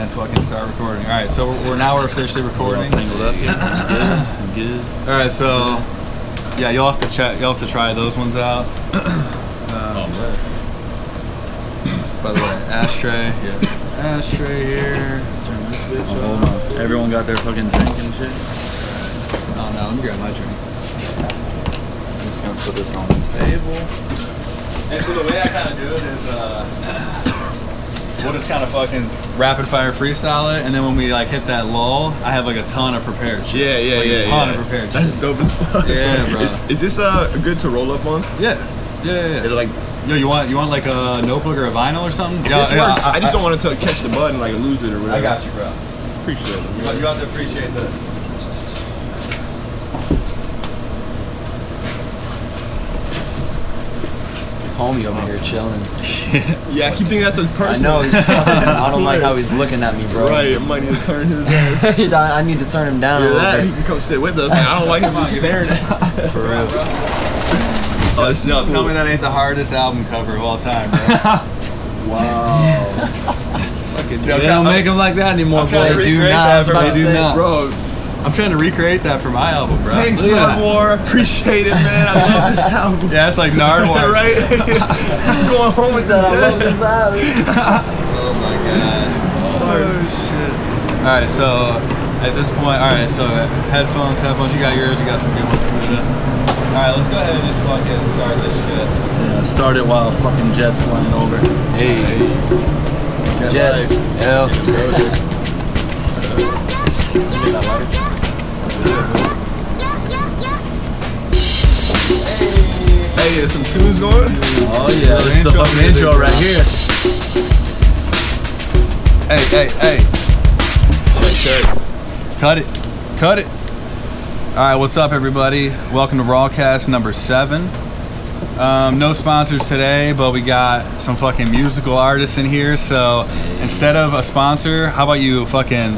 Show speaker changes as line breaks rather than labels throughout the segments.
fucking start recording. All right, so we're, we're now we're officially recording.
Tangled up. Yeah. Good. Good.
All right, so yeah, you'll have to check. You'll have to try those ones out. Um,
Oh,
By the way, ashtray. Yeah. Ashtray here. Turn this bitch
Oh, Hold
off.
on. Everyone got their fucking drink and shit.
Oh no, let me grab my drink.
I'm just gonna put this on the table.
And so the way I kind of do it is, uh, we'll just kind of fucking rapid fire freestyle it, and then when we like hit that lull, I have like a ton of prepared shit.
Yeah, yeah,
like
yeah.
A ton
yeah.
of prepared
That's
shit.
dope as fuck.
Yeah, bro.
Is, is this uh good to roll up on?
Yeah. Yeah, yeah, yeah.
It, like
Yo, you want you want like a notebook or a vinyl or something?
if
Yeah,
this
yeah,
works. I, just don't want to catch the button like lose it or whatever.
I got you, bro.
Appreciate
You,
it.
have- you have to appreciate this.
homie over here chilling.
Yeah, I keep thinking that's his
I
person.
know. He's, I don't like
swear.
how he's looking at me, bro.
Right, I might need to turn his ass.
I I need to turn him down a
Either
little
that, or he
bit.
can come sit with us. Like, I don't like him just staring at.
For real.
Oh, this is
Yo,
cool.
tell me that ain't the hardest album cover of all time, bro.
Wow.
Yo, I'm
They
try-
don't
I'm-
make them like that anymore,
I'm trying to
boy.
They do
recreate
not. I
that
was
for
about
my
to say,
not.
bro.
I'm trying to recreate that for my album, bro.
Thanks,
Look at that.
Nardwar. Appreciate it, man. I love this album.
Yeah, it's like Nardwar.
right? I'm going home with
Said I love
that.
this album.
Oh my god.
Oh
All right, so at this point, all right, so headphones, headphones. You got yours. You got some good ones. Buddha. All right, let's go ahead and just fucking start this shit.
Yeah, start it while fucking jets flying over.
Hey, Jets. L.
shit. Hey, there's some tunes going.
Oh yeah, this is the
intro
fucking
music,
intro right here.
Hey, hey, hey! Cut it, cut it. All right, what's up, everybody? Welcome to Rawcast number seven. Um, no sponsors today, but we got some fucking musical artists in here. So instead of a sponsor, how about you fucking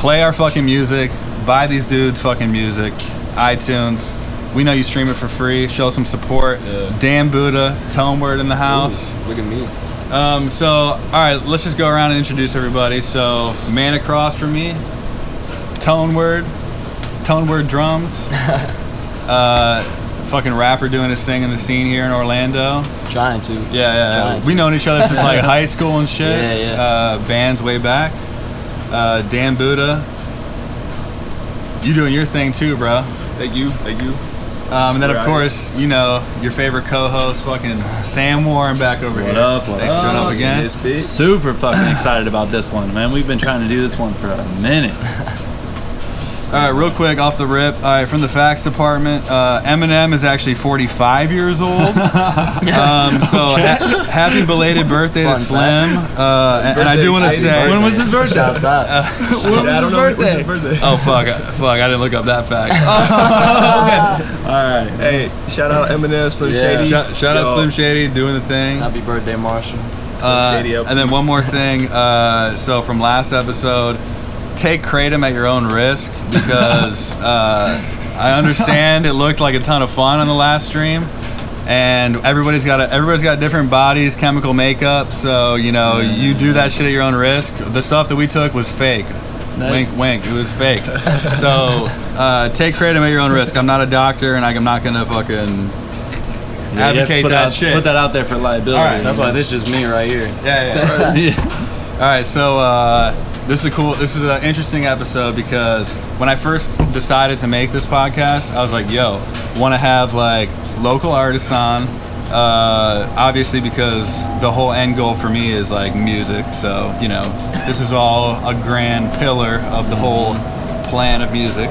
play our fucking music, buy these dudes fucking music, iTunes. We know you stream it for free. Show some support. Dan Buddha, Tone Word in the house.
Look at me.
Um, so, all right, let's just go around and introduce everybody. So, man across from me, tone word, tone word drums, uh, fucking rapper doing his thing in the scene here in Orlando.
Trying to.
Yeah, yeah, yeah.
Giants.
we known each other since like high school and shit.
Yeah, yeah.
Uh, bands way back. Uh, Dan Buddha, you doing your thing too, bro.
Thank you. Thank you.
Um, and then,
Right.
of course, you know, your favorite co host, fucking Sam Warren, back over
What
here.
up? What
Thanks for showing
Uh,
up
up?
again.
This bitch.
Super fucking excited about this one, man. We've been trying to do this one for a minute.
All right, real quick off the rip. All right, from the facts department, uh, Eminem is actually 45 years old. um, so ha- happy belated birthday
Fun
to
fact.
Slim. Uh, and, and I do want to
Happy
say,
birthday.
When was his birthday?
Shouts out.
Yeah,
When
I
was
don't
his
know what's his
birthday? Oh.
birthday.
Oh fuck, I- fuck! I didn't look up that fact.
All right.
Hey, shout out Eminem, Slim
Yeah.
Shady.
shout, shout out
Yo,
Slim Shady doing the thing.
Happy birthday, Marshall.
Slim
Uh,
Shady up.
and then one more thing. Uh, so from last episode, take kratom at your own risk because uh, I understand it looked like a ton of fun on the last stream, and everybody's got a, everybody's got different bodies, chemical makeup. So you know you do that shit at your own risk. The stuff that we took was fake.
Nice.
Wink, wink. It was fake. so uh, take kratom at your own risk. I'm not a doctor, and I'm not gonna fucking
Yeah, you have to
advocate
put
that
out,
shit.
Put that out there for liability.
All right.
That's why this is me right here.
Yeah, yeah. All right, so uh, this is a cool. This is an interesting episode because when I first decided to make this podcast, I was like, "Yo, want to have like local artists on." Uh, obviously, because the whole end goal for me is like music. So you know, this is all a grand pillar of the whole plan of music.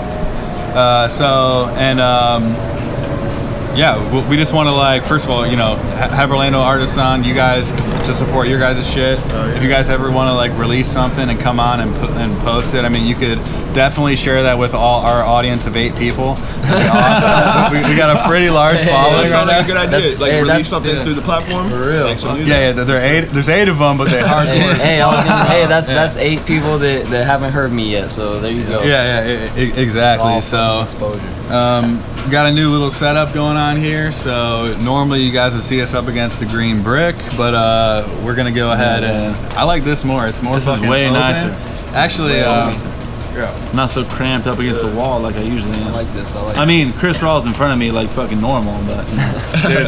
Uh, so and um, yeah, w- we just want to like first of all, you know, ha- have Orlando artists on you guys to support your guys' shit. If you guys ever want to like release something and come on and, po- and post it, I mean, you could definitely share that with all our audience of eight people. That'd be awesome. we, we got a pretty large
Oh,
following
that
right
sounds
now.
like a good idea.
That's-
like
hey,
release
that's-
something
yeah.
through the platform.
For real.
Thanks for doing
Yeah, yeah, there are eight. There's eight of them, but they hardcore.
Hey, hey, I was gonna- hey, that's
Yeah.
that's eight people that, that haven't heard me yet. So there you go.
Yeah, yeah, e- e- exactly.
All
So
exposure.
Um, got a new little setup going on here, so normally you guys would see us up against the green brick, but uh, we're gonna go ahead and I like this more. It's more
This is
fucking
way
open.
nicer.
Actually, um,
I'm not so cramped up against the wall like I usually
I
am.
like this. I like.
I mean, Chris Rawls in front of me like fucking normal, but
dude,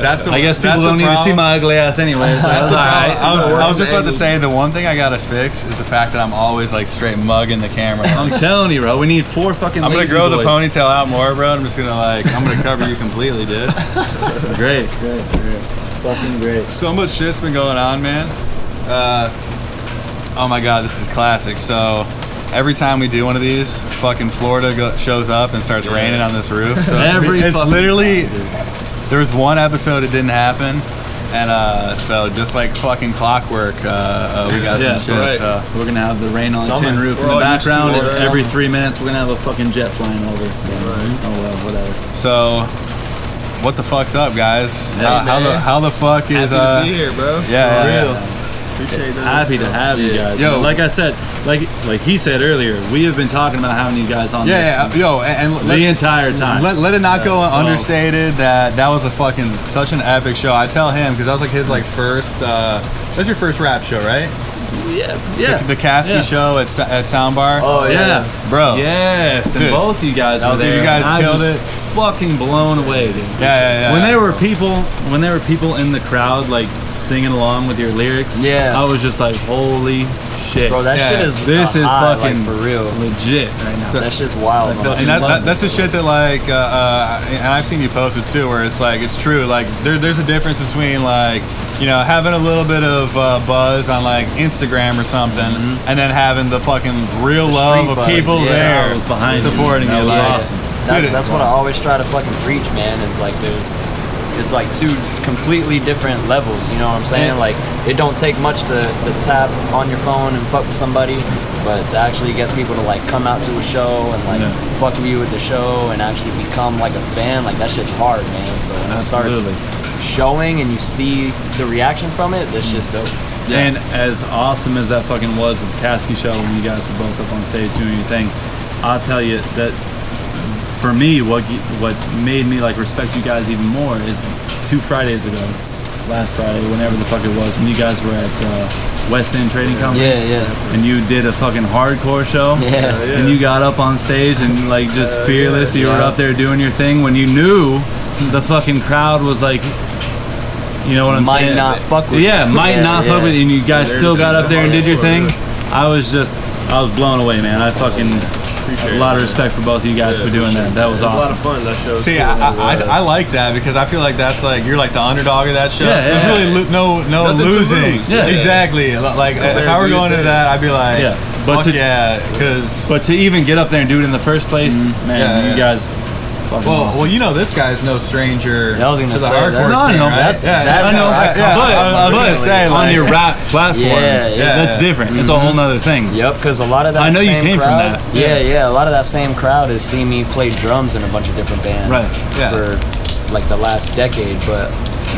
that's the
I guess
that's
people
the
don't need to
problem.
see my ugly ass anyway. So that's all
I,
right.
I was, I was just about to
Angles.
say the one thing I gotta fix is the fact that I'm always like straight mugging the camera.
I'm telling you, bro. We need four fucking.
I'm gonna
lazy
grow the
boys.
ponytail out more, bro. I'm just gonna like I'm gonna cover you completely, dude.
Great, great, great, fucking great.
So much shit's been going on, man. Uh, oh my god, this is classic. So every time we do one of these, fucking Florida go- shows up and starts raining on this roof. So
Every
it's
fucking
literally there was one episode it didn't happen, and uh, so just like fucking clockwork, uh, uh, we got
Yeah,
some shit.
right.
So.
We're gonna have the rain on
Summer.
tin roof
We're
in the
all used to
background.
it.
and every three minutes, we're gonna have a fucking jet flying over. Oh well, whatever.
so what the fuck's up, guys?
Hey,
how, how the
man.
how the fuck is
Happy
uh?
to be here, bro.
Yeah, yeah, yeah.
Appreciate that.
Happy to have you guys.
Yo.
like I said, like like he said earlier, we have been talking about having you guys on.
Yeah,
this
yeah, yo, and, and
the
let's-
entire time.
Let, let it not go
so-
understated that that was a fucking such an epic show. I tell him because that was like his like first. Uh, that's your first rap show, right?
yeah, yeah,
The, the Kasky
Yeah.
show at, Sa- at Soundbar.
oh yeah.
yeah.
bro. Yeah,
Yes, and
Dude.
both you guys were
Dude,
there.
you guys
and I
killed
was Fucking blown away, dude.
yeah, yeah. yeah.
when there were people, when there were people in the crowd like singing along with your lyrics,
Yeah.
I was just like, holy shit,
Bro, that
Yeah.
shit is.
This is
high,
fucking-
like, for real.
legit right now.
That shit's wild.
I feel-
man.
and that, that,
Love
that's the shit that like, uh, uh, and I've seen you post it too, where it's like it's true. Like there, there's a difference between like you know having a little bit of uh, buzz on like Instagram or something,
Mm-hmm.
and then having the fucking real
The
love
street
of
buzz,
people
yeah.
there
I was behind you.
supporting
That
you.
was
like,
awesome.
That,
Dude,
that's what I always try to fucking preach, man. It's like there's, it's like two completely different levels. You know what I'm saying?
Yeah.
Like it don't take much to, to tap on your phone and fuck with somebody, but to actually get people to like come out to a show and like
Yeah.
fuck with you with the show and actually become like a fan, like that shit's hard, man. So when
Absolutely.
it starts showing and you see the reaction from it, that's just dope.
And as awesome as that fucking was at the Kasky show when you guys were both up on stage doing your thing, I'll tell you that for me, what ge- what made me like respect you guys even more is two Fridays ago, last Friday, whenever the fuck it was, when you guys were at uh, West End Trading Company,
Yeah, yeah,
and you did a fucking hardcore show.
yeah.
And you got up on stage and like just fearless, you were
Yeah.
up there doing your thing when you knew the fucking crowd was like, you know what I'm
Might
saying?
not fuck with.
Yeah,
you.
might not fuck
yeah.
with you, and you guys
There's
still got
some
up there and did your thing.
hardcore,
I was just, I was blown away, man. I fucking
Appreciate
a lot of respect for both of you guys for doing that. That was
It was a lot
awesome.
of fun that show.
See,
too,
I,
man.
I, I, I like that because I feel like that's like you're like the underdog of that show.
Yeah,
so there's
yeah.
really lo- no no
Nothing to
losing.
lose.
Yeah.
exactly. Li- Like
It's
if I were
compared to
going into
you.
that, I'd be like,
Yeah. But
fuck
to-
yeah, because
But to even get up there and do it in the first place, man,
Yeah, yeah.
you guys. fucking
well,
awesome.
well, you know this guy's no stranger
Yeah, I was gonna
to the
say,
hardcore.
that's-
No,
scene,
no,
right?
that's-
yeah,
that's
I know.
where I
I,
come
yeah,
but,
I, I was gonna
but
say
on
like,
your rap platform,
Yeah, yeah.
that's different. It's a whole nother thing.
Yep, because a lot of that.
I know you
same
came from
crowd-
that.
Yeah. yeah, a lot of that same crowd has seen me play drums in a bunch of different bands.
Right,
yeah.
For like the last decade, but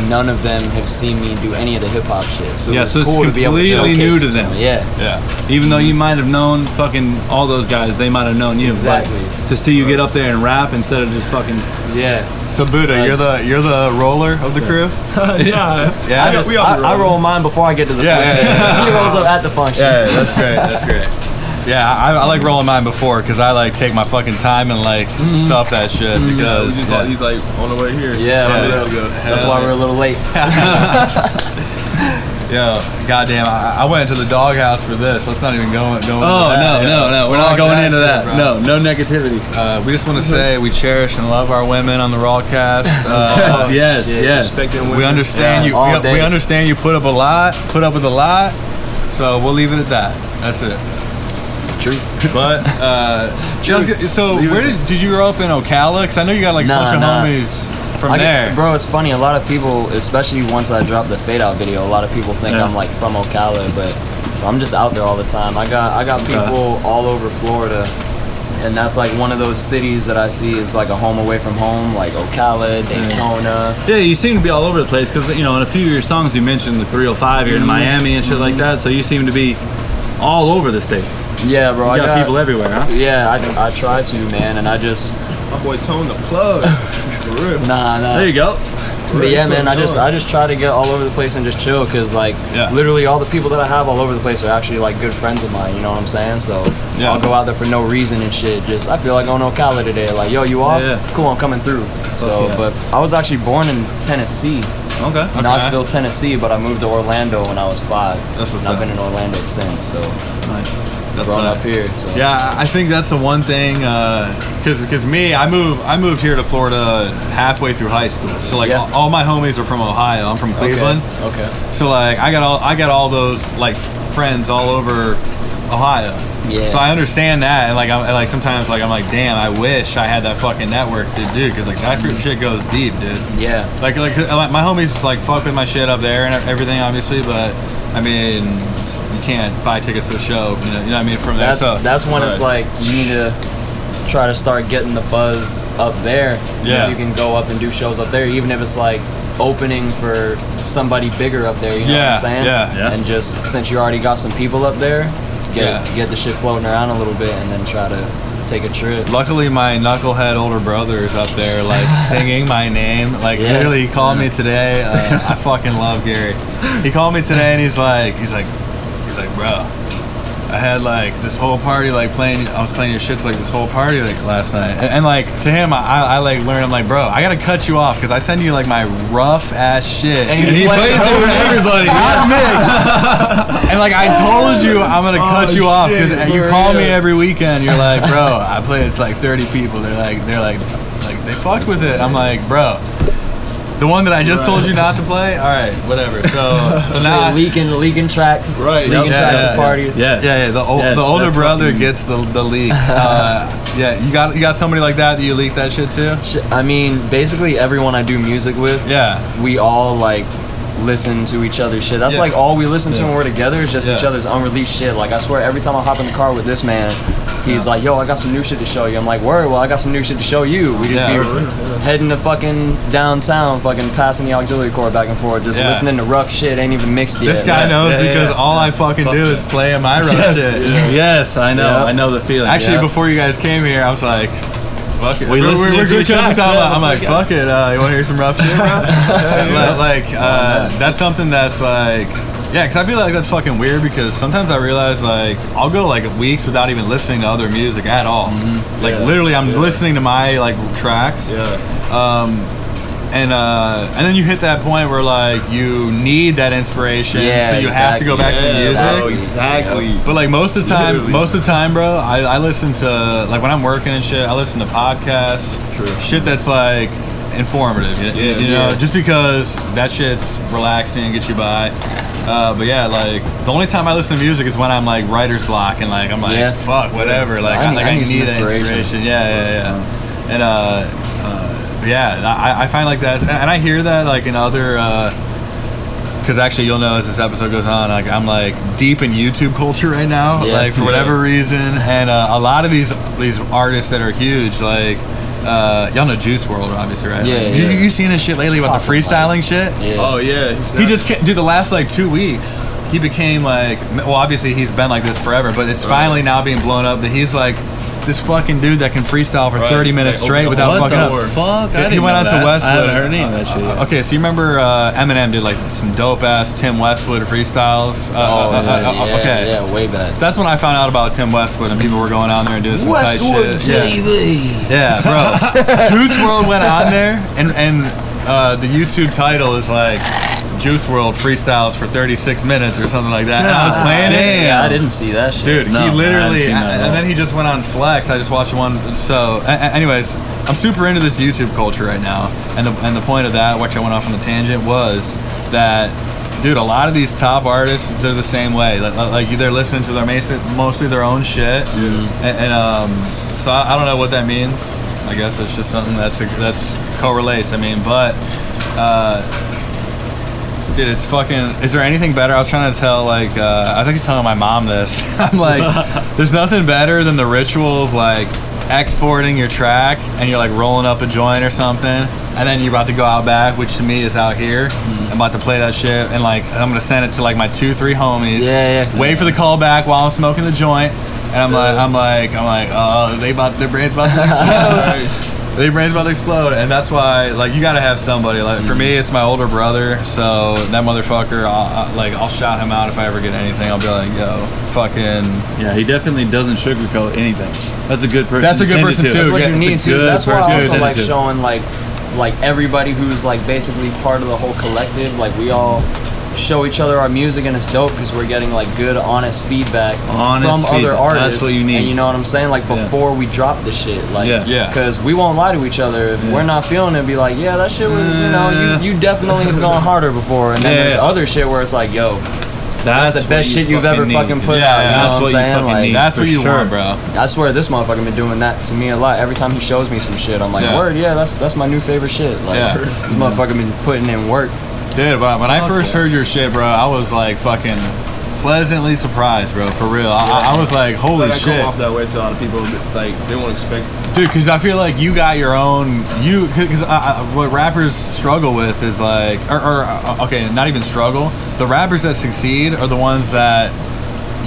none of them have seen me do any of the hip hop shit. So it
Yeah,
was
so it's
cool to be able to showcase
completely new
it
to them.
Yeah,
yeah.
Even though you might have known fucking all those guys, they might have known you. but
Exactly.
to see you get up there and rap instead of just fucking.
yeah.
So Buddha, you're the you're the roller of the crew.
yeah.
Yeah,
I, just,
we all
I,
roll.
I roll mine before I get to the
Yeah,
function.
yeah,
he rolls up at the function.
Yeah, that's great. That's great. Yeah, I, I like rolling mine before because I like take my fucking time and like
Mm-hmm.
stuff that shit because
He's,
yeah.
like, he's like on the way here.
Yeah,
Five
yeah,
minutes
that's-
ago.
That's why we're a little late.
Yo, goddamn! I, I went into the doghouse for this. Let's not even go. go into
Oh
that,
no,
yeah.
no, no! We're not
Fuck
going into that.
shit, bro.
No, no negativity. Mm-hmm.
Uh, we just want to say we cherish and love our women on the Rawcast. Uh,
Oh,
yes,
shit.
yes.
Expecting
we understand
Yeah, all
you. We, we
day.
understand you put up a lot, put up with a lot. So we'll leave it at that. That's it.
True.
But uh, just get- so
Leave it
where
at
did, did you grow up in Ocala? Cause I know you got like a
Nah,
bunch of
nah.
homies from
I get-
there.
bro, it's funny. A lot of people, especially once I dropped the fade out video, a lot of people think
Yeah.
I'm like from Ocala, but I'm just out there all the time. I got I got people all over Florida, and that's like one of those cities that I see is like a home away from home, like Ocala, Daytona.
Yeah, you seem to be all over the place because you know in a few of your songs you mentioned the 305 here in
Mm-hmm.
Miami and shit like that. So you seem to be all over the state. You
Yeah, bro. I
got,
got
people everywhere, huh?
yeah, I, I try to man, and I just
My boy Tone the plug. For real.
Nah, nah.
There you go.
But yeah, man, I just I just try to get all over the place and just chill because like
Yeah.
literally all the people that I have all over the place are actually like good friends of mine. You know what I'm saying? So
Yeah.
I'll go out there for no reason and shit. Just I feel like on Ocala today. Like yo, you off?
Yeah, yeah.
Cool, I'm coming through. So,
yeah.
but I was actually born in Tennessee,
Okay.
Knoxville, Tennessee, but I moved to Orlando when I was five.
That's what's
and
up.
I've been in Orlando since. So
Nice.
That's
grown
the-
up here. So.
Yeah, I- I think that's the one thing, because because uh, me, I moved I moved here to Florida halfway through high school. So like
Yeah.
all, all my homies are from Ohio. I'm from
Okay.
Cleveland.
Okay.
So like I got all I got all those like friends all over Ohio.
Yeah.
So I understand that, and like I like sometimes like I'm like, damn, I wish I had that fucking network to do, because like that shit goes deep, dude.
Yeah.
Like, like like, my homies like fuck with my shit up there and e-, everything, obviously. But I mean, you can't buy tickets to a show. You know, you know what I mean? From there,
That's
so
that's when it's
Right.
like you need to try to start getting the buzz up there.
Yeah.
You can go up and do shows up there, even if it's like opening for somebody bigger up there. You know what
Yeah,
I'm saying?
yeah,
yeah.
And just since you already got some people up there, get
Yeah.
get the shit floating around a little bit, and then try to take a trip.
Luckily, my knucklehead older brother is up there, like singing my name. Like
Yeah.
literally, he called me today. Uh, I fucking love Gary. He called me today, and he's like, he's like, he's like, bro, I had like this whole party, like playing. I was playing your shits like this whole party like last night, and, and, like to him, I, I, I like learned. I'm like, bro, I gotta cut you off because I send you like my rough ass shit,
And he plays it
over everybody, not mixed. and like I told you, I'm gonna cut you off
shit,
because you
for
call me
real.
every weekend. You're like, bro, I play. It's like 30 people. They're like, they're like, like they fucked with it. I'm like, bro. The one that I just told you not to play. All right, whatever. So, so now I-
leaking leaking tracks.
Right,
Leaking
yeah,
tracks
yeah,
at
yeah.
parties.
Yeah.
Yeah, yeah. The, ol-
Yes,
the older
that's
brother
fucking-
gets the the leak. Uh, yeah, you got you got somebody like that that you leak that shit to.
Sh- I mean, basically everyone I do music with
Yeah,
we all like listen to each other's shit. That's
Yeah.
like all we listen to
Yeah.
when we're together is just each
Yeah.
other's unreleased shit. Like I swear every time I hop in the car with this man, he's like, "Yo, I got some new shit to show you." I'm like, "Word, well, I got some new shit to show you." We just
Yeah.
be heading to fucking downtown, fucking passing the auxiliary cord back and forth, just
Yeah.
listening to rough shit. Ain't even mixed yet.
this guy
yeah,
knows
yeah, yeah,
because
yeah.
all I fucking do is play in my rough shit.
Yes, I know.
Yeah.
I know the feeling.
Actually,
Yeah.
before you guys came here, I was like, fuck it.
We listening to
good
each
custom
other.
time.
Yeah,
I'm
oh
like,
my God.
fuck it. Uh, you want to hear some rough shit, bro? Li- like, uh, that's something that's like, yeah, because I feel like that's fucking weird because sometimes I realize, like, I'll go like weeks without even listening to other music at all.
Mm-hmm.
Like,
Yeah,
literally, I'm
yeah.
listening to my, like, tracks. Um,
Yeah.
And uh, and then you hit that point where, like, you need that inspiration.
Yeah,
so you have to go back to
Yeah,
the music.
bro, Oh, exactly.
But like most of the time,
Literally.
most of the time, bro, I, I listen to like when I'm working and shit. I listen to podcasts,
True.
shit that's like informative. You,
Yeah.
you know,
Yeah.
just because that shit's relaxing, gets you by. Uh, but yeah, like the only time I listen to music is when I'm like writer's block and like I'm like
Yeah.
fuck whatever. Like
I
I,
need-
like,
I
I, need,
need some
that
inspiration. Uh-huh.
inspiration. Yeah, yeah, yeah. And uh, uh, but yeah, I, I find like that, and I hear that like in other. Uh, because actually you'll know as this episode goes on like i'm like deep in youtube culture right now
Yeah.
like for whatever reason and uh, a lot of these these artists that are huge like uh, y'all know juice world obviously right
Yeah,
Like, you,
yeah.
you seen his shit lately about the
Poppin', like-
freestyling shit
Yeah.
Oh yeah. he's
he
not-
just can't do the last like two weeks he became like well obviously he's been like this forever but it's finally now being blown up that he's like this fucking dude that can freestyle for
Right.
30 minutes
Like,
straight
open
without
the
what
fucking
the
up
fuck? I
He
didn't
went
know
out to
that. I
Westwood.
haven't heard any of that shit.
Okay, so you remember uh, Eminem did like some dope ass Tim Westwood freestyles? Uh,
Oh,
uh, uh,
yeah,
uh,
yeah,
okay.
yeah, way back.
That's when I found out about Tim Westwood and people were going on there and doing some tight shit. Yeah.
TV.
Yeah, bro. Juice World went on there, and and uh, the YouTube title is like Juice World freestyles for 36 minutes or something like that. and I was playing it.
Ah, Yeah, I didn't see that shit.
Dude,
No, I
he
haven't
literally,
seen that at
and
all.
then he just went on flex. I just watched one. So, a- a- anyways, I'm super into this YouTube culture right now, and the and the point of that, which I went off on the tangent, was that, dude, a lot of these top artists, they're the same way. Like, like they're listening to their mostly, mostly their own shit, and, and um, so I, I don't know what that means. I guess it's just something that's a, that's correlates. I mean, but. Uh, Dude, it's fucking. Is there anything better? I was trying to tell, like, uh, I was actually telling my mom this. I'm like, there's nothing better than the ritual of, like, exporting your track and you're, like, rolling up a joint or something. And then you're about to go out back, which to me is out here.
Mm-hmm.
I'm about to play that shit and, like, I'm going to send it to, like, my two, three homies.
Yeah, yeah.
Wait for the call back while I'm uh, smoking the joint. And I'm like, I'm like, I'm like, oh, they about, their brain's about to explode.
Right.
They brains about to explode, and that's why like you gotta have somebody. Like for me, it's my older brother, so that motherfucker. I'll, I, like I'll shout him out if I ever get anything. I'll be like, yo, fucking.
Yeah, he definitely doesn't sugarcoat anything. That's a good person.
That's
to
a good
send
person, too.
That's
it to.
what
Yeah,
you
it's
need
a
to.
good
That's why
person
I
to
also
send it
like
to.
showing like like everybody who's like basically part of the whole collective. Like we all show each other our music and it's dope because we're getting like good, honest feedback
Honest
from other
feedback. That's
artists.
what you need.
And you know what I'm saying? Like
Yeah.
before we drop the shit. Like
Yeah.
Yeah.
Because we won't lie to each other if we're not feeling it. Be like, yeah, that shit was. You know,
Mm.
you you definitely have gone harder before. And then
Yeah,
there's
yeah.
other shit where it's like, yo,
That's,
that's, the best
what
shit
you
you've ever
need.
fucking put
Yeah,
out.
yeah,
you know
that's
what I'm
what you
saying?
fucking
like,
need.
That's what
for
you
sure.
want, bro.
I swear this motherfucker been doing that to me a lot. Every time he shows me some shit, I'm like,
Yeah.
word, yeah, that's that's my new favorite shit. Like
Yeah.
this motherfucker been putting in work.
Dude, but when I
Fuck
first
yeah.
heard your shit, bro, I was like fucking pleasantly surprised, bro. For real, I, I- I was like, holy
Like I
shit,
come off that way to a lot of people. but, Like they won't expect.
dude. Because I feel like you got your own. You because I, I, what rappers struggle with is like, or, or uh, okay, not even struggle. The rappers that succeed are the ones that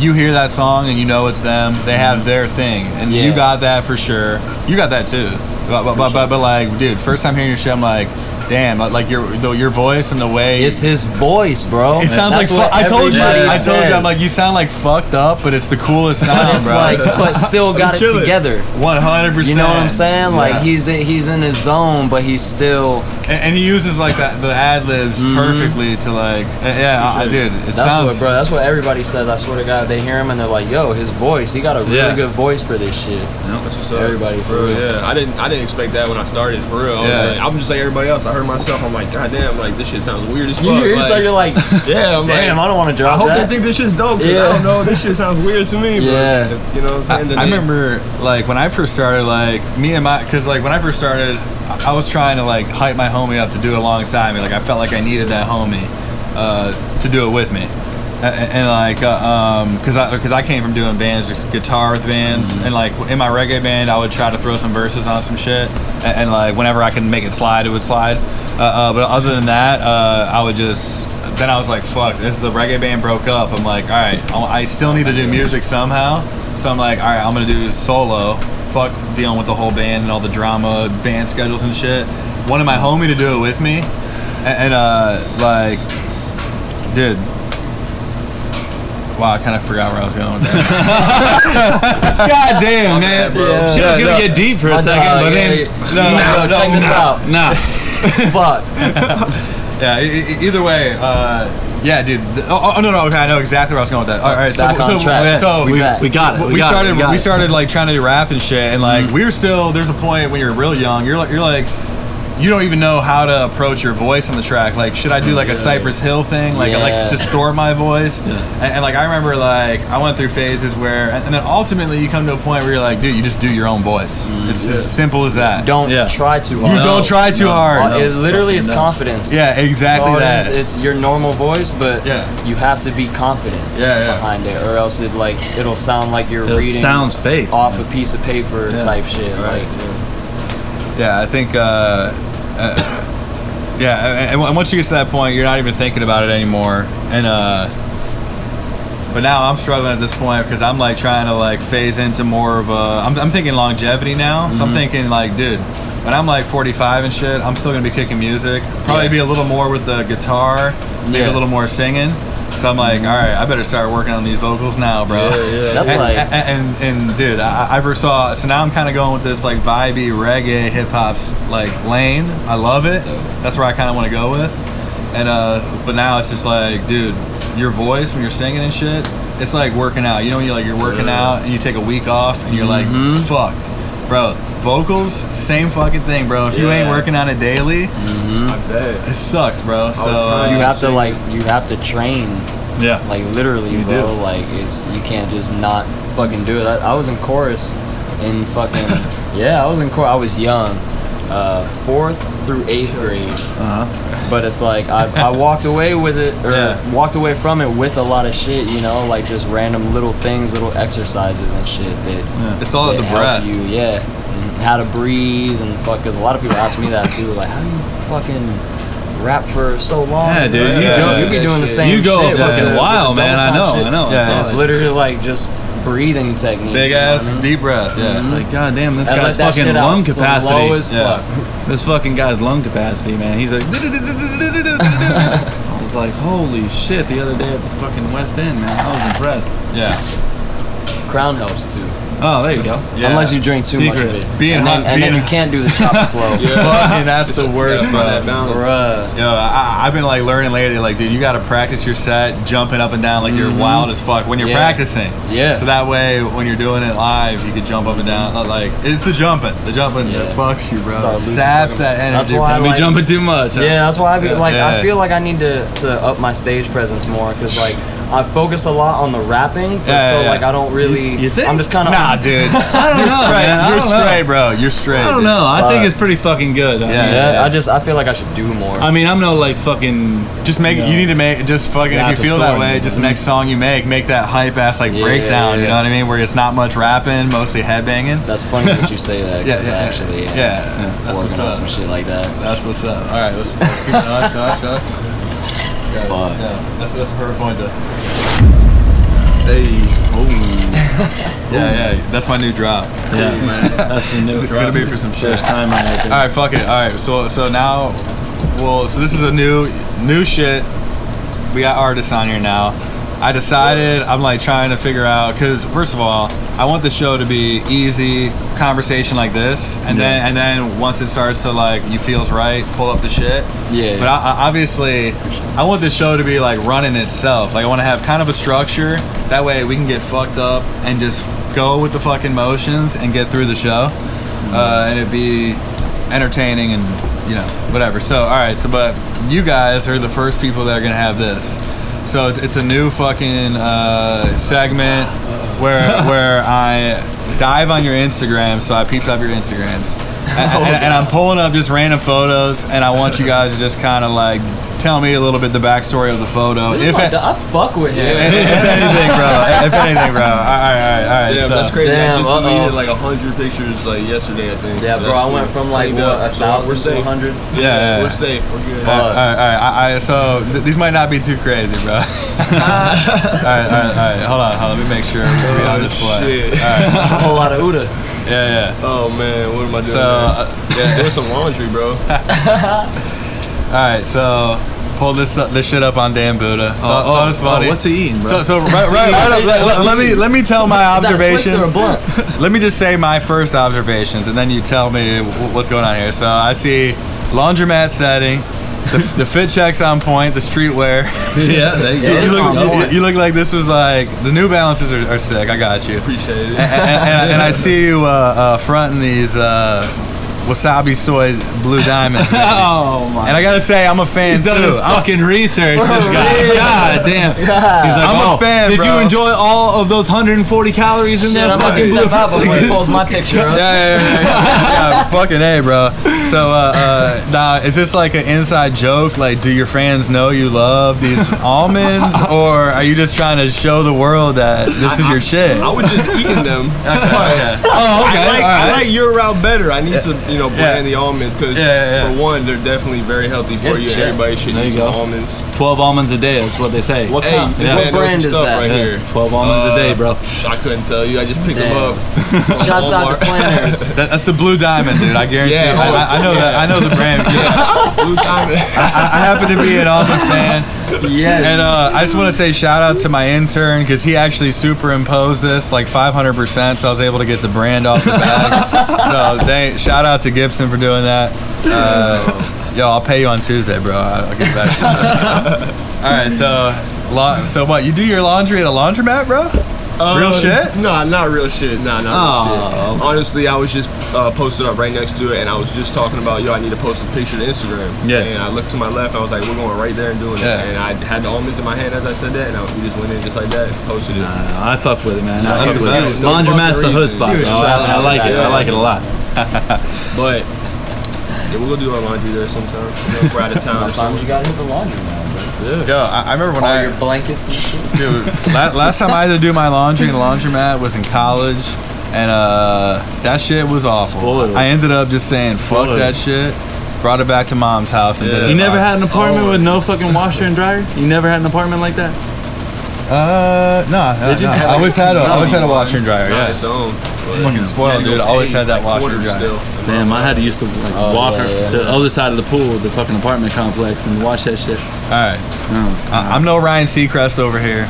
you hear that song and you know it's them. They have their thing, and
Yeah.
you got that for sure. You got that too. But but, but, but, but like, dude, first time hearing your shit, I'm like, damn, uh, like your the, your voice and the way
It's his voice, bro.
It sounds
That's
like
what
fu- I told you.
everybody
I told you.
says.
I'm like you sound like fucked up, but it's the coolest
but
sound,
it's
bro.
like, but still got it
chilling.
together.
One hundred percent.
You know what I'm saying?
Yeah.
Like he's in, he's in his zone, but he's still.
and, and he uses like that the ad libs perfectly to like uh, yeah I, I did. It
Mm-hmm. That's
sounds
what, bro. That's what everybody says. I swear to God, they hear him and they're like, "Yo, his voice. He got a really
Yeah.
good voice for this shit."
No, that's what's up.
Everybody, for
For real,
real.
yeah. I didn't. I didn't expect that when I started. For real,
Yeah.
I was like, I'm just like everybody else. I heard myself. I'm like, God damn, like this shit sounds weird as fuck.
You hear yourself,
like,
you're like,
yeah, I'm
"Damn,
like,
I don't want to
I
drop
hope they
that."
think this shit's dope. 'cause
Yeah.
I don't know. This shit sounds weird to me.
Yeah.
But, you know what
I,
I'm saying?
I
Then they-
remember like when I first started, like me and my, because like when I first started, I, I was trying to like hype my homie up to do it alongside me. Like I felt like I needed that homie uh, to do it with me, A- a- and, like uh, um, because I because I came from doing bands, just guitar with bands, and like in my reggae band, I would try to throw some verses on some shit, and, and like whenever I could make it slide, it would slide. Uh, uh, but other than that, uh, I would just. Then I was like, "Fuck!" This the reggae band broke up. I'm like, "All right, I I still need to do music somehow." So I'm like, all right, I'm gonna do solo. Fuck dealing with the whole band and all the drama, band schedules and shit. Wanted my homie to do it with me, and, and uh, like, dude. Wow, I kind of forgot where I was going. With that.
God damn, man.
bro.
She was
Yeah,
gonna
no.
get deep for a
My
second,
dog,
but
yeah,
then
yeah.
No,
Nah,
no,
check
no,
this
nah.
out.
nah.
Fuck.
Yeah. e- e- either way, uh, yeah, dude. th- Oh, oh no, no. Okay, I know exactly where I was going with that. All right. So,
Back on
so,
track.
so
We back.
We got it. We,
we
got
started
It,
we,
we, got it.
started like trying to do rap and shit and like we were still there's a point when you're real young you're like you're like you don't even know how to approach your voice on the track like should i do like a cypress hill thing like
Yeah.
like distort my voice
Yeah.
and, and, like i remember like i went through phases where and, and then ultimately you come to a point where you're like dude you just do your own voice it's as simple as that
Don't
Yeah.
try too
you
hard.
don't try too hard
Uh, It literally
Fucking
is
no.
confidence.
yeah exactly
All it
that
is, It's your normal voice, but
Yeah.
you have to be confident
Yeah, yeah.
behind it, or else it like it'll sound like you're
It
reading
sounds fake.
off a piece of paper
Yeah.
type shit.
Right.
Like
Yeah, I think. Uh, uh, yeah, and- and, and once you get to that point, you're not even thinking about it anymore. And uh, but now I'm struggling at this point because I'm like trying to like phase into more of a. I'm, I'm thinking longevity now, so I'm thinking like, dude, when I'm like 45 and shit, I'm still gonna be kicking music. Probably
Yeah.
be a little more with the guitar, maybe
Yeah.
a little more singing. So I'm like, all right, I better start working on these vocals now, bro.
Yeah, yeah.
That's
and,
like-
and, and, and dude, I, I- I foresaw. So now I'm kind of going with this like vibey reggae hip hop's like lane. I love it. That's where I kind of want to go with. And uh, but now it's just like, dude, your voice when you're singing and shit, it's like working out. You know, when you like you're working out and you take a week off and you're like fucked, bro. Vocals, same fucking thing, bro. If you ain't
Yeah.
working on it daily, it
I bet.
sucks, bro. So
trying
you
uh,
to-
have to like you have to train
yeah.
like literally,
You
bro.
do.
Like it's you can't just not fucking do it. I, I was in chorus in fucking yeah. I was in chorus. I was young, uh, fourth through eighth grade.
Uh-huh.
but it's like I, I walked away with it or
Yeah.
walked away from it with a lot of shit you know like just random little things little exercises and shit that,
it's all at
that
the
help
breath.
you yeah and how to breathe and fuck because a lot of people ask me that too like how do you fucking rap for so long
Yeah, dude, you
you,
go-
be doing the
Yeah.
same
you go
shit with
fucking
the- with
wild,
the
man. I
double
know.
time
I know.
shit.
Yeah.
it's literally like just breathing technique.
Big
you know
ass
what I mean?
deep breath. Yeah.
It's like, god damn, this
And
guy's
let that
fucking
shit out
lung
slow
capacity.
as
Yeah.
fuck.
This fucking guy's lung capacity, man. He's like, I was like, holy shit, the other day at the fucking West End, man. I was impressed.
yeah.
Crown helps too,
Oh, there you go.
Yeah.
unless you drink too much of
Secret.
it,
Being
and then,
hot-
and then
being-
you can't do the chopper flow.
Fucking, that's the worst,
Yeah, find
bro.
that balance.
Bruh.
Yo, I, I've been like learning lately, like, dude, you gotta practice your set, jumping up and down like
Mm-hmm.
you're wild as fuck when you're
Yeah.
practicing.
Yeah.
So that way, when you're doing it live, you can jump up and down. uh, Like, it's the jumping, the jumping
Yeah.
that fucks you,
Start
bro.
losing
Saps
fucking-
that
That's
energy.
why I
from-
We
like-
jumping too much. huh?
Yeah, that's why I be like.
Yeah.
I feel like I need to to up my stage presence more because like I focus a lot on the rapping, but
Yeah,
so
yeah, yeah.
like I don't really.
You- you think?
I'm just kind of
Nah, dude.
I don't
you're
know,
straight.
man. I
You're
don't know.
straight, bro. You're straight.
I don't
dude.
know. I think
But-
it's pretty fucking good. I
Yeah.
mean,
Yeah, I just I feel like I should do more.
I mean, I'm no like fucking.
Just make
No.
you need to make just fucking
Yeah,
if
the
you feel that
story.
way, just the next song you make, make that hype ass like
Yeah.
breakdown, you know what I mean? Where it's not much rapping, mostly headbanging.
That's funny that you say that. 'cause
Yeah, yeah,
I
yeah.
actually,
yeah.
yeah,
That's
working
what's
on some
up.
shit like that.
That's what's up. All right, let's keep it on, Josh, Josh. Yeah,
Fuck.
Yeah, that's, that's a perfect point to. Hey, oh. yeah, yeah, that's my new drop.
Yeah, that's the new.
It's gonna be for some shit.
First time I
All right, fuck it. All right, so so now, well, so this is a new new shit. We got artists on here now. I decided I'm like trying to figure out because first of all, I want the show to be easy conversation like this, and then and then once it starts to like you feels right, pull up the shit.
Yeah.
But I, I, obviously, I want the show to be like running itself. Like I want to have kind of a structure. That way we can get fucked up and just go with the fucking motions and get through the show, uh, and it'd be entertaining and you know whatever. So all right. So but you guys are the first people that are gonna have this. So it's, it's a new fucking uh, segment where where I dive on your Instagram. So I peeped up your Instagrams. And,
Oh,
and, and I'm pulling up just random photos, and I want you guys to just kind of like tell me a little bit the backstory of the photo,
This is
if,
my
a-
da- I fuck with
if
him.
anything, bro. If anything, bro. All right, all right, all right.
Yeah,
so-
but that's crazy.
Damn,
I just deleted
uh-oh.
like a hundred pictures like yesterday, I think.
Yeah,
So
bro,
that's
I went
cool.
from like
Cleaned
what
up,
a
so we're
thousand to a
safe.
hundred.
Yeah, yeah, yeah.
We're safe. We're good.
All right, all right, all right. I, I, so th- these might not be too crazy, bro. all right, all right, all right. Hold on, hold on. Let me make sure we're
Oh,
on display.
shit.
A whole lot of Uda.
Yeah, yeah.
Oh man, what am I doing?
So, uh,
man? yeah, doing some laundry, bro.
all right. So pull this up, this shit up on Dan Buddha. Oh,
oh, oh, what's he eating, bro?
So, so right, right, right up, let, let- let me let me tell my
Is that a Twix
observations.
or a blunt?
Let me just say my first observations, and then you tell me wh- what's going on here. So I see laundromat setting, the, the fit check's on point, the streetwear.
yeah, there you
Yeah,
you,
it's
look,
on
you-
point.
you look like this was like the New Balances are, are sick. I got you.
Appreciate
And,
it.
and, and- and I see you uh, uh, fronting these uh, wasabi soy blue diamonds. and
Oh my.
I gotta say, I'm a fan
He's done
too.
his
I'm-
fucking research. This
For
guy.
real.
God damn. He's like,
I'm a
oh,
fan,
Did
bro."
you enjoy all of those 140 calories in
Shit,
that
I'm about to
fucking blue?
step out before he pulls my picture
yeah,
up.
yeah, yeah, yeah, yeah, fucking a, bro. So, uh, uh, now is this like an inside joke? Like, do your fans know you love these almonds, or are you just trying to show the world that this is your shit?
I was just eating them.
Oh, okay.
I like,
all
I
right.
like your route better. I need to, you know,
Yeah.
brand the almonds because
Yeah, yeah, yeah.
for one, they're definitely very healthy for
Yeah,
you.
check.
Everybody should
There
eat
you
some
go.
almonds.
12 almonds a day. That's what they say.
What
Hey,
kind?
this
What
man knows
brand
his
is
stuff
that?
right here.
Yeah, 12 almonds a day,
Uh,
bro.
I couldn't tell you. I just picked
Damn.
them up. from
Shots out
Walmart.
to planners.
That- that's the blue diamond, dude. I guarantee.
Yeah,
you. I, I- I know that. I know the brand. Yeah.
Blue Diamond.
I, I happen to be an almond fan,
Yes.
and uh, I just want to say shout out to my intern because he actually superimposed this like 500, percent so I was able to get the brand off the bag. so, thank, shout out to Gibson for doing that. Uh, yo, I'll pay you on Tuesday, bro. I'll get back to you. All right, so la- so what? You do your laundry at a laundromat, bro? Real
Uh,
shit?
No, not real shit. No, not
Oh.
real shit. Honestly, I was just uh, posted up right next to it, and I was just talking about, yo, I need to post a picture to Instagram.
Yeah.
And I looked to my left, and I was like, we're going right there and doing
Yeah.
it. And I had the almonds in my hand as I said that, and I, we just went in just like that, and posted it.
Nah, I fuck with it, man. I
he was-
fuck with
he
it.
was
no
Laundromat's the
fucking
hood
reason.
spot,
He
bro.
was
trying
I, I
out
like
that.
it. I like it a lot.
But yeah, we're gonna do our laundry there sometime. You know, we're out of town. or
Sometimes you gotta hit the laundry, man.
Yo, I, I remember when
All
I
your blankets and shit.
Dude, la- last time I had to do my laundry in the laundromat was in college, and uh, that shit was awful.
Spoiled.
I ended up just saying fuck
Spoiled.
that shit. Brought it back to mom's house and did
Yeah.
it.
You never had an apartment with no fucking washer and dryer? You never had an apartment like that?
Uh, no, no,
Did you
no.
have,
I
like,
always had a, I always had a
one?
washer and dryer.
Not
Yeah,
its own. but-
fucking spoiled, dude. Always had that washer
quarter
and dryer. Uh,
still.
Damn, I had to used to like
Oh,
walk
yeah,
her-
yeah,
the other side of the pool, the fucking apartment complex, and watch that shit.
All right,
Oh.
I- I'm no Ryan Seacrest over here,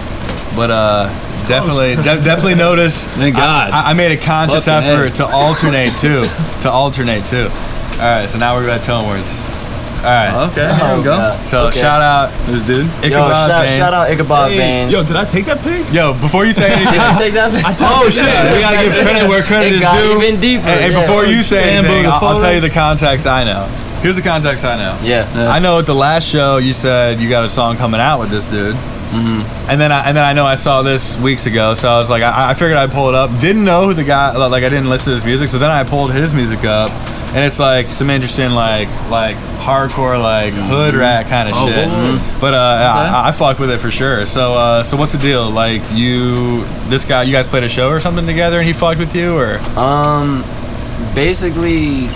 but uh, definitely, de- definitely notice.
Thank God.
I, I made a conscious
Fucking A.
effort to alternate too, to alternate too. All right, so now we're at tone words. All right,
Okay,
Oh,
here we go.
God.
so
Okay.
shout out
This dude.
Ichabod
Yo, shout,
Baines.
shout out uh, Ichabod Baines.
Yo, did I take that pic?
Yo, before you say anything.
Take that
Oh shit! We gotta give credit where credit
it
is
got
due.
even deeper.
Hey, hey,
yeah.
before you say
Damn,
anything,
bro, the
I'll, I'll tell you
photos.
the contacts I know. Here's the contacts I know.
Yeah.
I know at the last show you said you got a song coming out with this dude, and then I, and then I know I saw this weeks ago, so I was like, I, I figured I'd pull it up. Didn't know who the guy, like I didn't listen to his music, so then I pulled his music up, and it's like some interesting like like hardcore like hood rat kind of
Oh,
shit.
boy.
But uh, I, I fucked with it for sure. So uh, so what's the deal? Like you, this guy, you guys played a show or something together, and he fucked with you, or
Um, basically,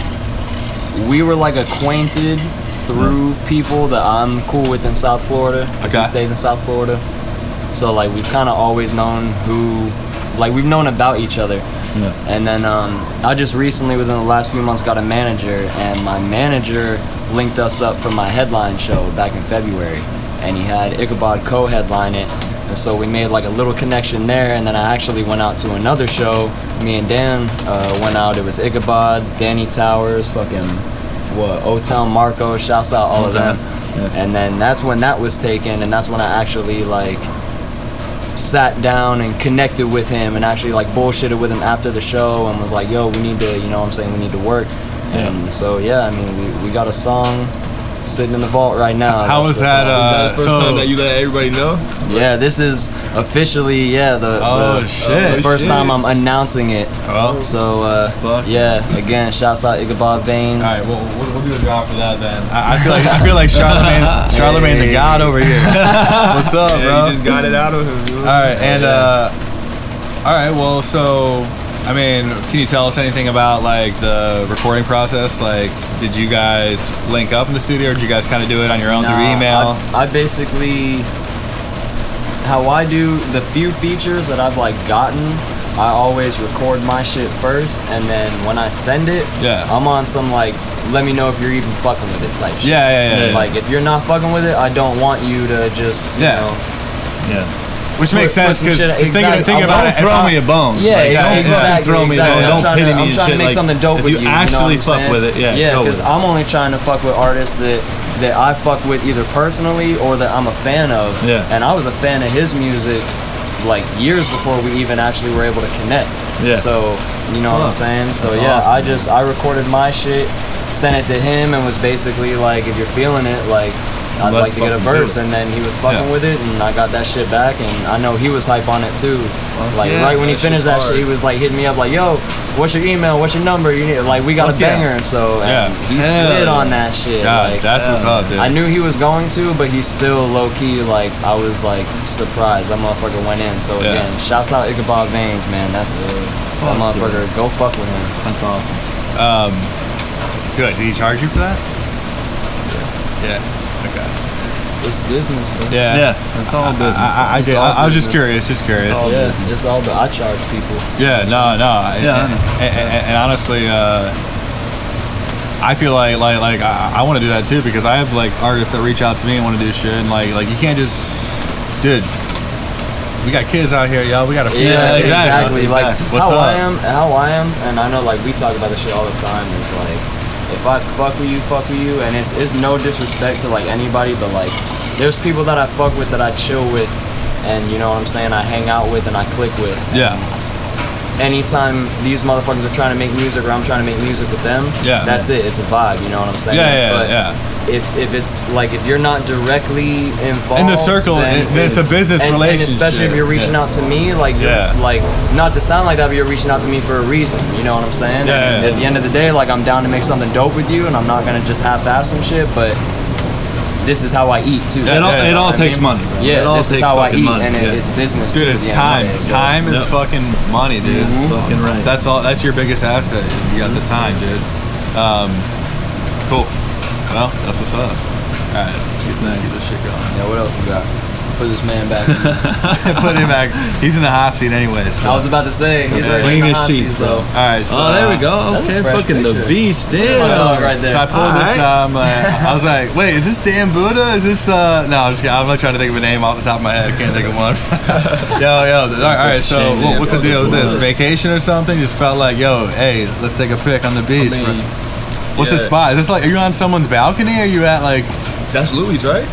we were like acquainted through people that I'm cool with in South Florida. 'cause He
Okay.
stays in South Florida, so like we've kind of always known who, like we've known about each other.
Yeah.
And then um, I just recently, within the last few months, got a manager, and my manager linked us up for my headline show back in February, and he had Ichabod co-headline it, and so we made like a little connection there. And then I actually went out to another show. Me and Dan uh, went out. It was Ichabod, Danny Towers, fucking what, O Town Marco. Shouts out all of
Okay.
them.
Yeah.
And then that's when that was taken, and that's when I actually like sat down and connected with him and actually like bullshitted with him after the show and was like, yo, we need to, you know what I'm saying, we need to work. And so, yeah, I mean, we, we got a song sitting in the vault right now.
How was that?
that's-
Uh,
Is that the first
so
time that you let everybody know?
yeah, this is officially, yeah, the,
Oh,
the,
shit.
the first
Shit.
time I'm announcing it.
well,
So, uh,
Fuck.
yeah, again, shouts out Ichabod Veins.
All right, we'll, we'll, we'll do a job for that then. I, I feel like I feel like Charlemagne, Charlemagne the God over here. What's up,
Yeah,
bro?
you just got it out of him.
all right, and uh, all right. Well, so I mean, can you tell us anything about like the recording process? Like, did you guys link up in the studio, or did you guys kind of do it on your own through
Nah,
email?
I, I basically how I do the few features that I've like gotten. I always record my shit first, and then when I send it,
Yeah.
I'm on some like let me know if you're even fucking with it type shit.
yeah, yeah, yeah, yeah.
Like if you're not fucking with it, I don't want you to just you
Yeah.
know
Yeah.
Which makes
put- put
sense
some
because
shit-
thinking,
exactly.
thinking
Don't
about it, if
throw
I-
me a bone.
Yeah,
Like,
yeah,
don't fucking
exactly,
throw me a
exactly.
bone.
I'm
Don't
trying
pity
to-
me
I'm
and
trying to
shit.
make
Like,
something dope
if
with
you
you, you know what
actually
I'm
fuck
saying?
with it, yeah.
Yeah,
go with
because
it.
I'm only trying to fuck with artists that that I fuck with either personally or that I'm a fan of.
Yeah.
And I was a fan of his music like years before we even actually were able to connect.
Yeah.
So you know what I'm
Huh.
saying? So
That's
yeah,
awesome,
I just I recorded my shit, sent it to him, and was basically like, if you're feeling it, like. I'd
Let's
like to get a
fucking do
verse,
it.
and then he was fucking
Yeah.
with it, and I got that shit back, and I know he was hype on it too. Like
yeah,
right when he
that
finished
shit's
that
hard.
shit, he was like hitting me up like, "Yo, what's your email? What's your number? You need like we got a
Fuck yeah.
banger." And so and
Yeah.
he
Hell
slid
yeah.
on that shit.
God,
like, um,
that's what's up, dude.
I knew he was going to, but he still low key like I was like surprised that motherfucker went in. So
Yeah.
again, shouts out Ichabod Veins, man. That's that
Fuck yeah.
motherfucker. Go fuck with him.
That's awesome.
Good. Did he charge you for that? Yeah. Okay.
It's business, bro.
Yeah.
Yeah, that's all business.
I, I, I, did. I, I was just curious. Just curious.
Yeah, it's all but I charge people.
Yeah, no, no. And-
Yeah, I
and,
know.
and, and- and honestly, uh, I feel like like like I, I want to do that too because I have like artists that reach out to me and want to do shit and like like you can't just, dude. We got kids out here, y'all. We got to feed
Yeah,
them.
exactly.
exactly.
Like
What's
how
up?
I am, how I am, and I know like we talk about this shit all the time. Is like if I fuck with you, fuck with you, and it's it's no disrespect to like anybody, but like there's people that I fuck with that I chill with, and you know what I'm saying. I hang out with and I click with.
Yeah,
Anytime these motherfuckers are trying to make music or I'm trying to make music with them,
Yeah.
that's it. It's a vibe. You know what
yeah,
I'm saying?
yeah,
But
yeah.
If, if it's like if you're not directly involved
In the circle,
then
it, then it's a business
and, and
relationship.
especially if you're reaching out to me, like you're,
Yeah.
like not to sound like that, but you're reaching out to me for a reason. You know what I'm saying?
Yeah,
And
yeah,
At the end of the day, like I'm down to make something dope with you, and I'm not gonna just half-ass some shit. But this is how I eat too.
Yeah,
it all,
yeah,
it
yeah.
all
I
takes
mean,
money. Bro.
Yeah,
it all
this is
takes
how I
fucking
eat,
money.
and it,
yeah.
it's business. too,
Dude,
at
it's
the end
time.
of the day, so-
Time is
Yep.
fucking money, dude.
fucking right.
That's all. That's your biggest asset. Is you got the time, dude. Um, cool. Well, that's what's up. All right, let's get, let's
nice.
get this shit going.
Yeah, what else we got? put this man back. in.
Put him back. He's in the hot seat anyways.
I was about to say he's
Yeah.
already
Clean
in the
as
hot
sheets,
seat, though.
All right. So,
Oh, there we go.
uh, that's a
Okay,
fresh
fucking the
picture.
beach.
My dog
Damn.
right there.
So I pulled this.
Alright.
Um, uh, I was like, "Wait, is this Dan Buddha? Is this?" Uh... No, I'm just kidding. I'm not trying to think of a name off the top of my head. I can't think of one. yo, yo. All right, all right so
Shame,
what-
Dan
what's the deal with this?
Buddha.
Vacation or something? Just felt like, yo, hey, let's take a pic on the beach.
mean,
what's the
yeah.
spot? Is this like, are you on someone's balcony? Or are you at like
That's Louis, right?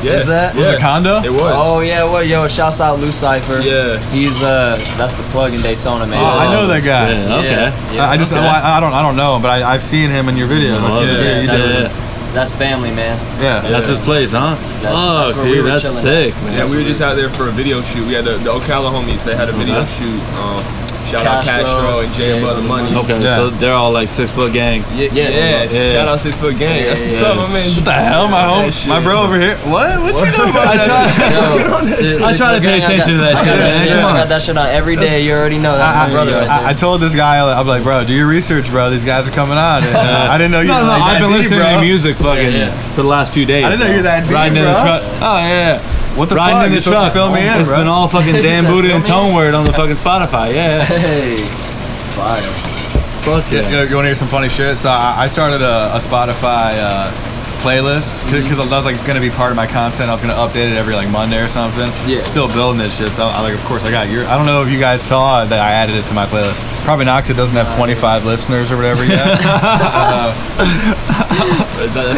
Yeah.
Is that-
was
Yeah.
it a condo?
It was.
Oh yeah, well yo, shouts out Lou Cipher.
Yeah.
He's uh that's the plug in Daytona man.
Oh, I know that guy.
Yeah,
Yeah,
okay.
yeah,
I I just
okay.
I, I don't I don't know him, but I, I've seen him in your videos.
Love
yeah,
it.
yeah,
Yeah,
that's-
yeah.
That's family, man.
Yeah.
That's his place, huh?
that's
Fuck,
where we
dude,
were
that's
chilling.
sick, man.
Yeah, we were just out there for a video shoot. We had the, the Ocala homies. They had a video
Uh-huh.
Okay.
shoot. Um, shout out
Castro,
Castro and Jay Above the Money.
Okay,
Yeah.
so they're all like six foot gang.
Yeah,
Yeah.
yeah,
Yeah.
Shout out Six Foot Gang. That's what's
Yeah.
up, my man.
What the hell, my home,
shit.
my bro over here? What? What you know about
I
that?
try.
Yo, sis-
I try to
sis- gang,
pay
I got-
attention to that
I got
shit,
man.
shit-
Come
I
on.
got that shit on every day. You already know that.
I,
My brother, right
I, I,
there.
told this guy, I'm like, bro, do your research, bro. These guys are coming on. And, uh, I didn't know you.
No,
were
no,
like
I've
that
been
deep,
listening to
bro.
your music fucking
Yeah, yeah.
for the last few days.
I didn't know you were that deep,
Riding in the
bro.
truck. Oh yeah,
What the
riding
fuck?
in the
You're supposed
truck.
To fill me in,
It's
bro.
been all fucking Dan
said,
Buddha and
"Fill me
Tone Word on the fucking Spotify. Yeah, yeah.
Hey, fire.
fuck
Yeah,
yeah.
You, want to hear some funny shit? So I, I started a, a Spotify uh, playlist because that was like going to be part of my content. I was going to update it every like Monday or something.
Yeah.
Still building this shit. So I like, of course, I got your. I don't know if you guys saw that I added it to my playlist. Probably not 'cause it doesn't have 25 listeners or whatever yet.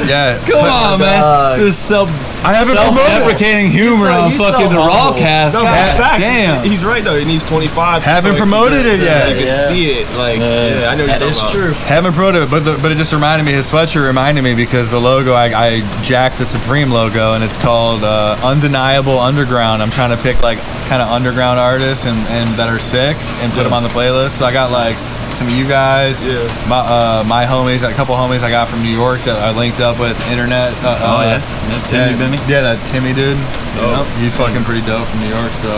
yeah.
Come on, man.
Dog.
This self
I haven't promoted.
self-deprecating humor
so-
on
he's
fucking
so
the raw
humble.
cast.
No,
God
in fact,
damn.
He's right though. It needs 25.
Haven't
so can-
promoted it
so
yet.
You can
Yeah.
see it. Like, yeah, I know what
That
you're
is
talking
true.
Haven't promoted it, but the, but it just reminded me. His sweatshirt reminded me because the logo I, I jacked the Supreme logo and it's called uh, Undeniable Underground. I'm trying to pick like kind of underground artists and, and that are sick and put them on the playlist. So I got like some of you guys,
Yeah.
my uh, my homies, a couple homies I got from New York that I linked up with internet. Uh,
Oh
uh,
yeah, yeah. Timmy Bimmy.
yeah, that Timmy dude.
Oh.
Yep, he's fucking pretty dope from New York. So,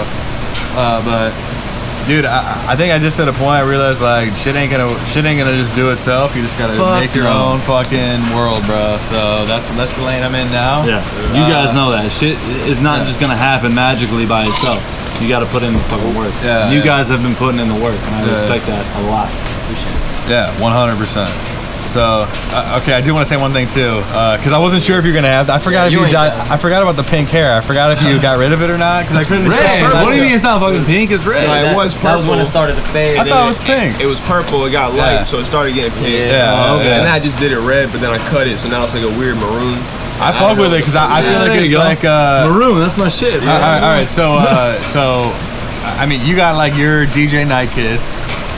uh, but dude, I, I think I just at a point I realized like shit ain't gonna shit ain't gonna just do itself. You just gotta
Fuck
make your
no.
own fucking world, bro. So that's that's the lane I'm in now.
Yeah, you guys know that shit is not just gonna happen magically by itself. You got to put in the fucking work.
Yeah,
you
yeah.
guys have been putting in the work, and I
Yeah.
respect that a lot.
Yeah, 100. percent so uh, okay, I do want to say one thing too, because I wasn't sure if you're gonna have. I forgot
Yeah,
if
you
you,
ain't
died, I forgot about the pink hair. I forgot if you got rid of it or not, because I couldn't.
Red.
tell.
What do you mean it's not fucking pink? It's red.
Like,
that,
was
that was when
purple.
it started to fade.
I thought it
about.
was pink.
It was purple. It got light,
Yeah.
so it started getting pink.
Yeah.
yeah,
Oh, okay.
yeah.
And then I just did it red, but then I cut it, so now it's like a weird maroon.
I fuck with it because I, I
Yeah,
feel
there
like
you
it's
go.
like uh,
Maroon. That's my shit.
All right, all right, so uh, so I mean, you got like your DJ Night Kid.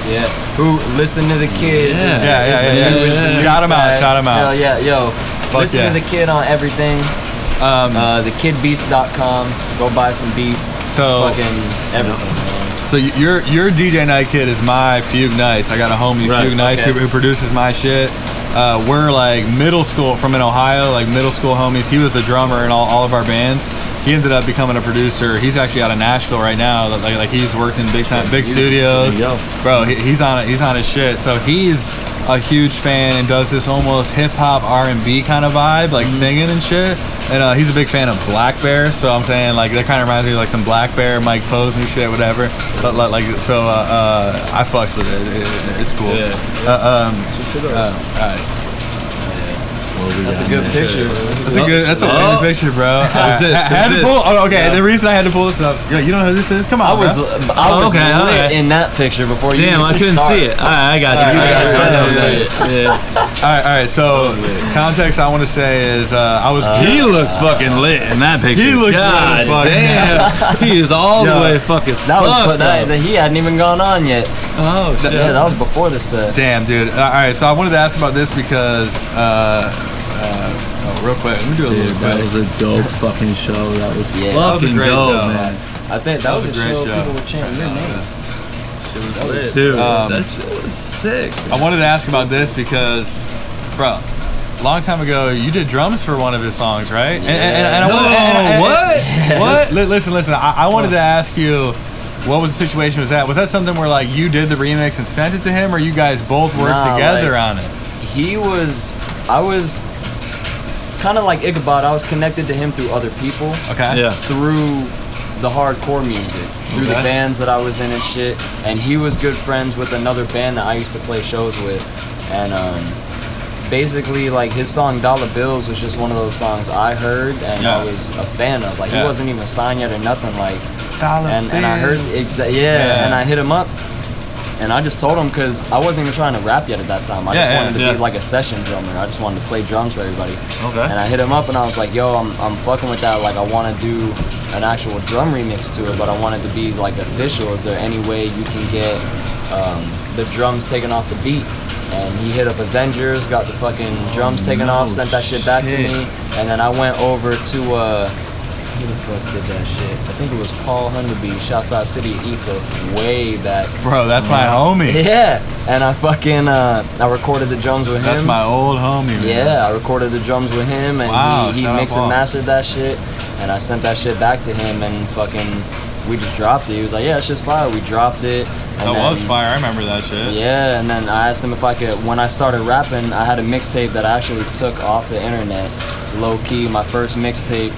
Yeah. Who listen to the kid?
Yeah.
is-
Yeah, yeah,
is the
yeah,
new-
yeah.
is the new
Shout him out,
side.
shout him out.
Hell yeah, yo. listen
yeah.
to the kid on everything.
Um,
Uh, thekidbeats.com. Go buy some beats.
so
Fucking everything. man.
so y- your your DJ Night Kid is my Fugue Nights. I got a homie
Right,
Fugue Nights who,
okay.
who produces my shit. Uh, we're like middle school from in Ohio, like middle school homies. He was the drummer in all, all of our bands. He ended up becoming a producer. He's actually out of Nashville right now. Like, like he's worked in big time, big studios.
There you go.
bro he, he's on he's on his shit so he's a huge fan and does this almost hip-hop r&b kind of vibe like
Mm-hmm.
singing and shit and uh, he's a big fan of black bear so i'm saying like that kind of reminds me of like some black bear mike posner shit whatever but like, like so uh, uh, i fucks with it, It- it- it's cool Uh, um, uh, all right.
That's a good picture.
That's a good. That's a
Oh.
good picture, bro. I, I
this?
had
Who's
to pull. Oh, okay. The reason I had to pull this up. Yo, you know who this is? Come on.
I was,
bro.
I was
Okay,
lit
alright.
in that picture before you
Damn, I
even
couldn't
start.
see it. All right, I got you.
You
I
got
it.
got you. I know that.
All right. All right. So
Oh,
context I want to say is uh, I was.
Yeah. He looks fucking lit in that picture.
He looks lit
God
as fuck.
damn. he is all
Yeah.
the way fucking.
That was
fucked
but that,
up.
that he hadn't even gone on yet.
Oh shit.
Yeah, that was before this set.
Damn, dude. Uh, all right, so I wanted to ask about this because, uh, uh, oh, real quick, let me do a
Dude,
little
that
bit.
was a dope fucking show. That was
Yeah.
fucking
That was a great
dope,
show.
man.
I think that, was,
was a
a
great
show,
show.
people were chanting your name.
Dude,
Um,
that shit was sick.
I wanted to ask about this because, bro, a long time ago, you did drums for one of his songs, right? And, and, and I
No,
wanted, and- and- and-
what? what?
Li- listen, listen. I, I wanted to ask you, what was the situation? Was that was that something where like you did the remix and sent it to him, or you guys both worked
Nah,
together
like-
on it?
he was i was kind of like Ichabod. I was connected to him through other people,
Okay.
Yeah.
through the hardcore music, through the
Okay.
bands that I was in and shit. And he was good friends with another band that I used to play shows with, and um, basically like his song "Dollar Bills" was just one of those songs I heard and
Yeah.
I was a fan of. Like
Yeah.
he wasn't even signed yet or nothing. Like and, and I heard exa- yeah,
Yeah.
and I hit him up, and I just told him because I wasn't even trying to rap yet at that time. I
Yeah, yeah,
just wanted to
yeah.
be like a session drummer. I just wanted to play drums for everybody.
Okay.
And I hit him up and I was like, "Yo, I'm, I'm fucking with that. Like, I want to do an actual drum remix to it, but I want it to be like official. Is there any way you can get um, the drums taken off the beat?" And he hit up Avengers, got the fucking
Oh,
drums taken off, sent that shit back to
shit.
me, and then I went over to uh, who the fuck did that shit? I think it was Paul Hundleby, Shouts out City of Ether, way back.
Bro, that's my homie.
Yeah, and I fucking uh, I recorded the drums with him.
That's my old homie. man.
Yeah, I recorded the drums with him, and
Wow,
he, he
shout out
mixed
Paul.
and mastered that shit, and I sent that shit back to him, and fucking we just dropped it. He was like, "Yeah, it's just fire." We dropped it. And
That
then-
was fire. I remember that shit.
Yeah, and then I asked him if I could. When I started rapping, I had a mixtape that I actually took off the internet, low key. My first mixtape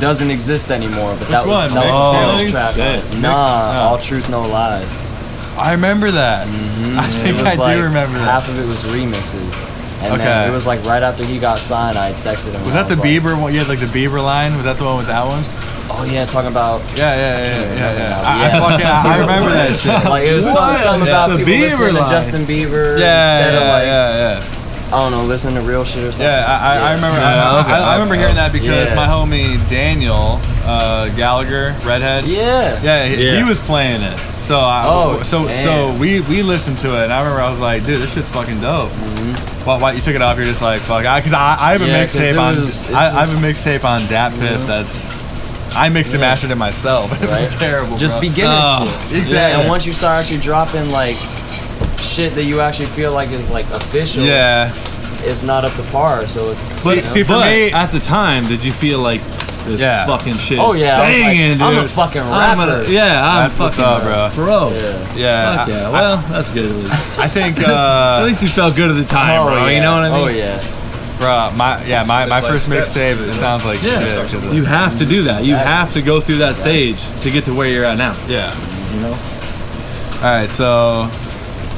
doesn't exist anymore, but that
Which
was
one?
that
Mixed
was the
Feelings?
first track.
Yeah. Mixed-
Nah,
oh.
all truth, no lies.
I remember that. I
Mm-hmm. It
think
was
I do
like
remember that.
Half of it was remixes. And
Okay.
then it was like right after he got signed, I had texted him.
Was
and
that
I
the
like,
Bieber one? You had like the Bieber line. Was that the one with that one?
Oh yeah, talking about
Yeah, yeah, yeah, yeah, yeah. yeah.
remember
I, I
now. Yeah.
fucking I remember that shit.
like it was something, something
Yeah.
about
The
people
Bieber
listening
line.
to Justin Bieber
Yeah,
instead of
yeah,
like
yeah, yeah.
I don't know, listening to real shit or something.
Yeah, I, I- I remember. I-
Yeah,
I,
okay.
I, I remember hearing that because
Yeah.
my homie Daniel uh, Gallagher, redhead.
Yeah.
Yeah, he,
Yeah.
he was playing it. So I,
Oh,
so so
damn.
we we listened to it, and I remember I was like, dude, this shit's fucking dope. Well, why you took it off? You're just like, fuck, I because I, I have a
Mm-hmm. Yeah, 'cause
mixtape
it
on.
was- it
I, I have a mixtape on Dat Piff. That's I mixed and
Yeah.
mastered it myself. It
Right.
was terrible.
Just
bro.
beginner
Oh,
shit.
exactly.
And once you start actually dropping like shit that you actually feel like is like official,
Yeah.
it's not up to par. So it's
But-
you know.
see, for
but
me-
at the time, did you feel like this
Yeah.
fucking shit?
Oh, yeah, I was like,
banging,
I'm a
dude.
fucking
I'm a-
rapper.
yeah, I'm
That's what's
fucking
up, bro.
bro.
yeah.
Yeah,
Fuck
I-
yeah. Well, that's good. At least.
I, I think uh,
at least you felt good at the time,
oh,
bro.
yeah.
You know what I mean?
Oh yeah.
Bro, my yeah, my, my
It's like
first
steps,
mixtape it sounds like
Yeah.
shit.
You have to do that. You have to go through that stage to get to where you're at now.
Yeah.
You know?
All right, so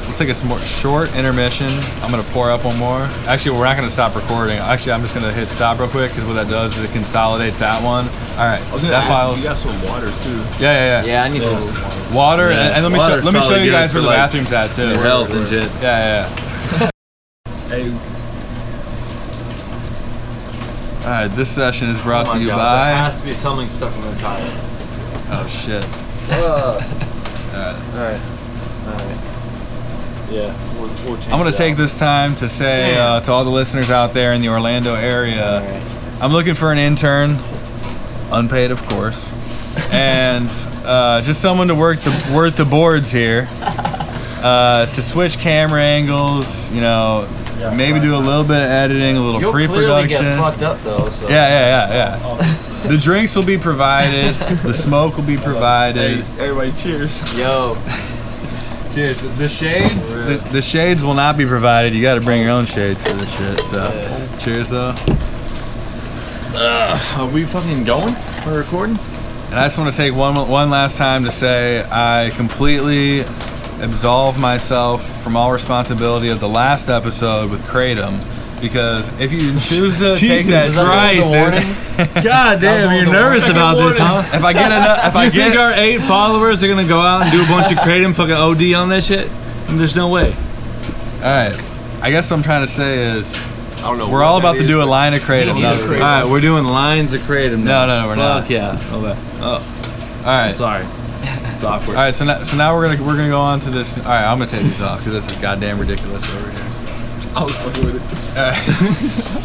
let's take a smor- short intermission. I'm gonna pour up one more. Actually, we're not gonna stop recording. Actually, I'm just gonna hit stop real quick because what that does is it consolidates that one. All right,
I was gonna
that
ask
files.
if you got some water too.
yeah, yeah, yeah,
Yeah, I need to
Water and,
Yeah.
and let me
Water's
show, let me show
probably
you
good
guys
for,
where the
like,
bathroom's at too.
Your health and shit.
Yeah, yeah. All right, this session is brought
Oh
to you by.
to be something stuck in the toilet.
Oh shit.
Uh,
All right. All right. Yeah. We'll,
I'm gonna take this time to say uh, to all the listeners out there in the Orlando area, I'm looking for an intern, unpaid of course, and uh, just someone to work the work the boards here, uh, to switch camera angles, you know, maybe do a little bit of editing, a little
You'll clearly
pre-production.
get
Yeah,
fucked up though. So
yeah, yeah, yeah. The drinks will be provided. The smoke will be provided.
Everybody, cheers.
yo,
Cheers. The shades. The, the shades will not be provided. You got to bring your own shades for this shit. So, cheers though.
Are we fucking going? We're recording.
And I just want to take one one last time to say I completely absolve myself from all responsibility of the last episode with Kratom because if you choose to take
Jesus
that
is that
Christ,
the
dude.
warning?
God damn, you're nervous about this, huh?
if I get enough, if
You
I
think
get
our eight followers are gonna go out and do a bunch of kratom fucking OD on that shit? There's no way.
all right, I guess what I'm trying to say is
I don't know.
we're all about to do a line of Kratom.
Me
No,
neither.
All right, we're doing lines of kratom.
No,
Now.
no, no, we're not.
Fuck yeah. Okay. Oh,
all right.
sorry. It's awkward.
All right, so now, so now we're gonna we're gonna go on to this. All right, I'm gonna take these off because this is goddamn ridiculous over here.
I was fucking with it.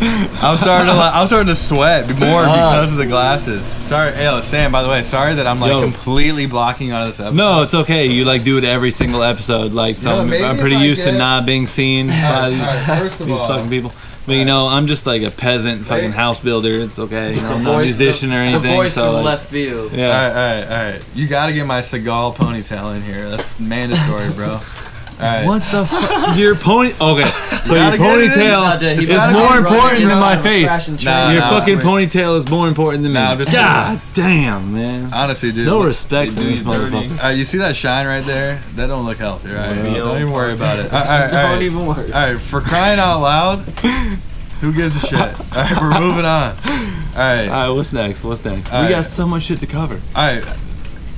I'm starting to like, I'm starting to sweat more
Ah.
because of the glasses. Sorry, yo, Sam. By the way, sorry that I'm like
Yo.
completely blocking out of this episode.
No, it's okay. You like do it every single episode. Like, so
You know,
I'm-
maybe
I'm
if
pretty
I
used to
get-
not being seen by these,
first
these fucking people. But you know, I'm just like a peasant fucking
Hey.
house builder. It's okay. You know, I'm not a
Voice-
musician
the-
or anything.
The voice
so
from
like,
left field.
all
Yeah.
right, all right, all right. You got to get my Seagal ponytail in here. That's mandatory, bro. All right.
What the fuck? Your pony. Okay. So your
gotta get it in.
He's not dead.
ponytail
He
is
gotta
more
be running
important than
around
my
with
face.
crashing trains.
Nah,
Your
nah,
fucking
wait.
ponytail is more important than me.
Nah, I'm just-
God damn, man.
Honestly, dude.
No respect for
do
these
you dirty.
motherfuckers.
All right, you see that shine right there? That don't look healthy, right?
Yeah.
Don't even worry about it. All right, all right, all
Don't
right.
even worry.
All right, for crying out loud, who gives a shit? All right, we're moving on. All right, all
Alright, what's next? What's next?
All
we
right.
got so much shit to cover.
right.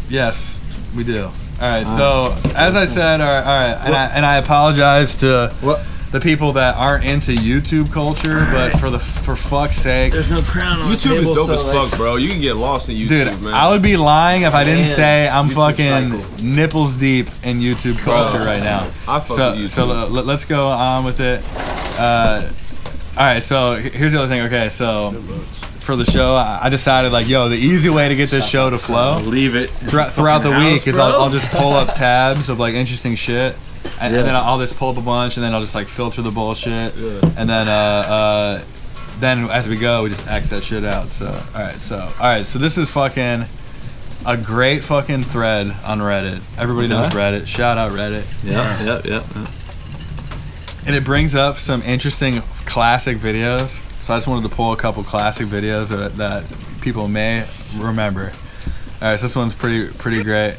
Yes, we do. All right, so as I said, all right, all right and, I, and I apologize to
What?
the people that aren't into YouTube culture, but for the for fuck's sake,
There's no crown on
YouTube is dope as fuck, bro. You can get lost in YouTube,
dude,
man.
I would be lying if I didn't
Man,
say I'm
YouTube
fucking
cycle.
nipples deep in YouTube culture right now.
I fuck
so,
with YouTube.
So l- l- let's go on with it. Uh, all right, so h- here's the other thing. Okay, so for the show, I I decided like, yo, the easy way to get this show to flow
Leave it.
throughout, throughout the
Fucking
week
house,
is I'll,
bro.
I'll just pull up tabs of like interesting shit. And,
Yeah.
and then I'll just pull up a bunch, and then I'll just like filter the bullshit,
Yeah.
and then uh, uh, then as we go, we just axe that shit out. So all right, so all right, so this is fucking a great fucking thread on Reddit. Everybody knows Reddit. Shout out Reddit.
Yep, yep, yep. yep.
And it brings up some interesting classic videos. So I just wanted to pull a couple classic videos that, that people may remember. All right, so this one's pretty pretty great.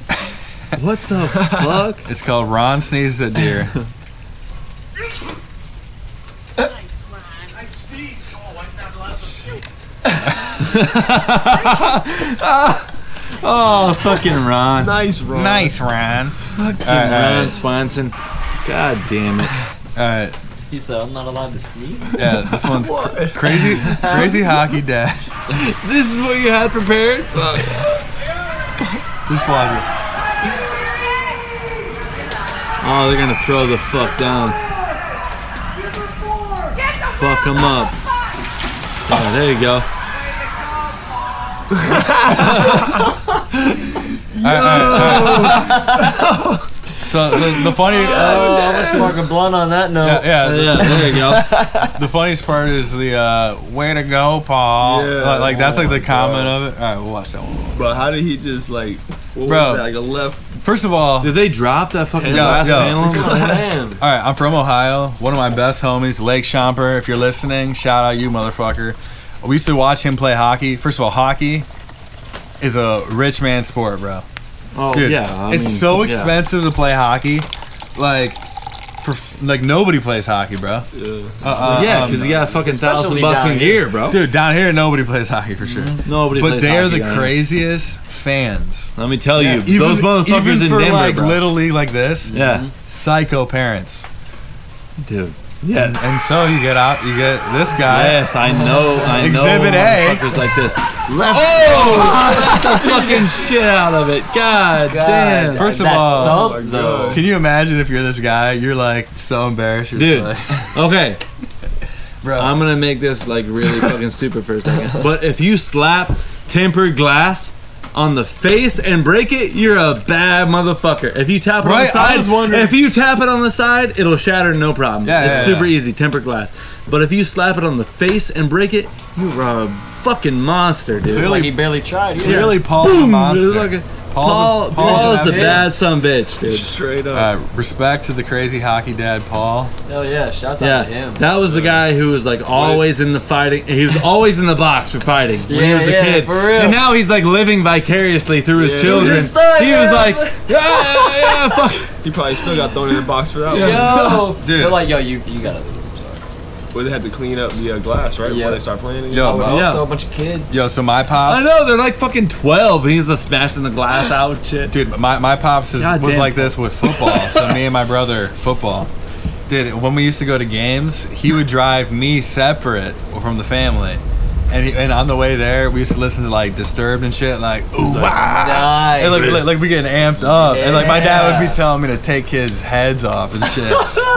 What the fuck?
It's called Ron sneezes at deer.
I sneezed. Oh, I'm not allowed to shoot.
Oh, fucking Ron.
nice, Ron.
Ron.
Fucking
All right, all
Ron
right.
Swanson. God damn it.
All right,
He said, "I'm not allowed to sneak."
Uh, yeah, this one's cr- crazy crazy hockey dad.
This is what you had prepared?
This vlogger.
Oh, they're gonna throw the fuck down.
Get the
Fuck them up. Oh, there you go.
All right, all right, all right. So, so the funny uh,
Oh, I'm gonna spark a blunt on that note.
yeah, yeah,
Oh,
the-
Yeah, there you go.
The funniest part is the uh, way to go, Paul.
Yeah.
Like, like, that's
Oh
like the
my
comment of it. All right, we'll watch that one.
Bro, how did he just like, what
Bro.
was that, like a left?
First of all, all
Did they drop that fucking
Yeah,
last
yeah.
panel?
Damn.
right, I'm from Ohio. One of my best homies, Lake Shomper. If you're listening, shout out you, motherfucker. We used to watch him play hockey. First of all, hockey is a rich man sport, bro.
Oh,
Dude,
yeah. I
it's
mean,
so
yeah.
expensive to play hockey. Like, for, like nobody plays hockey, bro.
Yeah.
Uh, uh,
yeah,
um,
because you got a fucking thousand
Especially
bucks
down
in
here.
gear, bro.
dude, down here nobody plays hockey for sure.
Nobody
But
Mm-hmm. plays
they are
hockey
the
down here.
craziest fans.
Let me tell
Yeah,
you,
even-
those motherfuckers
even
in
for
Denver,
like
bro.
little league like this,
yeah,
psycho parents.
dude. Yes.
And so you get out, you get this guy.
Yes, I know. I know.
Exhibit A.
Motherfuckers like this.
Left.
Oh! fucking shit out of it. God,
God.
damn.
First of
That
all-
thump,
Oh my
though.
God.
Can you imagine if you're this guy? You're like so embarrassed. You're just like,
Dude. Okay,
bro.
I'm gonna make this like really fucking stupid for a second. But if you slap tempered glass on the face and break it, you're a bad motherfucker. If you tap it on
Right,
the
I
side,
was wondering-
if you tap it on the side, it'll shatter no problem.
Yeah,
it's
yeah,
super
yeah.
easy, tempered glass. But if you slap it on the face and break it, you're a fucking monster, dude.
Really-
Like he barely tried. either.
Really, Paul's a
Boom!
monster.
Look at-
Paul's
Paul,
a-
Paul is a
an
bad son of a bitch, dude.
Straight up.
Uh, respect to the crazy hockey dad, Paul.
Hell yeah! Shouts
Yeah,
out to him.
that was the guy who was like always in the fighting. He was always in the box for fighting when he
Yeah,
was a
yeah,
kid.
for real.
And now he's like living vicariously through
Yeah.
his children.
His son,
he was
yeah.
like, yeah, yeah, fuck.
He probably still got thrown in the box for that
Yo,
Dude.
they're like, yo, you you gotta leave.
one. Where they had to clean up the uh, glass, right?
Yeah.
Before they start playing again.
Yo,
Oh,
bro.
Yeah.
So a bunch of kids.
yo. So my pops.
I know they're like fucking twelve, and he's just smashing the glass out, and shit.
Dude, my, my pops is,
God
was
damn.
like this with football. so me and my brother, football. Dude, when we used to go to games, he would drive me separate from the family. And, he, and on the way there, we used to listen to like Disturbed and shit, like ooh ah.
Nice.
And like, like, like we getting amped up, and like my dad would
Yeah.
be telling me to take kids' heads off and shit.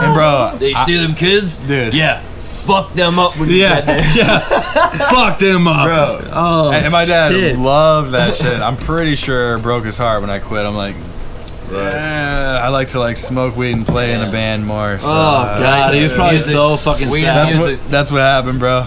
and bro,
Did you
I-
see them kids?
dude,
Yeah. Fuck them up when you get
Yeah,
there.
yeah. fuck them up.
bro,
Oh,
and, and my dad
shit.
loved that shit. I'm pretty sure it broke his heart when I quit. I'm like, "Eh, I like to like smoke weed and play in a
Yeah.
band more. So, uh,
Oh god, he was probably
uh, Music.
so fucking
Weird
sad.
That's
music.
what, that's what happened, bro.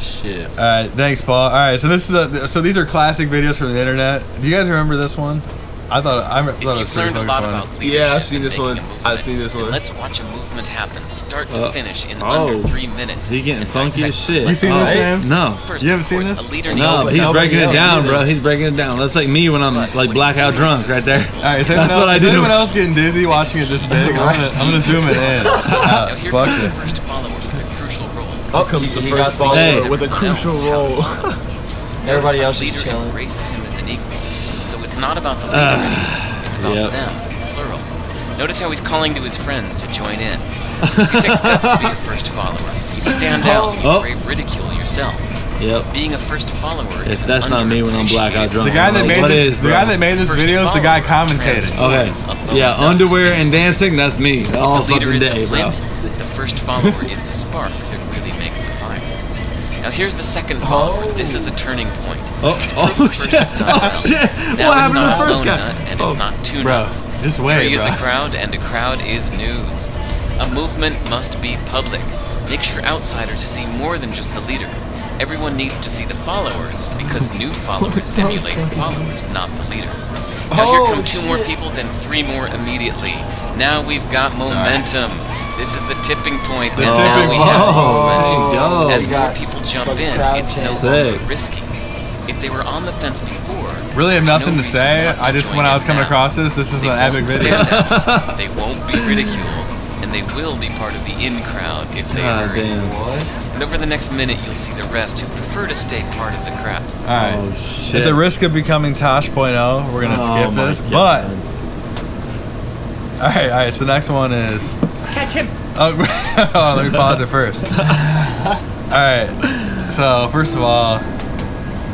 Shit.
All right, thanks, Paul. All right, so this is a, so these are classic videos from the internet. Do you guys remember this one? I thought I thought it
If
was
you've
pretty
learned a
fucking
lot
funny.
about leadership,
Yeah, I've seen
and
this
making
one.
a movement,
I've seen this
then
one.
let's watch a movement happen, start to
Uh,
finish, in
oh.
under three minutes.
He getting
and
funky
dissect
as shit.
You seen
Oh,
this, Sam?
No.
First,
You haven't
of
seen
course,
this?
A
No,
leader needs
he's
to-
breaking it
yeah,
down,
yeah.
bro. He's breaking it down. That's like me when I'm like blackout drunk right there.
All right, is
That's
anyone, else,
what I
is
do.
anyone else getting dizzy watching it this big? I'm gonna, I'm gonna zoom it in. Uh,
Now here
fuck
comes the
it.
first follower with a crucial role.
Oh,
Up comes the
he got
first
some-
follower
Hey.
with a crucial role.
Everybody else
Notice how
is
leader
chilling.
embraces him as an equal. So it's not about the leader anymore. It's about
Ah. Yep.
them, plural. Notice how he's calling to his friends to join in. So he takes guts to be a first follower. You stand out. You
Oh.
brave ridicule yourself.
Yep.
Being a first follower
Yes,
is an
that's not me when I'm blackout
underappreciated
drunk.
The guy that
Like,
made
what
this,
is,
the
bro?
guy that made this
First
video is the guy
follower
commentating.
Okay.
transforms
Yeah,
a lone
underwear
nut.
and dancing, that's me. All
the leader
fucking
is
day,
the
bro.
flint. The first follower is the spark that really makes the fire. Now here's the second follower. This is a turning point.
Oh, oh
First
shit.
it's not
Oh
about-
shit.
Now
What
it's
happened to the
not
first
lone
guy?
nut and
Oh.
it's not two
Bro,
nuts.
just wait,
Three is a
bro.
crowd and a crowd is news. A movement must be public. Make sure outsiders see more than just the leader. Everyone needs to see the followers because new followers emulate followers, not the leader. Now here come two more people, then three more immediately. Now we've got momentum. This is the tipping point,
The
and
tipping
now we have
point.
movement.
Oh,
As more
got
people jump
fucking
in,
crowd
it's no
chant.
longer
Sick.
risky. If they were on the fence before,
Really have
there's no
nothing to
reason
say.
not to
I just
join
when I was
in
coming
now.
across this, this is
They
an
won't
epic video.
stand out. they won't be ridiculed, and they will be part of the in crowd if they
Ah,
God
hurry.
damn.
And over the next minute, you'll see the rest who prefer to stay part of the crowd.
All right.
Oh
At
shit.
the risk of becoming Tosh.0, we're gonna
Oh,
skip
my
this.
God.
But all right, all right. So the next one is catch him. Oh, oh, let me pause it first. all right. So first of all,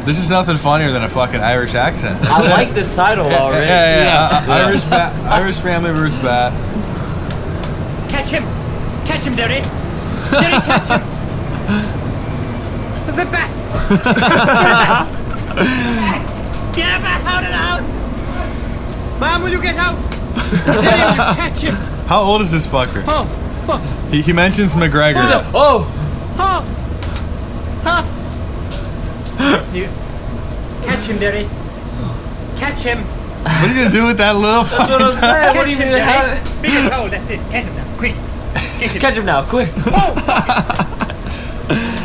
there's just nothing funnier than a fucking Irish accent.
I like the title
Yeah,
already.
Yeah, yeah,
Yeah.
yeah. I- I-
Yeah.
Irish bat, Irish family versus bat.
Catch him! Catch him, Dirty! Dirty, catch him! There's a bat! get a bat out of the house! Mom, will you get out? Dirty, will you catch him!
How old is this fucker?
Oh, oh,
He, he mentions McGregor.
Oh,
oh! Huh? That's new. Catch him, Dirty! Catch him!
What are you gonna do with that little?
that's
Fucking
what I'm saying.
Catch
What do you
him,
mean?
Dirty!
how-
Big and tall, that's it. Catch him now, quick! Catch him!
Catch him now, quick.
Oh!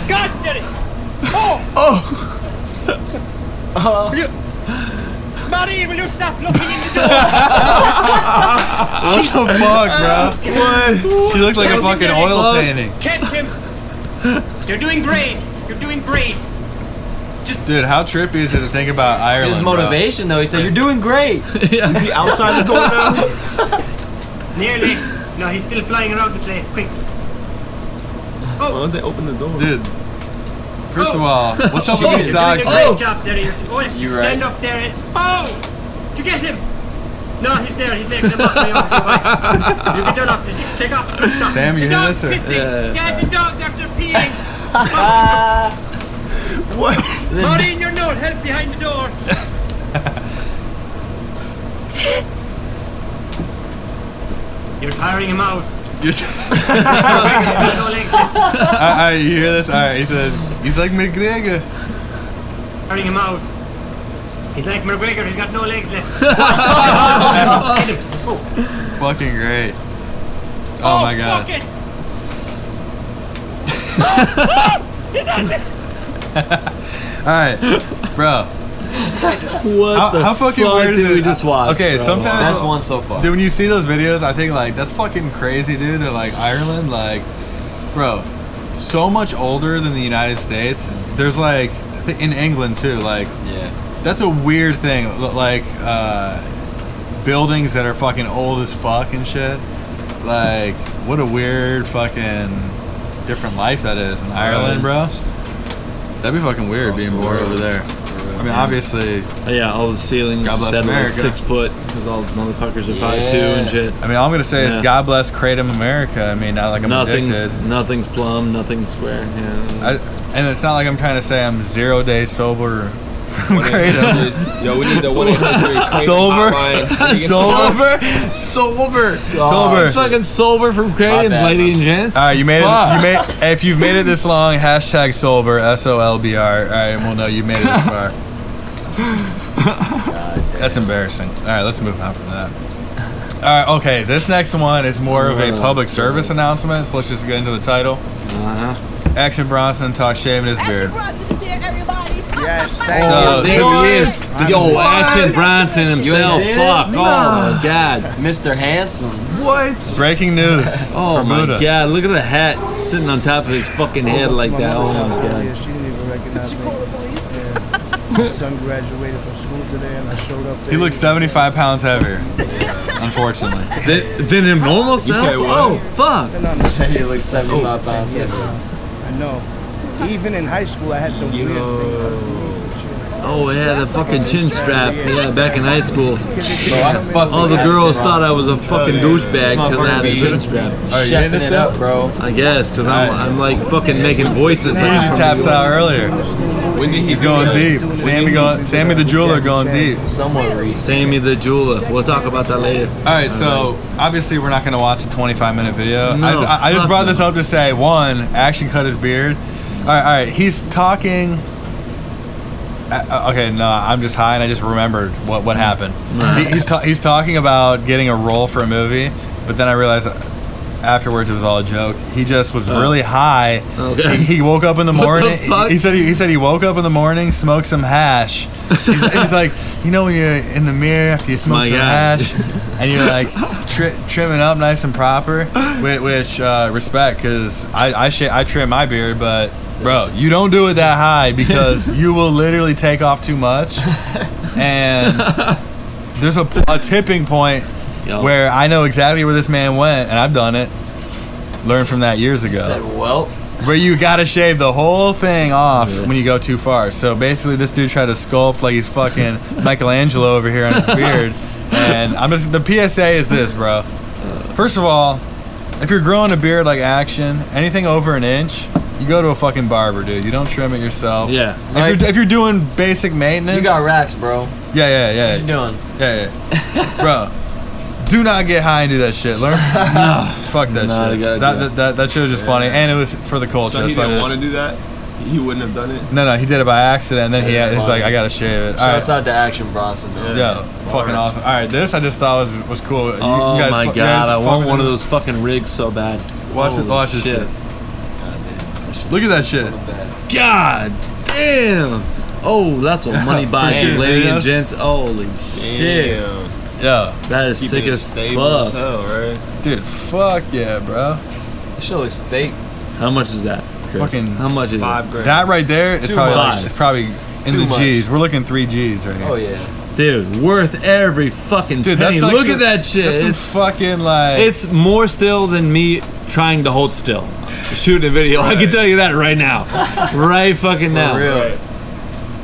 God, Dirty! Oh!
Oh.
Will you, Marie, will you stop looking in the door?
what the fuck, bro? What? She looked like a fucking oil
Fuck.
painting.
Catch him! You're doing great. You're doing great.
Dude, how trippy is it to think about Ireland?
His
bro?
motivation though, he said, "You're doing great."
Is he outside the door now?
Nearly. No, he's still flying around the place. Quick.
Why don't they open the door?
Dude, first of all, what's up
Shit.
with these
You're doing
socks?
a great
Oh.
job there. You're, oh,
You're
stand
right.
up there. and- Oh! Did you get him? No, he's there. He's there. Come on, come on, come on. You can turn off. this. Take off. the shot.
Sam, you
the
hear
dog's
this, or-
pissing.
Yeah, yeah,
yeah, the dogs after peeing.
What?
Marie, in your nose. Help behind the door. You're tiring him out.
You're t- all right, you hear this? All right, he says he's like McGregor.
Carrying him out. He's like McGregor, he's got no legs left. Get him. Oh,
Fucking great. Oh, my
fuck
god.
it.
All right, bro.
What
How,
the
how fucking
fuck
weird
did
is it?
we just watch?
Okay,
bro?
sometimes
That's one so far.
Dude, when you see those videos, I think like that's fucking crazy, dude. They're like Ireland, like, bro, so much older than the United States. There's like th- in England too, like
Yeah.
that's a weird thing. l- Like uh, buildings that are fucking old as fuck and shit. Like, what a weird fucking different life that is in Ireland, bro. That'd be fucking weird being born over there. I mean, obviously,
Yeah, all the ceilings
God
are
bless
set at, like
America.
six foot because all the motherfuckers are five two
Yeah.
and shit.
I mean, all I'm gonna say
Yeah.
is God bless Kratom America. I mean, not like I'm
nothing's
addicted.
nothing's plumb, nothing's square. Yeah.
I, and it's not like I'm trying to say I'm zero days sober from Kratom.
Yo, we need the 1 800
Sober. Sober.
sober,
Sober.
fucking sober from Creighton,
bad,
lady and gents.
All right, you made it. You
Fuck.
made if you've made it this long, hashtag sober, S O L B R. All right, and we'll know you made it this far.
God
That's embarrassing. All right, let's move on from that. All right, okay. This next one is more of a public service announcement, so let's just get into the title.
Uh-huh.
Action Bronson talks shaving his beard.
Yes,
So,
There he is.
This
Yo,
is-
Action Bronson himself.
see
Fuck.
this?
Oh my god.
Mr. Handsome.
What?
Breaking news.
Oh
from Buddha.
my god. Look at the hat sitting on top of his fucking head like that. Oh my
Yeah, she didn't even recognize me. Yeah. My son graduated from school today, and I showed up there.
He looks 75 pounds heavier, unfortunately.
god. Th- Then him normal self.
say what?
Oh fuck.
And I'm like,
He looks 75 pounds heavier.
I know. Even in high school, I had some weird thing.
Oh yeah, the fucking chin strap. Yeah, back in high school,
fuck
all the girls thought I was a fucking douchebag because I had a chin strap.
Are you
Chefing
getting this
it
up?
up, bro.
I guess because I'm, I'm like fucking making voices.
He
Now.
taps out earlier. He's going deep. Sammy going. Sammy the jeweler going deep.
Somewhat recent.
Sammy the jeweler. We'll talk about that later.
All right, so obviously we're not going to watch a 25 minute video.
No,
I just, I, I just
fuck
brought
no.
this up to say one, Action cut his beard. All right, all right. He's talking. Uh, uh, okay, no, I'm just high and I just remembered what what happened. He, he's ta- he's talking about getting a role for a movie, but then I realized that afterwards it was all a joke. He just was
Oh.
really high.
Okay.
He, he woke up in the
the
morning. he-
fuck?
He said he, he said he woke up in the morning, smoked some hash. He's, he's like, you know, when you're in the mirror after you smoke
My
some
God.
hash, and you're like tri- trimming up nice and proper, which, which uh, respect, because I I, sh- I trim my beard, but bro, you don't do it that high because you will literally take off too much, and there's a, a tipping point
Yo.
where I know exactly where this man went, and I've done it. Learned from that years ago
Said, well,
where you gotta shave the whole thing off when you go too far. So basically, this dude tried to sculpt like he's fucking Michelangelo over here on his beard. And I'm just the PSA is this, bro. First of all, if you're growing a beard like action, anything over an inch, you go to a fucking barber, dude. You don't trim it yourself.
Yeah.
If, you're, if you're doing basic maintenance,
you got racks, bro.
Yeah, yeah, yeah.
What you doing?
Yeah, yeah. Bro, do not get high and do that shit. Learn. Fuck that
No,
shit.
you gotta
That,
do
that, that, that shit was just funny. And it was for the culture.
So he
That's why
didn't
it is.
want to do that. He wouldn't have done it.
No, no, he did it by accident. And then he
That's
had, he's
funny.
like, I gotta shave it. All
Shouts
right.
out to Action Bronson, though.
Yeah, fucking awesome. All right, this I just thought was was cool. You, you
Oh
guys
my
fu- you
god,
guys
I want
fucking-
one of those fucking rigs so bad.
Watch it,
Holy
watch this shit. Look at that shit.
God damn. Oh, that's what money buys you,
Damn,
ladies
dude,
and
that's-
gents. Holy shit.
Damn.
Yeah,
That is
Keeping
sick
it
as
stable as
fuck.
hell, right?
dude, fuck yeah, bro.
This shit looks fake.
How much is that? Chris?
Fucking
How much is
Five grand.
That right there is
Too
probably
much.
it's probably in
Too
the
much.
G's. We're looking three G's right here.
Oh, yeah.
it? Dude, worth every fucking
Dude,
penny.
that's like
Look
some-
at that shit.
That's some
it's,
fucking like.
it's more still than me trying to hold still. Shooting a video. I can tell you that right now. right fucking now.
For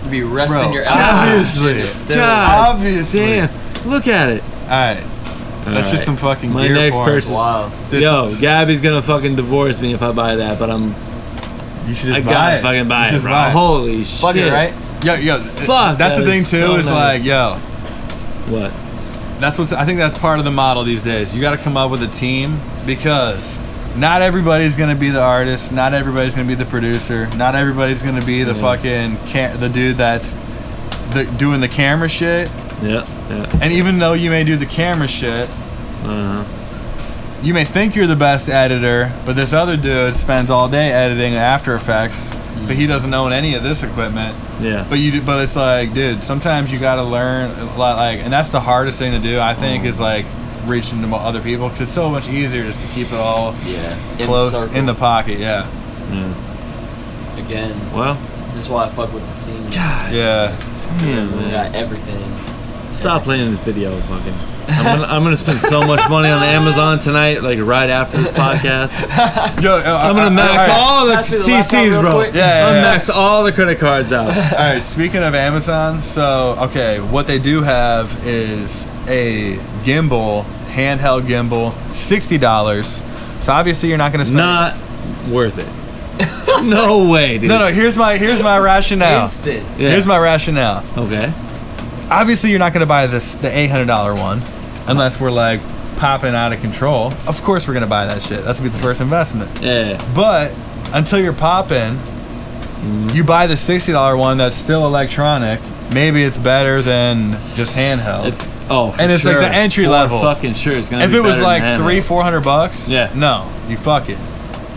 real. You be resting
Bro,
your ass.
obviously.
Still.
God.
obviously.
Damn. Look at it.
All right, that's just some fucking.
My
gear
next
porn.
person-
Wow.
This-
Yo, Gabby's gonna fucking divorce me if I buy that, but I'm
you should just
I
buy
gotta
it.
fucking buy
You
it,
just
bro.
buy it.
Holy
Fuck
shit!
it, right?
Yo, yo,
Fuck,
That's the
that
thing
is
too.
so
is
nice.
like, yo,
What?
That's what's. I think that's part of the model these days. You got to come up with a team because not everybody's going to be the artist. Not everybody's going to be the producer. Not everybody's going to be the fucking ca- the dude that's the, doing the camera shit.
Yeah, yeah.
And even though you may do the camera shit,
Uh-huh.
you may think you're the best editor, but this other dude spends all day editing After Effects, but he doesn't own any of this equipment.
Yeah.
But you, do- but it's like, dude. Sometimes you gotta learn a lot, like, and that's the hardest thing to do. I think is like reaching to mo- other people because it's so much easier just to keep it all
Yeah. In
close
The circle.
in the pocket. Yeah,
Again,
Well,
that's why I fuck with the team.
God
yeah.
damn,
We
man.
got everything.
Stop playing this video, fucking. I'm gonna, I'm gonna spend so much money on Amazon tonight, like right after this podcast.
Yo, uh,
I'm
uh,
gonna
all
max
right.
all the
Pass me the laptop
CCs,
real
bro.
quick.
Yeah, yeah,
I'm
yeah.
max all the credit cards out.
All right. Speaking of Amazon, so okay, what they do have is a gimbal, handheld gimbal, sixty dollars. So obviously you're not gonna spend.
Not worth it. No way, dude.
No, no. Here's my here's my rationale.
Instant.
Yeah.
Here's my rationale.
Okay.
obviously you're not going to buy this the $800 one unless we're like popping out of control of course we're going to buy that shit that's going to be the first investment
Yeah.
but until you're popping you buy the $60 one that's still electronic maybe it's better than just handheld.
It's oh, for
And it's like
sure.
the entry
For
level.
Fucking sure, it's gonna.
if
be
it was
better than
like
handheld.
three, four hundred bucks,
Yeah.
no, you fuck it.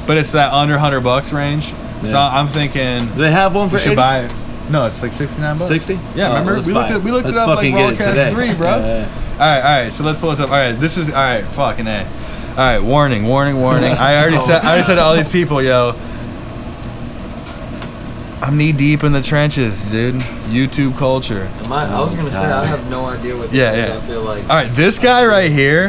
But it's that under hundred bucks range, so
Yeah.
I'm thinking
Do they have one for
we should
80?
buy it. No, it's like sixty nine bucks.
60?
Yeah,
Oh,
remember
let's
we
buy
looked
it.
it, we looked it
Let's
up like
fucking get it today.
Rawcast three, bro.
Yeah.
All right, all right. So let's pull this up. All right, this is all right. Fucking a. All right, warning, warning, warning. I already said. I already said to all these people, yo. I'm knee deep in the trenches, dude. YouTube culture.
Am I, I was gonna say I have no idea what. This
Yeah,
is,
yeah.
I feel like.
All right, this guy right here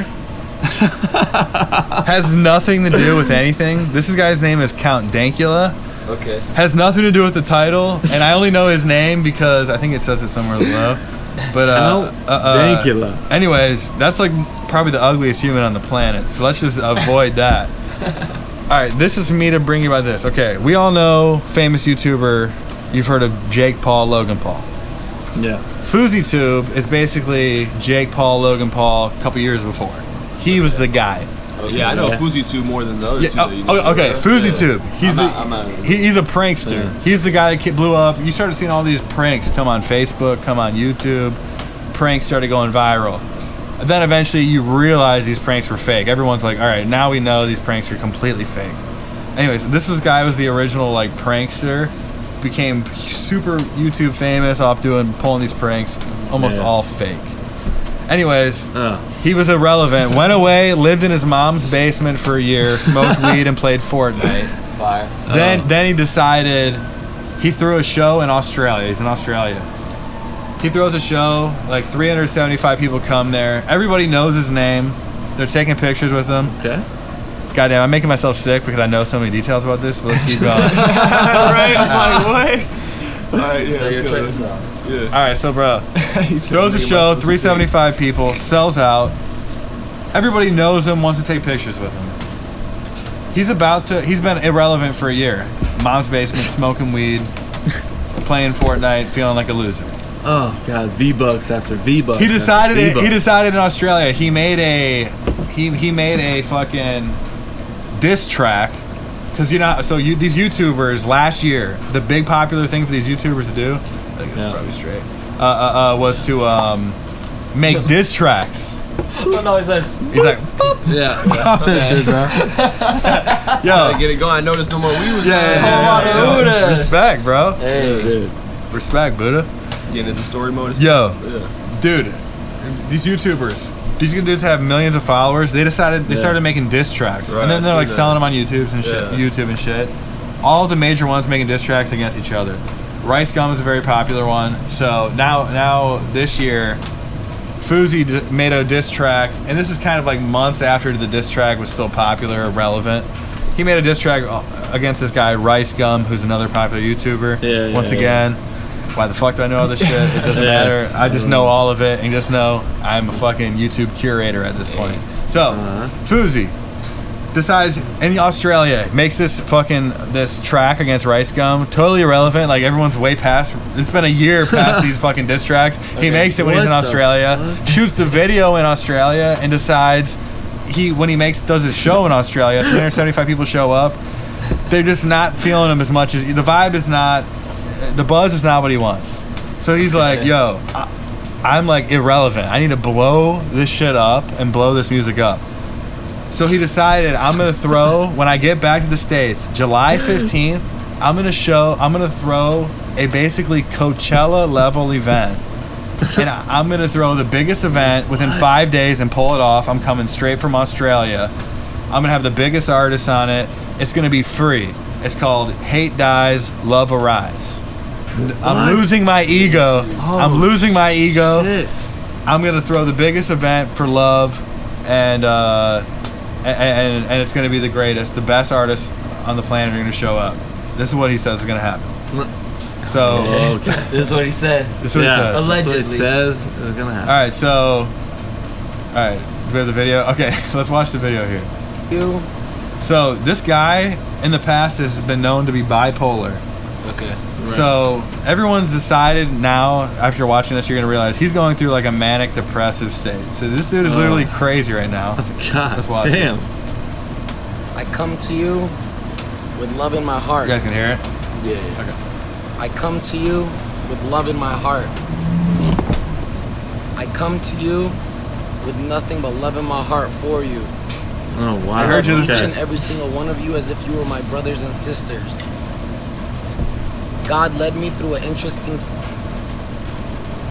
has nothing to do with anything. This guy's name is Count Dankula.
Okay.
Has nothing to do with the title, and I only know his name because I think it says it somewhere below. But uh, uh, uh,
Thank you, love.
Anyways, that's like probably the ugliest human on the planet. So let's just avoid that. All right, this is me to bring you by this. Okay, we all know famous YouTuber. You've heard of Jake Paul, Logan Paul.
Yeah.
FoozyTube is basically Jake Paul, Logan Paul, a couple years before. He was the guy.
yeah, I know
Yeah.
Fuzi 2 more than the other
Yeah,
two.
oh,
that you
oh,
know.
okay, FoozyTube. He's
I'm
the
out- I'm out of it.
he, he's a prankster. He's the guy that ki- blew up. You started seeing all these pranks come on Facebook, come on YouTube. Pranks started going viral. And then eventually you realize these pranks were fake. Everyone's like, all right, now we know these pranks are completely fake. Anyways, this was guy was the original like prankster, became super YouTube famous off doing pulling these pranks, almost
Yeah.
all fake. Anyways,
Uh,
he was irrelevant. Went away, lived in his mom's basement for a year, smoked weed, and played Fortnite.
Fire.
Then, then he decided he threw a show in Australia. He's in Australia. He throws a show. Like 375 people come there. Everybody knows his name. They're taking pictures with him.
okay.
Goddamn, I'm making myself sick because I know so many details about this. But let's keep going.
All right, yeah,
So
let's
you're
go.
checking this out.
All right, so bro, throws a show, 375 people, sells out. Everybody knows him, wants to take pictures with him. He's about to. He's been irrelevant for a year. Mom's basement, smoking weed, playing Fortnite, feeling like a loser.
Oh god, V bucks after V bucks.
He decided. he decided in Australia. He made a. He he made a fucking diss track. Cause you know, so you, these YouTubers last year, the big popular thing for these YouTubers to do, I think it's
Yeah.
probably straight, uh, uh, uh, was to um, make diss tracks.
Oh, no, he said.
He's like,
Yeah.
yo,
Gotta get it going. I noticed no more weed was
yeah, yeah, yeah, yeah, yeah.
Oh, Buddha.
respect, bro,
Hey.
Dude.
respect, Buddha.
Getting into story mode. and
Yo,
stuff. Yeah.
dude, these YouTubers, these dudes have millions of followers. They decided they
Yeah.
started making diss tracks,
Right,
and then
I
they're
see
like
that.
selling them on YouTube and shit,
Yeah.
YouTube and shit. All the major ones making diss tracks against each other. Rice Gum is a very popular one. So now, now this year, Fuzi d- made a diss track, and this is kind of like months after the diss track was still popular or relevant. He made a diss track uh, against this guy Rice Gum, who's another popular YouTuber.
Yeah, yeah,
Once
yeah.
again, why the fuck do I know all this shit? It doesn't
Yeah.
matter. I just know all of it, and just know I'm a fucking YouTube curator at this point. So, Fuzi decides in Australia makes this fucking this track against Rice Gum totally irrelevant. Like everyone's way past. It's been a year past these fucking diss tracks. He makes it when he's in
What the
Australia, shoots the video in Australia, and decides he when he makes does his show in Australia. 375 people show up. They're just not feeling him as much as the vibe is not. The buzz is not what he wants. So he's like, yo. I, I'm like irrelevant. I need to blow this shit up and blow this music up. So he decided I'm gonna throw when I get back to the states, July 15th. I'm gonna show. I'm gonna throw a basically Coachella level event, and I, I'm gonna throw the biggest event within five days and pull it off. I'm coming straight from Australia. I'm gonna have the biggest artists on it. It's gonna be free. It's called Hate Dies, Love Arrives. I'm losing my ego. I'm losing my ego.
Shit.
I'm gonna throw the biggest event for love, and uh, a- a- and and it's gonna be the greatest. The best artists on the planet are gonna show up. This is what he says is gonna happen. So
Okay.
This is what he said.
this is what
Yeah.
he says.
That's what it
Allegedly.
says is gonna
All
happen.
right, so all right, do we have the video? Okay, let's watch the video here.
You.
So this guy in the past has been known to be bipolar.
Okay.
So everyone's decided now after watching this, you're gonna realize he's going through like a manic depressive state. So this dude is literally crazy right now. Let's watch
God
this.
damn.
I come to you with love in my heart.
You guys can hear it.
Yeah.
I come to you
with love in my heart. I come to you with nothing but love in my heart for you.
Oh wow!
I heard you.
Each and
Okay.
every single one of you as if you were my brothers and sisters. God led me through an interesting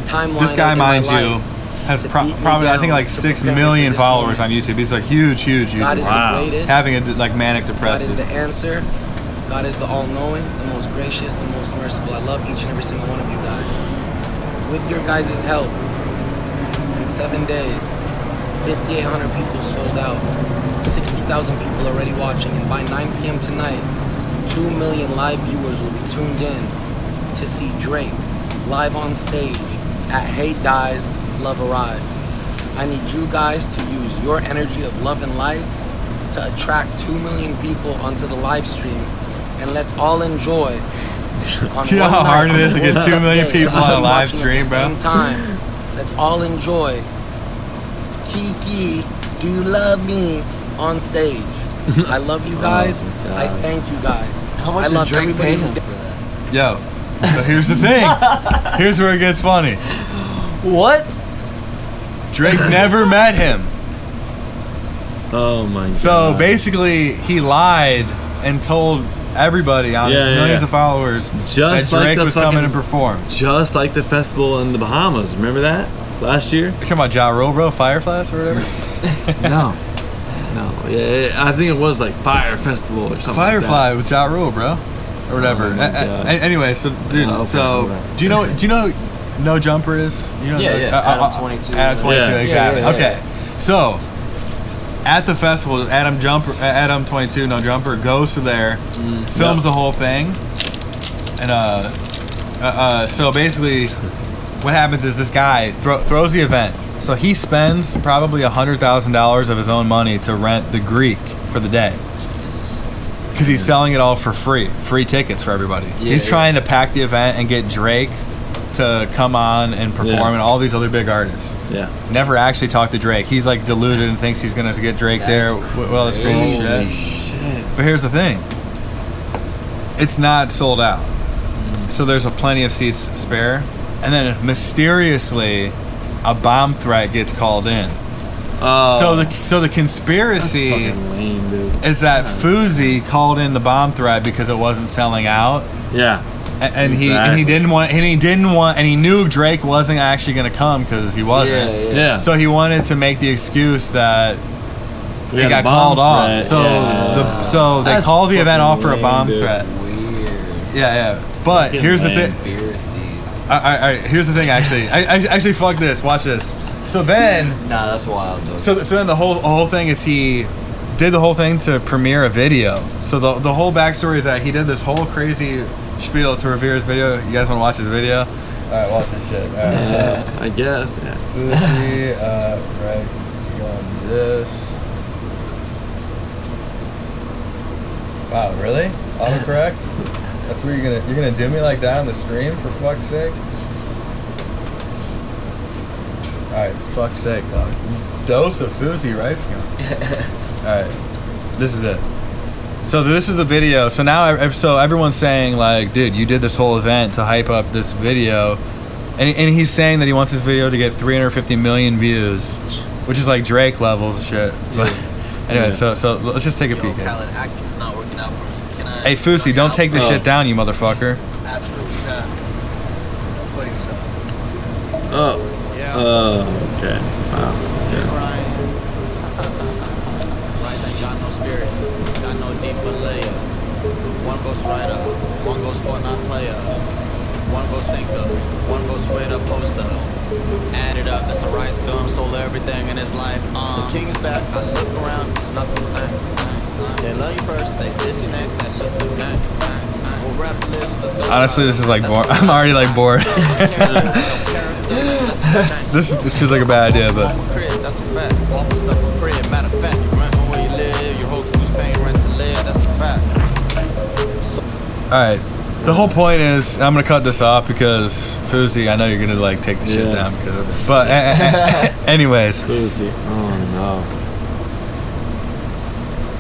timeline.
This guy,
in my
mind you,
life.
has
To
pro-
beat me
probably I think
down,
like
to
six
prepare me
million
for this
followers on
moment.
YouTube. He's like huge, huge
God
YouTuber.
is
Wow.
the greatest.
Having a d- like manic
God is
depressive.
the answer. God is the all-knowing, the most gracious, the most merciful. I love each and every single one of you guys. With your guys' help, in seven days, 5,800 people sold out, 60,000 people already watching, and by 9 p.m. tonight, 2 million live viewers will be tuned in to see Drake live on stage at Hate Dies, Love Arrives. I need you guys to use your energy of love and life to attract 2 million people onto the live stream, and let's all enjoy. on
Do you know
one
how
night,
hard it
on
is to get
one
2 million
day,
people on a
everyone
live
watching
stream,
at the
bro?
Same time, let's all enjoy Kiki, do you love me on stage? I love you
Oh,
guys. I thank you guys.
How much
I
did
love
Drake
everybody
pay
who
him
did-
for that?
Yo. So here's the thing. here's where it gets funny.
What?
Drake never met him.
Oh my god.
So basically, he lied and told everybody on
Yeah, yeah,
millions
yeah.
of followers
Just
that
like
Drake
the
was coming
fucking-
to perform.
just like the festival in the Bahamas. Remember that last year?
You talking about Ja Rule, bro? Fireflies or whatever?
no. No. Yeah, it- I think it was like Fire Festival or something. like that.
Firefly with Ja Rule, bro, or whatever.
Oh my
A- a-
God.
a- anyway, so dude,
Oh, okay,
so
okay.
do you know? Do you know? No jumper is. You know,
Yeah,
no,
yeah, Adam 22.
uh, Adam twenty two,
Yeah.
exactly.
Yeah, yeah, yeah,
okay, so at the festival, Adam jumper, uh, Adam twenty two, no jumper goes to there,
Mm.
films the whole thing, and uh, uh, uh, so basically, what happens is this guy thro- throws the event. So he spends probably hundred thousand dollars of his own money to rent the Greek for the day because he's selling it all for free, free tickets for everybody.
Yeah,
he's
yeah.
trying to pack the event and get Drake to come on and perform
Yeah.
and all these other big artists.
Yeah.
Never actually talked to Drake. He's like deluded and thinks he's gonna get Drake
That's
there. w- Well, it's
Oh,
crazy.
crazy.
shit. But here's the thing. It's not sold out. So there's a plenty of seats spare. And then mysteriously, a bomb threat gets called in.
Oh,
so the so the conspiracy
fucking lame, dude.
is that Fuzi called in the bomb threat because it wasn't selling out,
Yeah.
and, and he and he
Exactly.
didn't want and he didn't want and he knew Drake wasn't actually gonna come because he wasn't.
Yeah, yeah.
Yeah.
So he wanted to make the excuse that
We
it
had a
got
bomb
called off.
threat,
So
yeah.
the, so they
That's
called the event
fucking
off for a
lame,
bomb
dude.
threat.
Weird.
Yeah, yeah. But
Fucking
here's the
lame.
thing.
Conspiracies.
All right, all right, here's the thing. Actually, I, I actually fuck this. Watch this. So then.
Nah, that's wild though.
So, so then the whole whole thing is he did the whole thing to premiere a video. So the, the whole backstory is that he did this whole crazy spiel to revere his video. You guys want to watch his video? All right, watch this shit. All right.
I guess. Yeah.
Sushi, uh, rice, you want this. Wow, really? Autocorrect? That's where you're gonna you're gonna do me like that on the stream for fuck's sake? Alright, fuck's sake, dog. Dose of Fousey rice gum. Alright. This is it. So this is the video. So now, ev- so everyone's saying like, dude, you did this whole event to hype up this video, and, and he's saying that he wants this video to get 350 million views, which is like Drake levels of shit. But anyway, so
Yeah.
so let's just take a peek. at it.
Khaled, acting's not working out for me. Can I?
Hey Fusi, don't take this
Oh.
shit down, you motherfucker.
Absolutely not. Don't play yourself.
Oh.
Yeah.
Oh. Okay.
Ryan. Ryan ain't got no spirit. Got no deep layer. One goes right up. One goes for not player. One goes think up. One goes straight up post up. Add it up. That's a rice gum. Stole everything in his life. Um, the king is back. I look around. It's not the same. same, same. They love you first. They diss you next. That's just the game. Well, rap lives. Let's go.
Honestly, this is like boring. I'm already like bored. this is, this feels like a bad idea, but
That's a fact. Call myself a crib. Matter of fact, rent on where you live. Your whole crew's paying rent to live. That's a fact.
all right. The whole point is, I'm gonna cut this off because Fusi, I know you're gonna like take the shit
Yeah.
down because of it. But a- a- a- anyways,
Boozy. Oh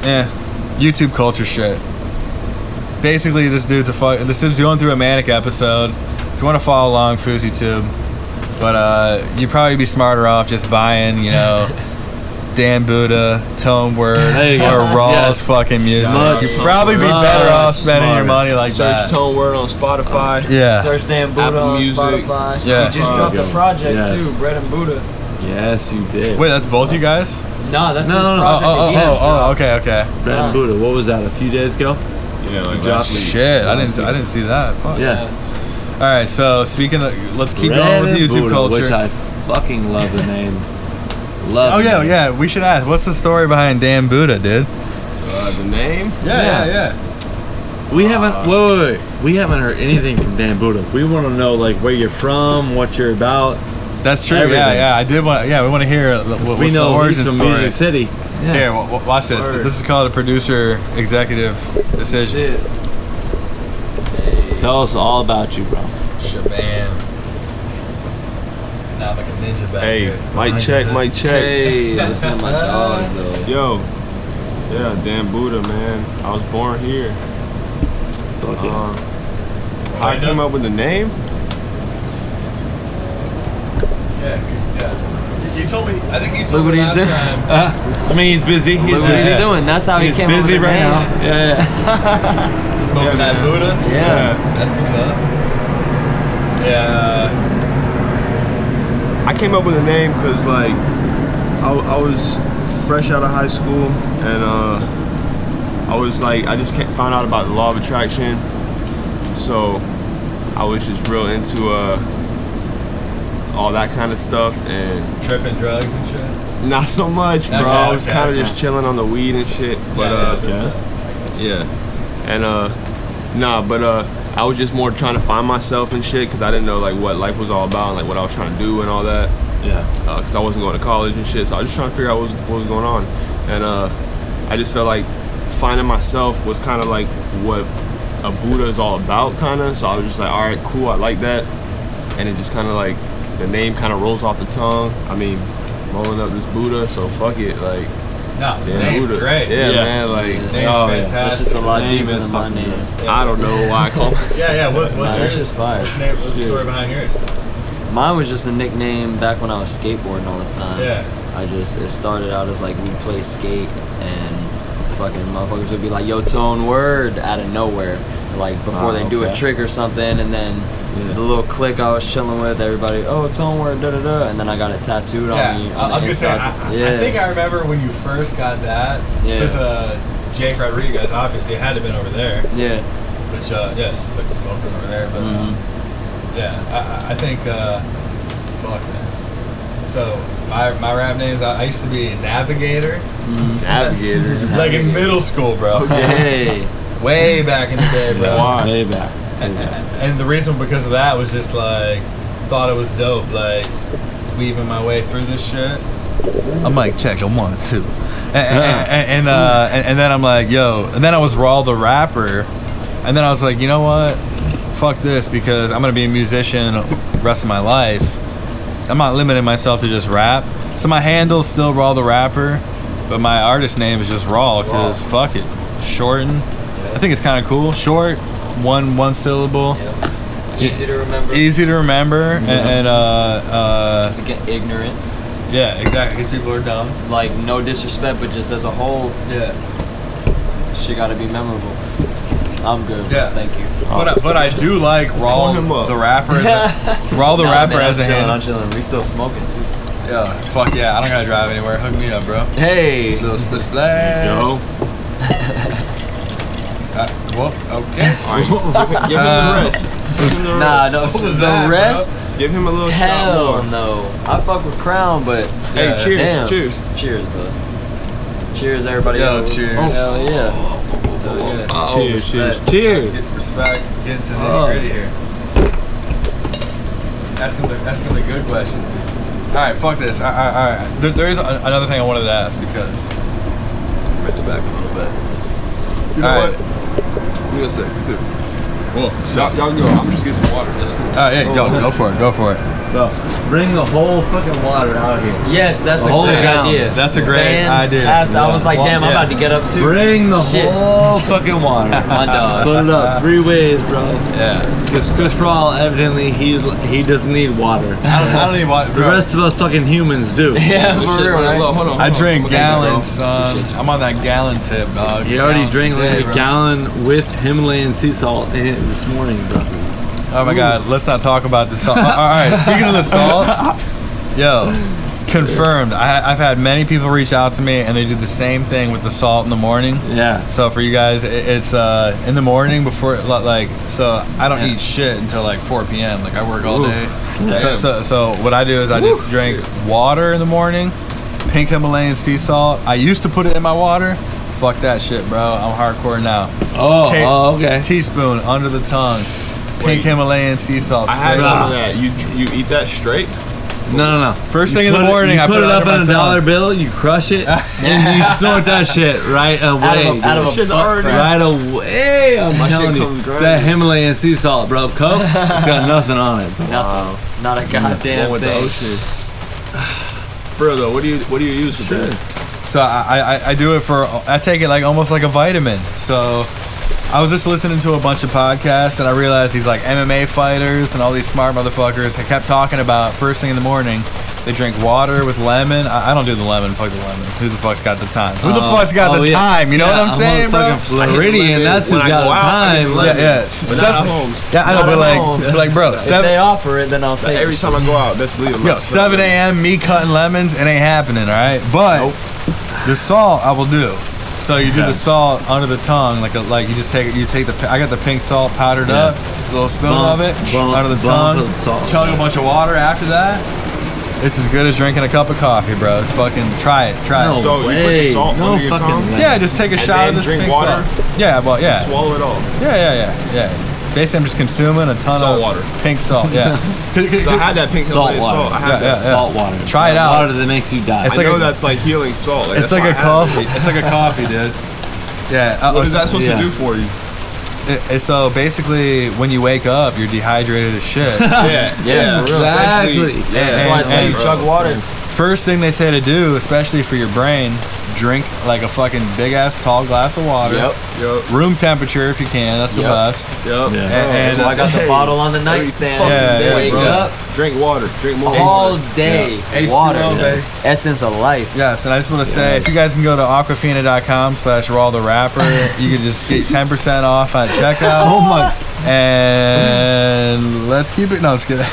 Yeah, YouTube culture shit. Basically, this dude's a fuck. This dude's going through a manic episode. If you want to follow along, FoozyTube. But uh, you'd probably be smarter off just buying, you know, Dan Buddha, Tone Word,
There you
or
go.
Raw's
Yes.
fucking music.
Much
You'd probably be
smarter.
better off spending your money like
Search
that.
Tone Word on Spotify.
yeah.
Search Dan Buddha
Apple
on
Music.
Spotify.
uh, Yeah.
We just dropped a project
Yes.
too, Bread and Buddha.
Yes, you did.
Wait, that's both you guys?
No, that's
No,
his
no, no.
Oh,
project.
oh,
that he
oh,
just
oh, okay, okay.
Brad and Buddha. What was that? A few days ago.
Yeah, like
Drop me.
Shit, I didn't, I didn't see that. Fuck.
Yeah.
All right, so speaking of, let's keep
Brad
going with
and
YouTube
Buddha,
culture.
which I fucking love the name. Love.
Oh
the
yeah,
name.
yeah. We should ask. What's the story behind Dan Buddha, dude?
Uh, the name?
Yeah, yeah, We haven't. Wait, wait, wait. We haven't heard anything from Dan Buddha. We want to know like where you're from, what you're about.
That's true. Yeah,
Everything.
yeah. I did want. Yeah, we want to hear what, what's
we
the
know he's
origin
from
story.
Music City.
Here, w- w- watch this.
Word.
This is called a producer executive decision.
Shit.
Tell us all about you, bro.
Shaban. Now I'm like a ninja back
Hey, mic check, mic check.
Hey, listen to my
Uh,
dog though.
Yo. Yeah, Dan Buddha, man. I was born here. Um, how I came up with the name?
Yeah, yeah. You told me. I think you
told what me he's last doing. time-
I mean, he's busy. He's
Look what he's doing. That's how he
He's
came up
busy
with the
right
name.
now. Yeah, yeah.
smoking
Yeah,
that Buddha.
Yeah.
That's what's up. Yeah.
I came up with the name because like I, I was fresh out of high school and uh, I was like I just ca- found out about the law of attraction, so I was just real into uh, all that kind of stuff and
uh, Tripping drugs and shit.
not so much, bro.
Okay,
I was
okay,
kind of
okay.
just chilling on the weed and shit, but uh, yeah. And uh nah, but uh I was just more trying to find myself and shit cuz I didn't know like what life was all about and like what I was trying to do and all that.
Yeah.
Uh, cuz I wasn't going to college and shit. So I was just trying to figure out what was, what was going on. And uh I just felt like finding myself was kind of like what a Buddha is all about kind of. So I was just like, "All right, cool. I like that." And it just kind of like the name kind of rolls off the tongue. I mean, rolling up this Buddha, so fuck it. Like,
No, the
damn
name's
Buddha.
great.
Yeah,
Yeah.
man. Like,
Name's
oh, yeah.
fantastic.
That's just a lot
Name
deeper
is
than my
fucking
name.
I don't know why I call myself.
Yeah, yeah. What,
Nah,
what's
that's
yours?
just fire.
What's the name- what's the story behind yours?
Mine was just a nickname back when I was skateboarding all the time.
Yeah.
I just it started out as like we play skate and fucking motherfuckers would be like, "Yo, tone word" out of nowhere, like before
Ah,
they do a
okay.
trick or something, and then the little clique I was chilling with, everybody, "Oh, tone word," da da da, and then I got it tattooed
Yeah,
on me.
I,
on
I was
the
gonna say, I,
inside.
I-
yeah.
I think I remember when you first got that.
Yeah.
Because uh, Jake Rodriguez obviously had to been over there,
yeah,
which uh, yeah, just like smoking over there. But
Mm-hmm.
um, yeah, I- I, I think uh, fuck man. So my my rap names, I, I used to be Navigator,
Navigator.
like in middle school, bro.
hey,
Way back in the day, bro.
Why?
Way back.
And the reason because of that was just like thought it was dope, like weaving my way through this shit. I'm like, check, I'm one, two. And, and, and, and, uh, and, and then I'm like, yo. And then I was Raw the rapper. And then I was like, you know what? Fuck this because I'm going to be a musician the rest of my life. I'm not limiting myself to just rap. So my handle's still Raw the Rapper, but my artist name is just Raw because fuck it. Shorten. I think it's kind of cool. Short, one one syllable,
easy to remember.
easy to remember, and, and uh, uh,
to get ignorance,
yeah, exactly. Because people are dumb.
like no disrespect, but just as a whole,
Yeah,
she got to be memorable. I'm good.
Yeah.
thank you.
but I, but I do like Raw
Pull Oh. him up.
the rapper. As a, Raw the
Nah,
rapper
man, I'm
as a
chilling, I'm
handle.
chilling. We still smoking too.
Yeah, fuck yeah. I don't gotta drive anywhere. Hook me up, bro.
Hey,
Little split splash.
Yo.
Uh, whoa. Okay.
Give him
Uh,
the rest. Give him the
nah,
rest.
no,
What
the
was that, bro?
rest.
Give him a little shot
Hell
more.
no. I fuck with Crown, but
Hey,
Uh,
Yeah.
cheers,
Damn.
cheers.
cheers, bro. Cheers, everybody.
Yo,
else.
cheers.
Hell yeah. Hell yeah.
cheers, cheers,
Oh, respect.
cheers.
Get respect. Get into the
Oh.
nitty gritty here. That's gonna, that's gonna be good questions. All right, fuck this. All right, all right. There, there is a, another thing I wanted to ask because respect a little bit.
You know
All right.
what? Give me a second, too.
Cool. So, all
Y'all, y'all go. I'm just getting some water. That's cool.
right, Oh, yeah, go, go for it. Go for it.
So bring the whole fucking water out here.
Yes, that's a
Hold it
great
down.
idea.
That's a great idea.
Fantastic. I was like, damn, I'm
Yeah.
about to get up too.
Bring the
Shit.
whole fucking water.
My dog.
Put it up three ways, bro.
Yeah.
Because Chris Paul, evidently, he he doesn't need water.
I don't, I don't even want.
The
bro,
rest of us fucking humans do.
Yeah,
This
for
shit
real,
running low.
right?
Hold on, hold
I
on.
drink
I'm gonna take that,
gallons, son. I'm on that gallon tip, dog.
He already
Gallons
drank
a
like
day,
a
bro.
gallon with Himalayan sea salt in it this morning, bro.
Oh my god, let's not talk about the salt. All right, speaking of the salt, yo, confirmed. I, I've had many people reach out to me and they do the same thing with the salt in the morning.
Yeah.
So for you guys, it, it's uh, in the morning before li- like so I don't eat shit until like 4 p.m. Like I work all
Ooh.
day. So, so so what I do is I just drink water in the morning, pink Himalayan sea salt. I used to put it in my water. Fuck that shit, bro. I'm hardcore now.
Oh,
Ta-
oh, okay.
Teaspoon under the tongue. Pink
Wait.
Himalayan sea salt.
I had
straight
some
up.
of that. You dr- you eat that straight?
No, no, no.
First
You
thing in the
put it-
morning,
you
I
put,
put
it
it
up
under
in
my
a
tongue.
dollar bill, you crush it, and you snort that shit right
Out
away.
of a, out of
This
a
shit's
butt
already-
crack.
Right away, I'm
My shit
telling you,
comes grinding.
that Himalayan sea salt, bro. Coke, it's got nothing on it. Bro.
Nothing. Not a goddamn
One with the
thing.
ocean. For real though, what do you what do you use for that?
So I, I, I do it for I take it like almost like a vitamin. So I was just listening to a bunch of podcasts and I realized these like MMA fighters and all these smart motherfuckers. I kept talking about first thing in the morning. They drink water with lemon. I, I don't do the lemon. Fuck the lemon. Who the fuck's got the time? Who the
Um,
fuck's got
oh,
the
yeah.
time? You know
Yeah,
what I'm, saying, bro?
fucking Floridian. That's who's
When I
got
go
the
out, I
time.
hate
Yeah,
lemon.
yeah.
But
Seven-
not at home.
Yeah, I know,
Not
but
at
like,
home.
but, like, bro,
If they
seven,
offer it, then I'll take
Every
it.
time I go out, best believe I'm
yo,
not smelling
seven a.m. Me cutting lemons, it ain't happening. All right, but
Nope.
the salt I will do. So you do the salt under the tongue, like a, like you just take it. You take the pi- I got the pink salt powdered
Yeah.
up, a little spoon
Bump,
of it
bump,
under the
bump
tongue.
of salt.
Chug a bunch of water after that. It's as good as drinking a cup of coffee, bro. It's fucking try it, try
No
it.
So you put the
way.
salt
no
under your
fucking
tongue?
way.
Yeah, just take a shot
then
of this
drink
pink
water?
salt. Yeah, well, yeah,
it. Swallow it all.
yeah, yeah, yeah, yeah. Basically, I'm just consuming a ton
Salt
of
water.
pink salt. Yeah, 'Cause- 'cause-
So I had that pink
Salt
Himalayan
water.
salt. I had
Yeah,
that.
yeah, yeah.
Salt water.
Try it
That
out.
Water that makes you die.
It's
I
like
know
a-
that's like healing salt.
It's
that's
like
why
a
I had it.
coffee. It's like a coffee, dude. Yeah. uh,
What is that
so,
supposed
Yeah.
to do for you?
uh, so basically, when you wake up, you're dehydrated as shit.
Yeah, yeah, for real.
Exactly.
Especially-
That's
Yeah,
why I
That's
Hey,
why I tell you,
bro.
chug water.
First thing they say to do, especially for your brain, drink like a fucking big ass tall glass of water.
Yep.
Yup,
Room temperature if you can. That's the
Yep.
best.
yup.
Yeah.
And,
So I got the
Hey.
bottle on the
Every
nightstand.
fucking
Yeah,
day,
yeah,
Wake
bro.
up
Drink water. Drink more
all
water.
day.
H2O,
Water.
babe.
Essence of life.
Yes, and I just want to say, if you guys can go to aquafina.com slash raw the rapper, you can just get 10% off at checkout.
Oh my
And let's keep it. No, I'm just kidding.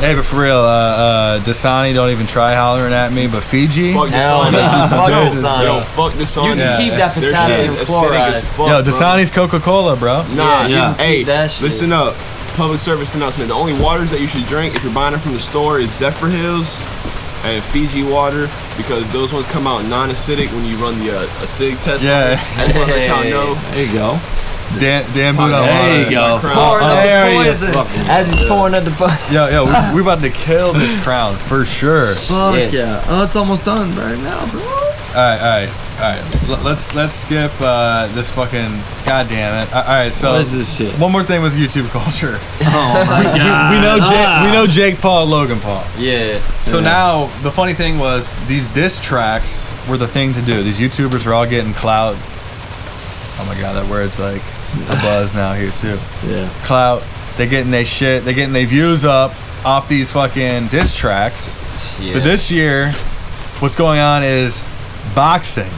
hey, but for real, uh, uh, Dasani, don't even try hollering at me. but Fiji.
Fuck the sun.
Hell no. Fuck
Yo,
the sun.
Yo, fuck the sun.
You can
Yeah.
keep that
Their shit
potassium
is acidic
chloride.
as fuck,
Yo,
bro.
Dasani's Coca Cola, bro.
Nah,
Yeah.
you- hey,
Keep that shit.
listen up. Public service announcement. The only waters that you should drink if you're buying them from the store is Zephyr Hills and Fiji water because those ones come out non-acidic when you run the uh, acidic test.
Yeah.
I just want to let y'all know.
There you go.
Dan, Dan Buddha.
There you go.
crown.
Oh,
Pouring out
there you
the poison.
fucking-
As he's pouring out the butt.
Yo, yo, we, we about to kill this crown for sure.
Fuck
Shit.
yeah. Oh, it's almost done right now, bro.
All right, all right, all right. L- let's let's skip uh, this fucking. God damn it. All right, so
What is this shit?
one more thing with YouTube culture.
Oh my god.
We know Jake, we know Jake Paul, and Logan Paul.
Yeah.
So
Ah. Yeah.
now the funny thing was these diss tracks were the thing to do. These YouTubers were all getting clout. Oh my god, that word's like a buzz now here too.
Yeah.
Clout. They're getting their shit. They're getting their views up off these fucking diss tracks.
Yeah.
But this year, what's going on is boxing,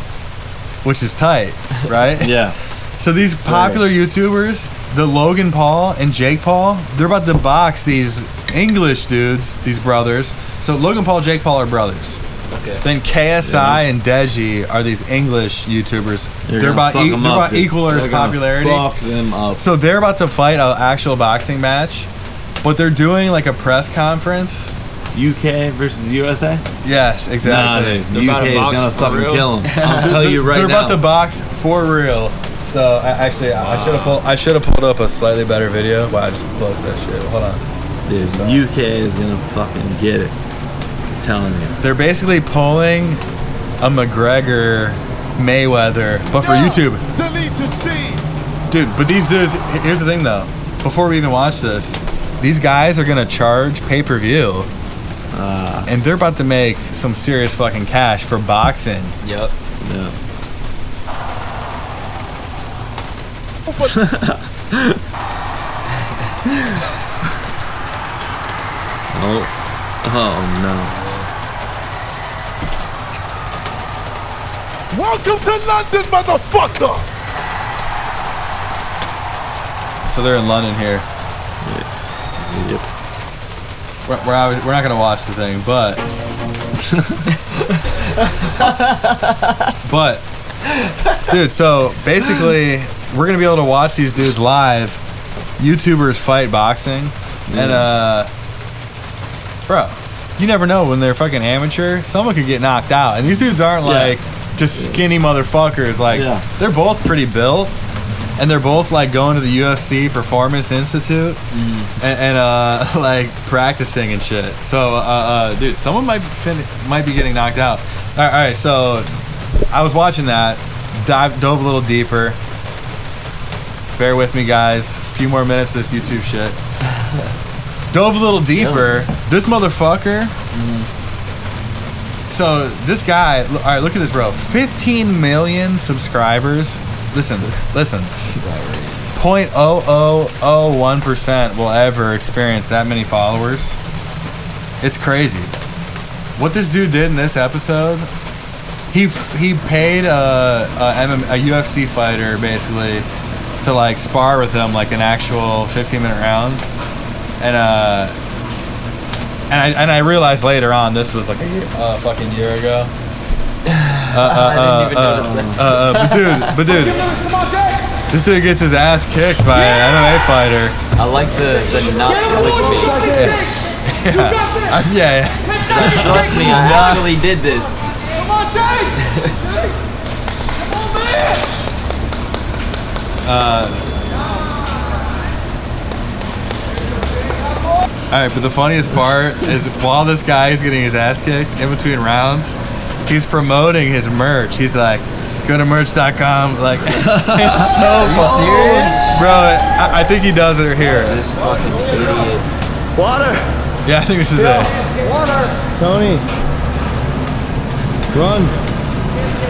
which is tight, right?
Yeah.
So these popular YouTubers, the Logan Paul and Jake Paul, they're about to box these English dudes, these brothers. So Logan Paul, Jake Paul are brothers.
Okay.
Then KSI and Deji are these English YouTubers.
You're
they're
gonna
about,
fuck
e-
'em
they're
up,
about
dude.
equal or as
They're gonna
popularity.
Fuck them up.
So they're about to fight an actual boxing match, but they're doing like a press conference.
UK versus USA?
Yes, exactly.
Nah, dude.
They're about
UK
to
is
box
gonna
for
fucking
real?
kill them. I'll tell you Oh, right
they're
now.
about to box for real. So I, actually, I- I should have pulled. I should have pulled up a slightly better video. Wow, I just closed that shit. Hold on.
Dude, UK is gonna fucking get it. I'm telling you.
They're basically pulling a McGregor Mayweather, but for YouTube.
Deleted scenes.
dude. But these dudes. he- Here's the thing, though. Before we even watch this, these guys are gonna charge pay per view,
Uh.
and they're about to make some serious fucking cash for boxing.
Yep.
Yeah. oh. Oh no.
Welcome to London, motherfucker!
So they're in London here.
Yep.
We're, we're, obvi- we're not gonna watch the thing, but but dude, so basically we're gonna be able to watch these dudes live. YouTubers fight boxing, and uh, bro, you never know when they're fucking amateur. Someone could get knocked out, and these dudes aren't
Yeah.
like just skinny motherfuckers. Like
Yeah.
they're both pretty built, and they're both like going to the UFC Performance Institute and, and uh, like practicing and shit. So, uh, uh, dude, someone might fin- might be getting knocked out. All right, all right, so I was watching that, dive dove a little deeper. Bear with me, guys. A few more minutes of this YouTube shit. dove a little deeper. This motherfucker. So this guy, l- all right, look at this, bro. 15 million subscribers. Listen, listen. 0.0001% will ever experience that many followers. It's crazy. What this dude did in this episode, he he paid a, a, MM a UFC fighter basically to like spar with him like an actual 15 minute rounds, and uh, and I and I realized later on this was like a year, uh, fucking year ago.
I didn't even notice that.
Uh, but dude, but dude, this dude gets his ass kicked by an MMA fighter.
I like the, the not clickbait.
Uh, yeah, yeah.
Trust me, I actually did this.
All right, but the funniest part is while this guy is getting his ass kicked in between rounds, he's promoting his merch. He's like, go to merch.com. Like, it's so funny.
Serious?
Bro, I, I think he does it here.
This fucking idiot.
Yeah, I think this is it.
Tony, run.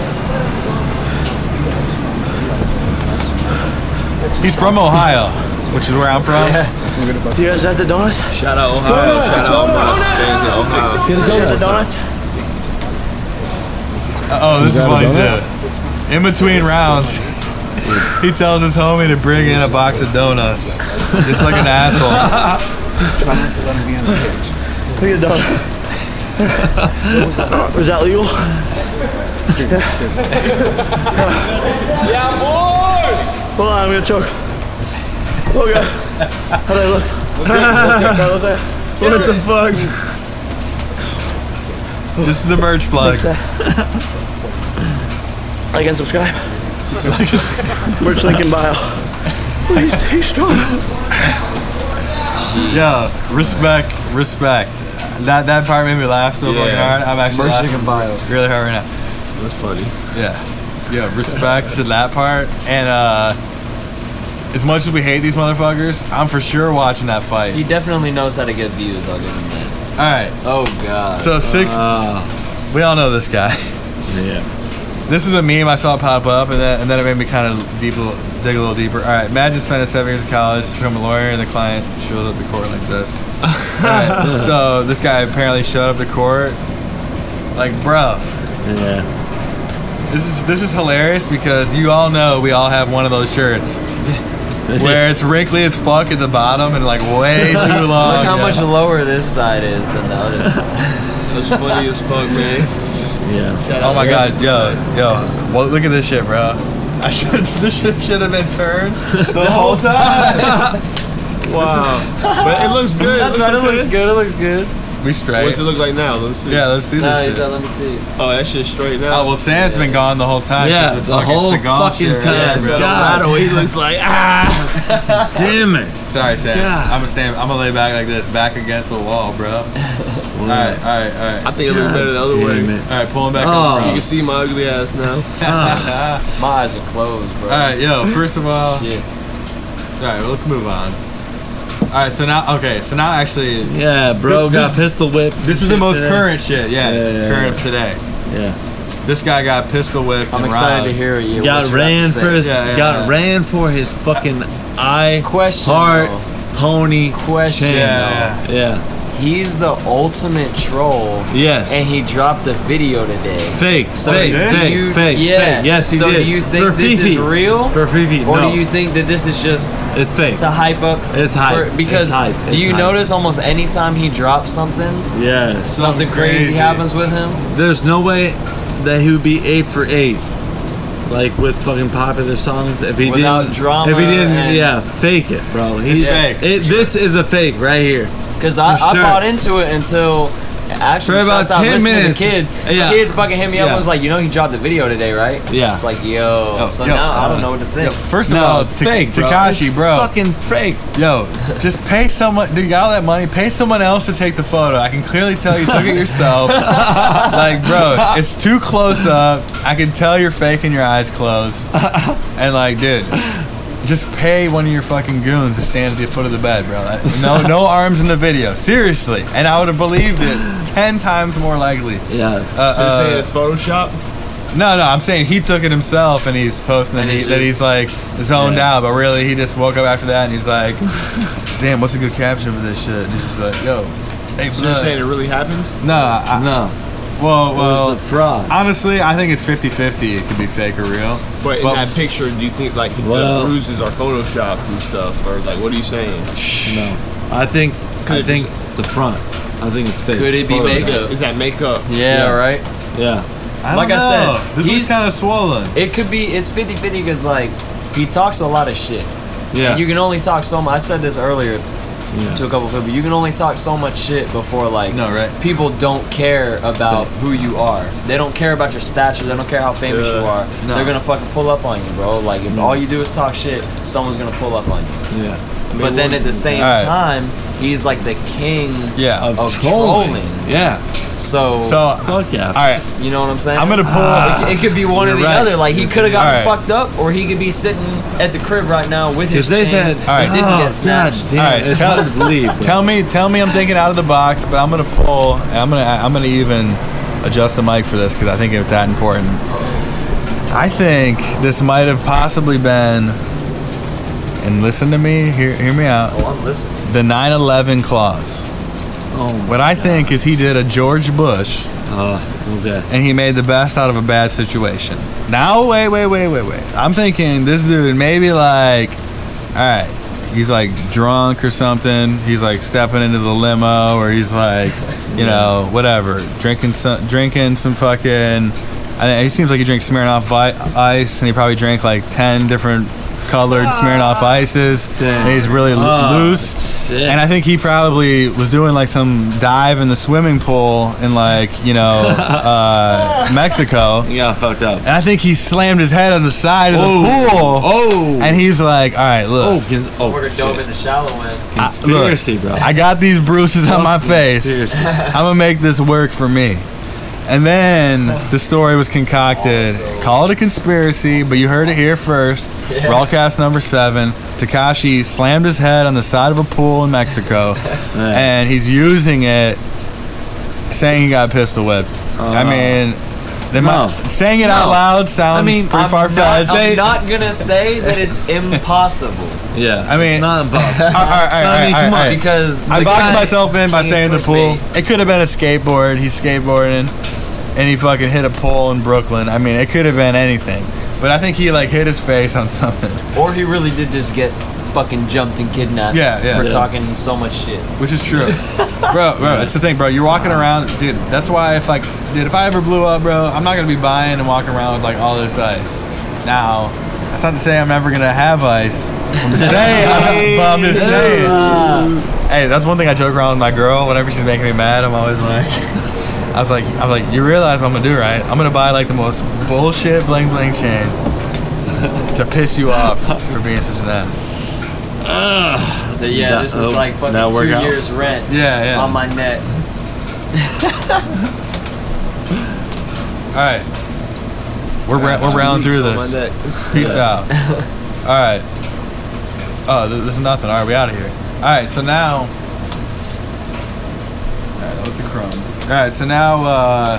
He's from Ohio, which is where I'm from.
Shout out Ohio, shout out my fans in Ohio.
Get a donut.
Oh, this is
that a
funny too. In between rounds, he tells his homie to bring in a box of donuts, just like an asshole.
Was that legal? yeah, boy! Hold on, I'm gonna choke. Oh god. How do I look? How do I look like? What the fuck?
This is the merch plug.
Like and subscribe. Like Merch link in bio. Please, he's strong.
Yeah, respect, respect. That that part made me laugh so fucking
Yeah.
hard. I'm actually
Merch
laughing
bio.
really hard right now.
That's funny.
Yeah, yeah, respect to that part. And uh, as much as we hate these motherfuckers, I'm for sure watching that
He
fight.
definitely knows how to get views, I'll give him that.
All right,
Oh god.
so six. we all know this guy.
Yeah.
This is a meme I saw pop up, and then, and then it made me kind of deep, dig a little deeper. All right, imagine spending seven years of college to become a lawyer, and the client shows up to court like this. All right, so this guy apparently showed up to court, like, bro,
Yeah.
this is this is hilarious because you all know we all have one of those shirts where it's wrinkly as fuck at the bottom and like way too long.
Look how
Yeah.
much lower this side is than the other side.
That's funny as fuck, man.
yeah.
Oh my god, yo, yo, well, look at this shit, bro. I should this shit should have been turned the whole time.
Wow. But it looks good.
That's
It
right, it
looks
looks good, it looks good.
We straight.
What's it look like now? Let's see.
yeah, let's see
No,
this
he's
shit.
like, let me see.
Oh, that shit's straight now.
Oh well, Sam's been gone the whole time. 'cause
Yeah,
this
the
fucking
whole
Seagal
fucking
shit.
time.
Yeah,
so
bro.
it don't matter what he looks like. Ah!
Damn it.
Sorry, Sam.
God.
I'm gonna stand. I'm gonna lay back like this, back against the wall, bro. all right, all right, all right,
I think it looks better the other way.
Damn it.
all right. Pulling back
Oh.
over,
You
bro.
can see my ugly ass now.
My eyes are closed, bro.
All right, yo. First of
Uh,
all,
Shit.
all right. Well, let's move on. All right, so now, okay, so now actually,
Yeah, bro got pistol whipped.
this is the
Shit
most
today.
current shit. Yeah,
Yeah, yeah,
current today.
Yeah.
This guy got pistol whipped.
I'm
and
excited
robbed.
to hear you.
Got ran for his,
Yeah, yeah,
got
yeah.
ran for his fucking eye
Question.
heart
though.
pony.
Question.
Chin.
Yeah,
Yeah.
He's the ultimate troll,
Yes.
and he dropped a video today.
fake.
So
fake.
do
Fake.
you-
fake.
yeah.
Fake. Yes, he
So
did.
do you think
for
this
Fifi.
is real,
For Fifi.
or
no.
do you think that this is just
It's fake.
to hype up?
It's hype.
for- because
It's hype.
do
It's
you
hype.
notice almost anytime he drops something,
Yes.
something crazy,
crazy.
happens with him?
There's no way that he would be eight for eight. Like with fucking popular songs, if he
Without
didn't,
drama
if he didn't,
and-
yeah, fake it, bro. He's
fake.
It, this is a fake right here.
Because I,
For
I
sure.
bought into it until actually
For about
shouts out
10
listening
minutes.
to the kid.
Yeah.
The kid fucking hit me up
Yeah.
and was like, you know he dropped the video today, right?
Yeah.
It's like, yo.
Oh,
so
yo,
now I
uh,
don't know what to think.
First of all,
it's
Ta-
bro.
Takashi, bro.
It's Fucking fake.
Yo, just pay someone. Dude, you got all that money. Pay someone else to take the photo. I can clearly tell you took it yourself. like, bro, it's too close up. I can tell you're faking your eyes closed. And like, dude, just pay one of your fucking goons to stand at the foot of the bed, bro. Like, No, no arms in the video. Seriously. And I would have believed it ten times more likely.
Yeah.
Uh,
So you're
uh,
saying it's Photoshop?
no, no, I'm saying he took it himself and he's posting that,
And
he,
he's
that he's
just-
like zoned
Yeah.
out, but really he just woke up after that and he's like, damn, what's a good caption for this shit? And he's just like, yo, hey,
So you're
blood."
saying it really happened?
no, I,
No.
well,
It was
well,
a fraud.
honestly, I think it's 50 50. It could be fake or real.
But in
Well-
that picture, do you think like
Well-
the bruises are photoshopped and stuff, or like what are you saying?
No. I think. I
Could've
think
just-
it's a front. I think it's fake.
Could it be
So is,
makeup?
that, is that makeup?
Yeah,
Yeah.
right?
Yeah.
I don't
Like I said,
know. this
he's-
looks kind of swollen.
It could be, it's 50 50 because, like, he talks a lot of shit.
Yeah.
And you can only talk so much. I said this earlier
yeah.
to a couple people. You can only talk so much shit before, like,
No, right.
people don't care about who you are. They don't care about your stature. They don't care how famous
Uh,
you are. They're going to fucking pull up on you, bro. Like, if all you do is talk shit, someone's going to pull up on you.
yeah.
But then at the same
Alright.
time, he's like the king.
Yeah.
Of,
Of
trolling.
trolling.
Yeah.
So,
so, all
Fuck yeah.
right,
you know what I'm saying?
I'm Ah, going to pull.
It, it could be one or
You're
the
right.
other. Like he could have gotten
Alright.
fucked up, or he could be sitting at the crib right now with his
Because they
chains.
said,
All right.
He didn't
oh,
get snatched.
God damn,
All right,
it's
tell-
hard to believe. but-
Tell me, tell me, I'm thinking out of the box, but I'm gonna pull. and I'm gonna, I'm gonna even adjust the mic for this because I think it's that important. I think this might have possibly been, and listen to me, hear, hear me out.
Oh, I'm listening.
The 9/11 clause.
Oh,
What I think is he did a George Bush,
oh, okay.
and he made the best out of a bad situation. Now, wait, wait, wait, wait, wait. I'm thinking this dude maybe like, all right. He's like drunk or something. He's like stepping into the limo, or he's like, you know, whatever, drinking some, drinking some fucking. I don't know, he seems like he drinks Smirnoff vi- ice, and he probably drank like ten different colored Smirnoff ices. And he's really lo-
Oh,
loose.
shit.
And I think he probably was doing like some dive in the swimming pool in like, you know, uh, Mexico.
You got fucked up.
And I think he slammed his head on the side of the pool.
Oh.
And he's like, all right, look.
oh, cons- oh,
We're gonna dove in
shit.
the shallow end.
conspiracy, Oh, bro.
I got these bruises on my face.
Seriously.
I'm gonna make this work for me. And then the story was concocted. Call it a conspiracy, but you heard it here first. Broadcast number seven. Takashi slammed his head on the side of a pool in Mexico, and he's using it, saying he got pistol whipped. I mean, they
Uh-huh. No.
might, saying it out
No.
loud sounds
mean,
pretty
I'm
far fetched. eh?
not, I'm not gonna say that it's impossible
yeah.
I mean-
it's not impossible. I mean, come on,
because
I
the
boxed
guy-
myself in by
He
saying the
could
pool.
be.
It could have been a skateboard. He's skateboarding, and he fucking hit a pole in Brooklyn. I mean, it could have been anything. But I think he like hit his face on something,
or he really did just get fucking jumped and kidnapped.
Yeah, yeah.
For
Yeah.
talking so much shit.
which is true, bro. Bro, it's the thing, bro. You're walking around, dude. That's why if like, dude, if I ever blew up, bro, I'm not gonna be buying and walking around with like all this ice. Now, That's not to say I'm never gonna have ice. I'm just saying. I'm, but I'm just saying. Hey, that's one thing I joke around with my girl. Whenever she's making me mad, I'm always like, I was like, I'm like, you realize what I'm gonna do, right? I'm gonna buy like the most bullshit bling bling chain to piss you off for being such an ass.
But yeah,
That-
this
oh,
is like
that
fucking
work
two
out?
years rent
Yeah, yeah.
on my net.
All right, we're ra- we're round through this. Peace out. All right. Oh, th- this is nothing. All right, we out of here. All right, so now. All right, that was the crumb. All right, so now. Uh,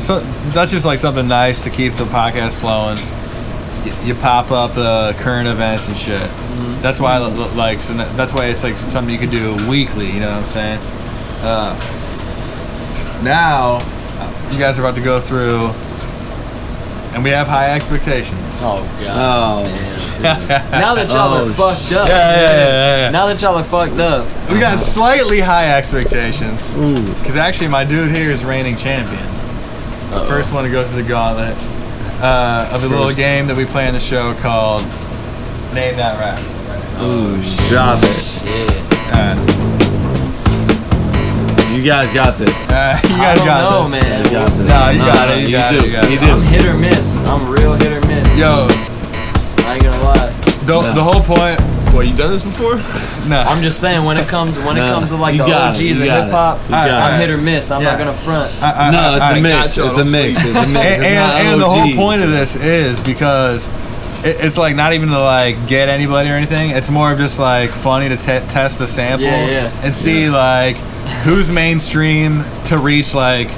so that's just like something nice to keep the podcast flowing. Y- You pop up uh, current events and shit. That's why, I l- l- like, so n- that's why it's like something you could do weekly. You know what I'm saying? Uh, now, uh, you guys are about to go through, and we have high expectations.
Oh god.
Oh,
now that y'all
Oh,
are fucked up.
Yeah, yeah, yeah, yeah.
Now that y'all are fucked up.
We got slightly high expectations. Because actually, my dude here is reigning champion. The first one to go through the gauntlet uh, of the little game that we play in the show called Name That Rap.
drop it.
Uh,
You guys got this.
uh, you
I
guys
don't
got
know,
this.
You
man.
guys got this.
No, you
No,
got
no,
it. You,
you
got
do,
it. You got
you
it.
do.
I'm hit or miss. I'm real hit or miss.
Yo,
I ain't gonna lie.
the, the whole point.
What you done this before?
No.
I'm just saying when it comes when it
No,
comes to like
you
the
got
OGs
it,
of
you got it.
hip hop,
You got
I'm
it.
hit or miss. I'm
Yeah.
not gonna front.
I- I-
No,
I-
it's a
I-
mix. It's a mix. It's a mix.
and,
It's not
and, and the whole
OG.
point of this is because it, it's like not even to like get anybody or anything. It's more of just like funny to te- test the sample
Yeah, yeah.
and see like who's mainstream to reach like.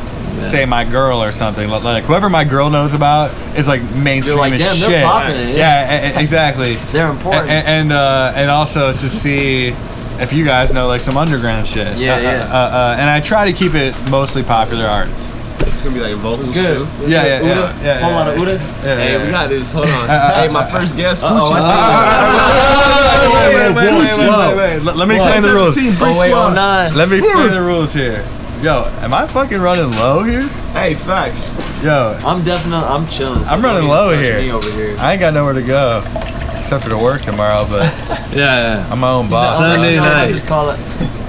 Say my girl or something li- like whoever my girl knows about is like mainstream
like,
as
"Damn,
shit.
they're popping it,
yeah, e- e- exactly.
They're
A-
important.
and and, uh, and also it's to see if you guys know like some underground shit.
Yeah,
Uh, uh,
yeah.
Uh, uh, and I try to keep it mostly popular artists.
It's gonna be like vocals
good.
too.
Yeah, yeah, yeah, yeah.
Hold
yeah,
on,
yeah.
Uda.
Yeah, yeah,
Hey, we
yeah.
got this. Hold on. hey, my first guest.
Oh, I see.
Wait, wait, wait, wait, wait, wait, wait. Let let me explain the rules.
Oh wait, oh nine.
Let me explain the rules here. Yo, am I fucking running low here?
Hey, facts.
Yo,
I'm definitely I'm chilling. so
I'm running
don't even
low
touch
here.
Me over here.
I ain't got nowhere to go except for to work tomorrow, but
Yeah, yeah.
I'm my own boss.
Unless
Sunday
you know what I
night.
Just call it.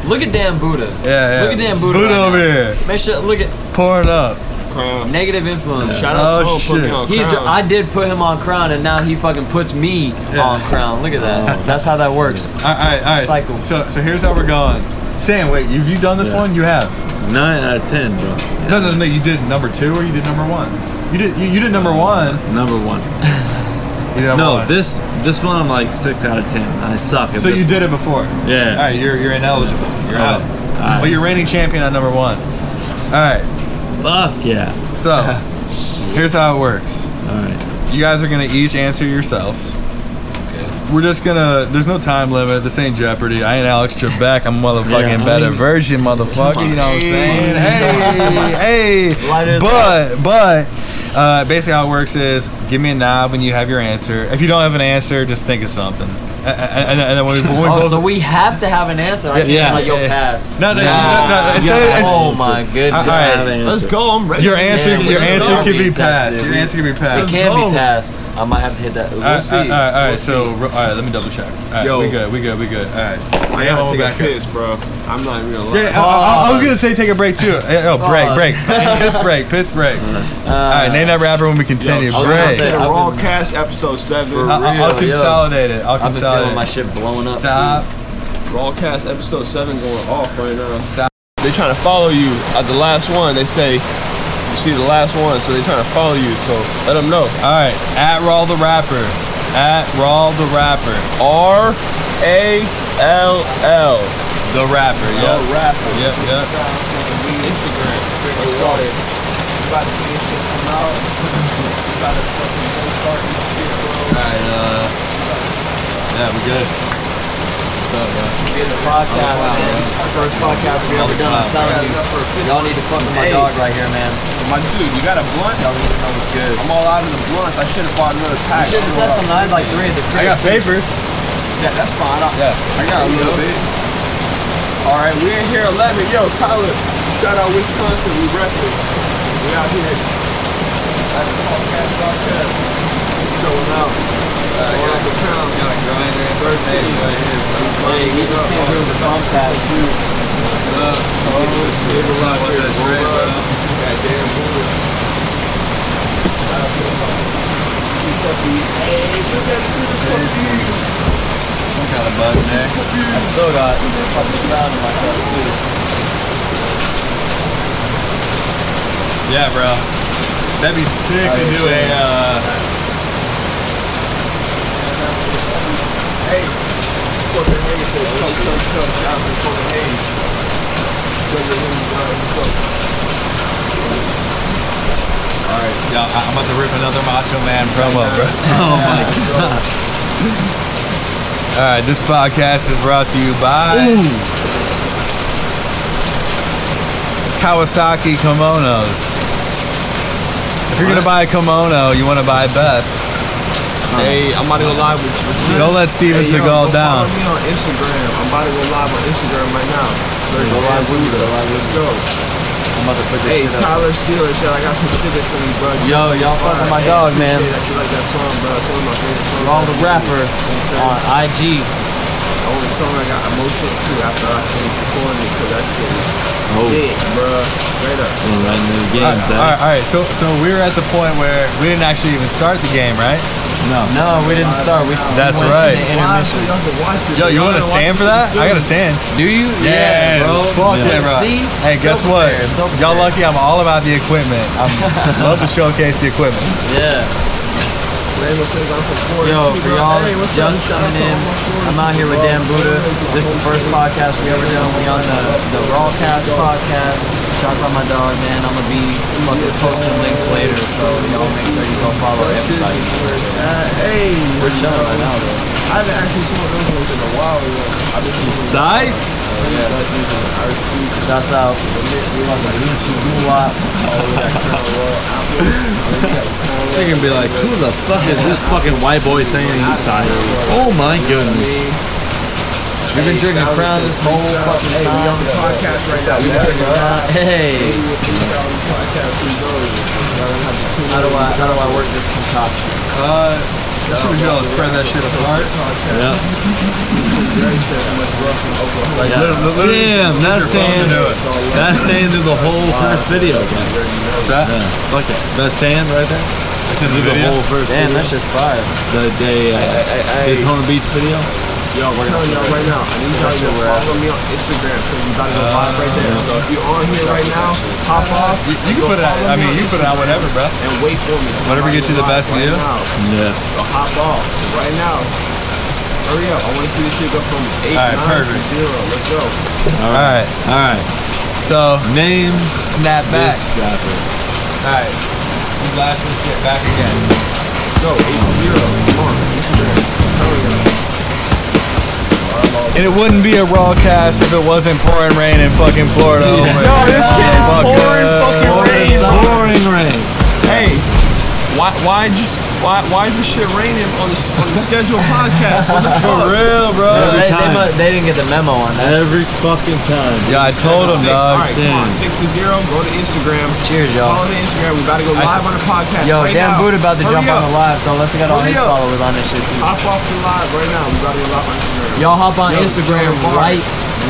Look at damn Buddha.
Yeah, yeah.
Look at damn Buddha right
over here
Make sure look at
pouring up.
Crown.
negative influence.
Shout
Oh,
out to him. Put me
shit.
on
He's
Crown.
dr- I did put him on crown and now he fucking puts me on crown. Look at that.
Oh.
That's how that works.
All right, all right.
Cycle.
So, so here's how we're going. Sam, wait, have you done this
Yeah.
one? You have.
Nine out of ten, bro.
No, no, no. You did number two, or you did number one. You did. You, you did number one.
Number one.
You did number
No,
one.
this this one I'm like six out of ten. I suck at
So
this.
you did it before.
Yeah.
All right, you're you're ineligible. You're
Oh,
out.
all
Well,
right.
you're reigning champion on number one. All right.
Fuck yeah.
So here's how it works.
All right.
You guys are gonna each answer yourselves. We're just gonna. There's no time limit. This ain't Jeopardy. I ain't Alex Trebek. I'm motherfucking
Yeah.
better version, motherfucker. You know what I'm saying? Hey,
Light
hey.
as
But, but. Uh, basically, how it works is give me a nod when you have your answer. If you don't have an answer, just think of something. A- a- And, and then when we, when we
Oh,
both
so we have to have an answer. I
Yeah,
can't
yeah,
let your
yeah.
pass.
No, no, no, no, no. It's,
Yeah.
it's,
Oh my
all
goodness.
right.
Let's go. I'm ready.
Your answer,
Yeah,
your
we're
answer
gonna
could be
be
passed.
tested.
Your answer could be
It
passed.
can
go.
be passed. I might have to hit that. We'll
All right,
see.
all right, all right, all
We'll
right, so
see.
ro- all right, let me double check. All right,
Yo.
we good, we good, we good. All right,
I
Sam,
gotta
we'll
take a
back up.
piss, bro. I'm not even gonna lie.
Yeah, I, I- I was gonna say take a break too. Eh, Oh, break,
Fuck.
break, piss break, piss break.
Uh,
All right, name that rapper when we continue.
I was
gonna
break.
say-
The
I've
Raw
been-
Cast episode seven.
I- I- I'll
real, yo.
consolidate it. I'll
I've been feeling my
consolidate.
shit blowing up.
uh, Stop.
Raw Cast episode seven going off right now. They trying to follow you at the last one. They say you see the last one, so they trying to follow you. So let them know.
All right, at Raw the rapper, at Raw the rapper,
R A L L.
the rapper. Yep,
rapper.
yep, yep. Alright, uh, yeah, we good. What's up, bro?
Too. Be the podcast,
Oh,
man. First podcast we ever done. I'm telling you, y'all need to fuck with my
Hey.
dog right here, man.
My dude, you got a blunt?
Y'all need to know what's good.
I'm all out of the blunts. I should have bought another
You
pack.
should have said something. I had like three at the crib.
I got papers.
Yeah, that's fine. I,
Yeah.
I got a little bit. All right, we in here 11. Yo, Tyler, shout out Wisconsin. We repping. We out here.
Yeah, bro. That'd be sick to do a. Uh... Alright, y'all, I- I'm about to rip another Macho Man promo, bro.
Oh my
Alright, this podcast is brought to you by Kawasaki Kimonos. If you're gonna buy a kimono, you wanna buy best.
Hey, I'm about to go live with you.
Don't let Steven
yo,
Seagal
go
down.
Follow me on Instagram. I'm about to go live on Instagram right now. Go live with you. Let's go.
I'm about to put
Hey,
this shit up.
Tyler Sealer said I got some tickets for you, bro.
Yo, y'all fuck with my dog, man.
Hey, that you like that song, bro. It's one of my favorite songs.
All the rapper on IG.
The only song I got emotional to after I finished recording it, 'cause that shit is big, bro. Straight up.
We're right into the games,
All right, all right. So, so we were at the point where we didn't actually even start the game, right?
No.
No, we didn't start. We
That's
we went
right.
into intermission.
Y'all can watch it.
Yo, you
Y'all
want to
gotta watch
stand for that? I gotta stand.
Do you?
Yeah,
bro.
Fuck yeah, bro.
See?
Hey,
So
guess what?
prepared, so
Y'all
prepared.
lucky. I'm all about the equipment. I love to showcase the equipment.
Yeah.
Randall says I'm from Florida.
Yo, for y'all
Hey, what's up?
just coming in, I'm out here with Dan Buddha. This is the first podcast we ever done. We on the, the Rawcast podcast. Shouts out my dog, man. I'm gonna be fucking posting links later, so y'all make sure you go follow everybody.
Hey,
We're chilling right now, though.
I haven't actually seen one of those in a while. yo. I've been seeing
Side?
Shouts out fucking Lucci Gulop.
They're gonna be like, who the fuck is this fucking white boy saying you side? Oh my goodness.
We've been drinking Crown this whole fucking time.
podcast right now. We got it, bro.
Hey,
Podcast, we go.
how do I how do I work this concoction?
Uh, should we go spread that shit apart?
Yep.
Like,
Yeah.
lit- lit- literally,
Damn, that's staying.
do it.
That's staying through the whole first video. man.
that?
Yeah. Fuck it. That's staying right there.
It's in the
Through the
video.
whole first.
Damn,
video.
that's just fire.
the day. Uh, Daytona Beach video.
Yo, we're telling y'all right now. I need y'all to follow me on Instagram because we about to go
Uh,
live right there. So if you're on here right now, hop off.
You, you can
go
put it out.
follow
I
me
mean,
on
you can put it out whatever, bro.
Instagram And wait for me.
Whatever gets you the best
right
view.
Now.
Yeah.
So hop off right now. Hurry up. I want to see this shit go from 8
All right,
9
perfect.
to 0. Let's go.
All right.
All right.
So
Name
snap back.
this rapper.
All right. You blast this shit back again.
Go. 8 to 0. Come on. Instagram. Hurry up.
And it wouldn't be a raw cast if it wasn't pouring rain in fucking Florida. Oh my
No, this shit is
God.
pouring fucking
Fuck, uh,
rain.
Boring rain.
Hey, why why just why why is this shit raining on the on the scheduled podcast? What the
For
fuck?
real, bro.
Every
They, they,
time.
mu- they didn't get the memo on that.
Every fucking time.
Yeah, I told him,
Six-
dog.
All right, come on.
damn.
Six to zero. Go to Instagram.
Cheers, y'all.
Follow the Instagram. We about to go live on the podcast.
Oh. Yo,
right
Dan
now.
Buddha about to
Hurry
jump
up.
on the live, so let's get all
Hurry
his
up.
followers on this shit too.
Hop off the live right now. We about to go live on Instagram.
Y'all hop on
Yo,
Instagram
Instagram bar.
right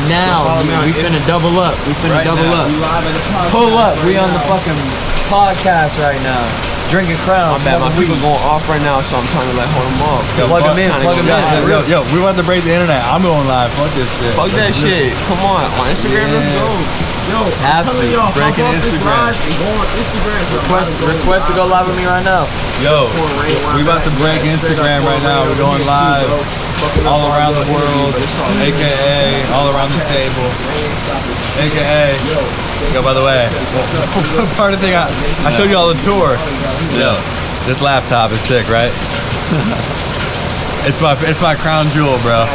now.
Follow me on
We finna double up. We finna
Right
double
now.
up.
We live at the podcast.
Pull up.
right
We on the
now.
fucking podcast right now. Drinking Crown.
I'm bad. My
smoking
people
weed.
going off right now, so I'm trying to like hold them off.
Yo,
Plug
fuck-
'em in.
kinda
Plug
go
'em
down.
in.
Yo, yo, we about to break the internet. I'm going live. Fuck this shit.
Fuck that shit. Come on, on Instagram. Let's
Yeah.
go. Yo,
Have
I'm telling
to.
y'all, hop
Breaking
off this
Instagram.
live and go on Instagram. We're about
Request,
to go
request to go live with me right now.
Yo,
Pouring rain while
we
I'm
about to
back.
break
Yeah, straight up
Instagram right
pouring
now.
rain
We're
over
going
here too,
live
bro. Fucking
all
up
around the
interview,
world,
but it's all good.
aka all around the table, aka. Yo, by the way, part of the thing I, I showed you all the tour. Yo, this laptop is sick, right? It's my it's my crown jewel, bro.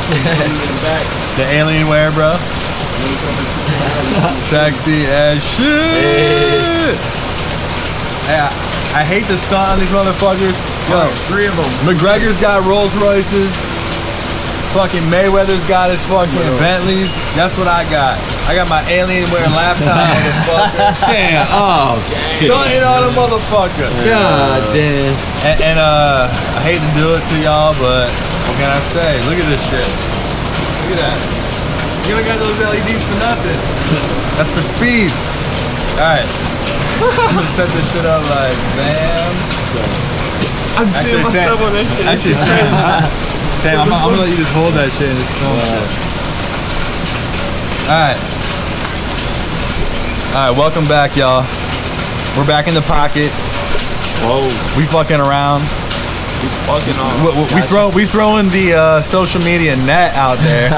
the Alienware, bro. Sexy as shit. Hey, I, I hate the stunt on these motherfuckers. Yo,
Three of them.
McGregor's got Rolls Royces. Fucking Mayweather's got his fucking Bentleys. That's what I got. I got my Alienware laptop, motherfucker.
Damn. Oh shit.
Don't hit on a motherfucker.
Uh,
Uh,
God damn.
And, and uh, I hate to do it to y'all, but what can I say? Look at this shit. Look at that. You don't got those LEDs for nothing. That's for speed. All right. I'm gonna set this shit up like, bam.
I'm
Actually, Sam,
on that shit.
actually, Sam, Sam, I'm, I'm gonna let you just hold that shit and just film it. All right. All right. Welcome back, y'all. We're back in the pocket.
Whoa,
We fucking around.
fucking on.
We, we- we throw we throwing the uh, social media net out there.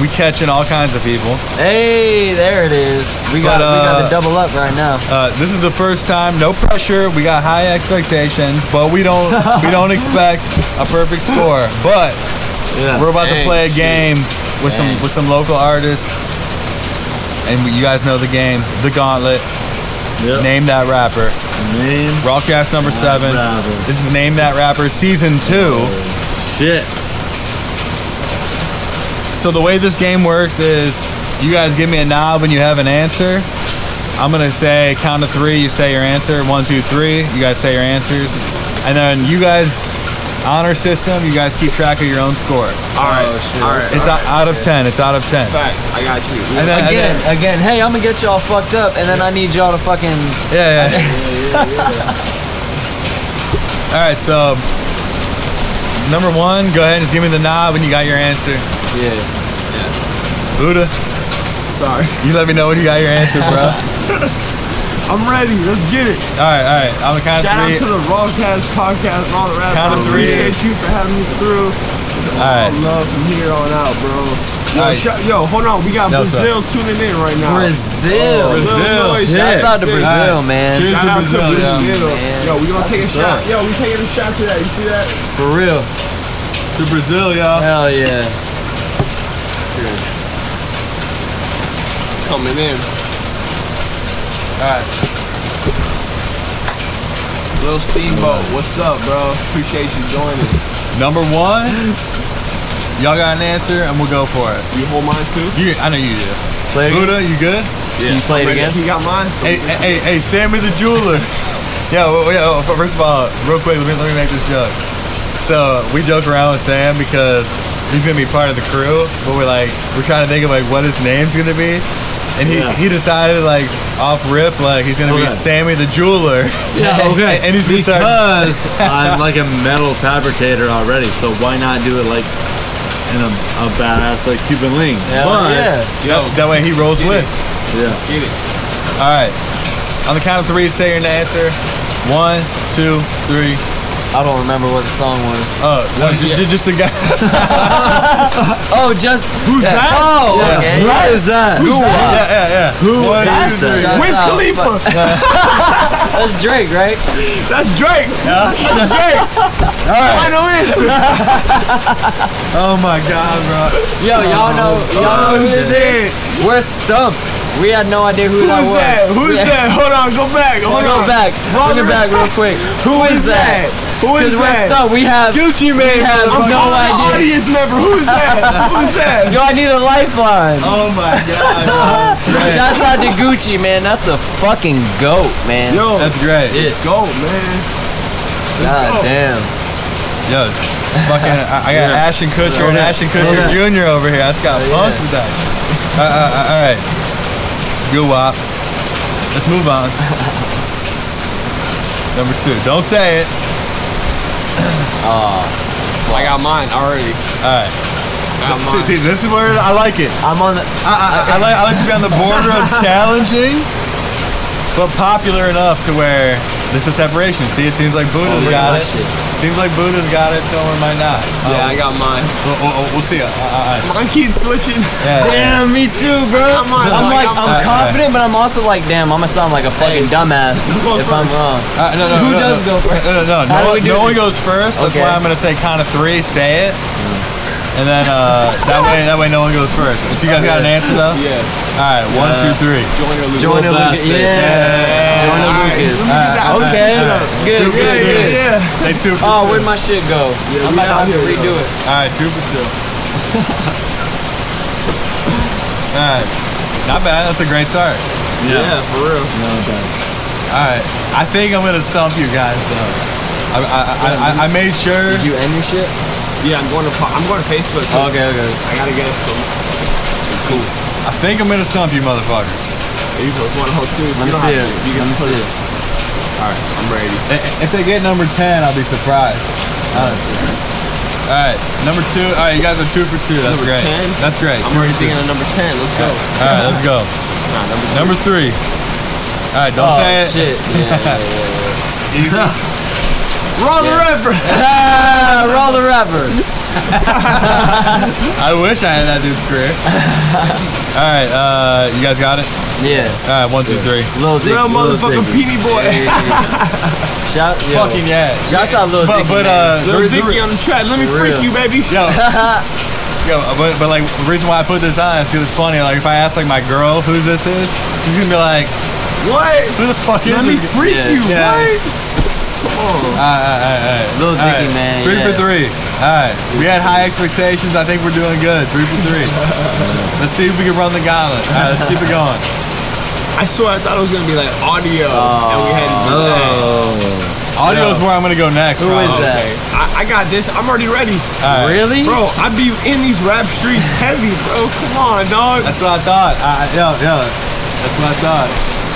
we catching all kinds of people.
Hey, there it is. We got
But,
we got
uh,
the double up right now.
Uh, this is the first time. No pressure. We got high expectations, but we don't we don't expect a perfect score. But
Yeah.
we're about to
Dang,
play a
shoot.
game with some
Dang.
with some local artists, and you guys know the game, the Gauntlet.
Yep.
Name that rapper.
Name.
Rawcast number seven.
Rapper.
This is Name That Rapper season two.
Shit.
So the way this game works is you guys give me a nod when you have an answer. I'm gonna say count to three, you say your answer. One, two, three, you guys say your answers. And then you guys honor system, you guys keep track of your own score.
All right, all right.
It's
all
out, out of ten, it's out of ten.
right. facts. I got you.
And then, and
Again,
then-
again. Hey, I'm gonna get y'all fucked up, and then I need y'all to fucking.
yeah, yeah. Alright, so number one, go ahead and just give me the nod when you got your answer.
Yeah.
Buddha,
Sorry.
you let me know when you got your answer, bro.
I'm ready. Let's get it.
Alright, alright. I'm gonna count
Shout out
three.
to the Rawcast podcast and all the rap.
Count to
bro.
three.
Appreciate you for having me through.
All right.
All love from here on out, bro. Yo,
All right.
shout- yo, hold on. We got
No, sir.
Brazil tuning in right now.
Brazil.
Lil
Brazil.
Noise,
Yeah.
Shouts out to
Shit.
Brazil, man.
Cheers.
Shout out to
Brazil, yeah.
Brazil.
Man.
Yo, we gonna take a shot. Yo, we taking a shot to that. You see that?
For real.
to Brazil, y'all.
Hell yeah.
Coming in.
Alright.
Little Steamboat, what's up, bro? Appreciate you joining.
Number one, y'all got an answer, and we'll go for it.
You hold mine too?
You, I know you do.
Play it again.
Buddha, you good?
Can you play it
Ready?
again?
You got mine?
Hey, hey, hey, hey, Sammy the jeweler. yeah, well, yeah. well, First of all, real quick, let me, let me make this joke. So we joke around with Sam because he's gonna be part of the crew, but we're like, we're trying to think of like what his name's gonna be. And he,
Yeah.
he decided like off rip like he's gonna be
Okay.
Sammy the jeweler.
Yeah, okay.
And he's just started-
because I'm like a metal fabricator already, so why not do it like in a, a badass like Cuban link?
Hell
but,
yeah.
Yo,
That way he rolls with.
yeah.
get it.
All right. On the count of three, say your answer. One, two, three.
I don't remember what the song was.
Uh, no, ju- ju- just the guy.
Oh, just
Who's that? Oh,
yeah. Okay.
What is that?
Who Yeah, yeah, yeah. Who One,
that?
two, three.
Shout
Wiz
out.
Khalifa!
That's Drake, right?
That's Drake! That's Drake! Final answer!
Oh my God, bro.
Yo, y'all know, y'all know who this is. We're stumped. We had no idea who, that
Who's
was.
that? Who's
Yeah.
that? Hold on, go back. Hold on.
Go back.
Wrong
Bring it back real quick.
Who is that? Who
Because
is
we're
that?
stumped. We have.
Gucci man.
have
I'm
no
calling the
idea.
audience member. Who is that? Who is that?
Yo, I need a lifeline.
Oh my God. bro. Great.
Shouts out to Gucci, man. That's a fucking goat, man.
Yo,
That's great.
go, man.
God
go.
damn.
Yo, fucking, I, I got Ashton Kutcher and Ashton Kutcher Jr. over here. I just got punked with that. Uh, uh, uh, all right. Good wop. Let's move on. Number two. Don't say it.
I got mine already.
All right.
I got
See, see, this is where I like it.
I'm on the.
I, I, I, like, I like to be on the border of challenging, but popular enough to where this is separation. See, it seems like
Oh,
Buddha's got it. Seems like Buddha's got it. Someone might not.
Yeah, I
Um,
got mine.
We'll, we'll, we'll see. Uh, uh, uh,
Mine keeps switching.
yeah.
Damn, me too, bro.
I'm on it.
I'm like,
I'm
on it.
I'm confident, but I'm also like, damn, I'm gonna sound like a fucking dumbass
goes
if I'm wrong.
Uh, no, no,
Who
no,
does
no.
go first?
No, no, no. No,
How do
one-
we do
no one
this?
goes first. That's
Okay.
why I'm gonna say count of three. Say it. and then uh, that way that way no one goes first. But you guys got an answer though?
Yeah.
All right, one, two, three.
Join Lucas. Yeah. Joyner Lucas.
All right,
Okay.
all right.
Good,
Two for
good,
two.
good.
They two for
Oh,
two.
where'd my shit go? I'm
we out
about to
here,
redo it.
All right, two for two. All right, not bad. That's a great start.
Yeah, for real.
All right, I think I'm gonna stump you guys though. I, I, I, I, I made sure.
Did you end your shit?
Yeah, I'm going to po- I'm going to Facebook. too.
Okay, okay.
I gotta get us some.
I think I'm gonna stump you, motherfuckers.
You want to hold two?
Let me see it. Let me see it.
All right, I'm ready.
If they get number 10, I'll be surprised. Honestly. All right, number two. All right, you guys are two for two. That's
Number
great.
10?
That's great.
I'm already thinking of number ten. Let's go.
All right, let's go.
Nah, number ten.
Number three. All right, don't
Oh
say it.
shit. Yeah, yeah, yeah,
Wrong reference.
yeah. Ah, roll the rapper.
I wish I had that dude's career. All right, uh, you guys got it.
Yeah.
All right, one, two, three.
Lil Dicky.
Real
Lil
motherfucking
Dicky.
peony boy.
Shout. Yo.
Fucking yeah.
Shouts out Lil
But
Dicky.
but
man.
uh, the
Little
re- the
Dicky
re-
on the track. Let me
For
freak
real.
you, baby.
yo. Yo, but, but like the reason why I put this on is because it's funny. Like if I ask like my girl who this is, she's gonna be like,
What?
"Who the fuck is
Let me
this?"
freak
Yeah.
you.
Yeah.
What?
Lil
All
Dicky,
right,
man.
Three
yeah.
for three. All right. We had high expectations. I think we're doing good. Three for three. let's see if we can run the gauntlet. All right, let's keep it going.
I swear I thought it was gonna be like audio, and we had
Oh.
no.
Audio is where I'm going to go next.
Who
probably.
is that?
Okay. I, I got this. I'm already ready,
Oh, All right.
Really?
bro. I be in these rap streets heavy, bro. Come on, dog.
That's what I thought. I, I- yo, yo. That's what I thought.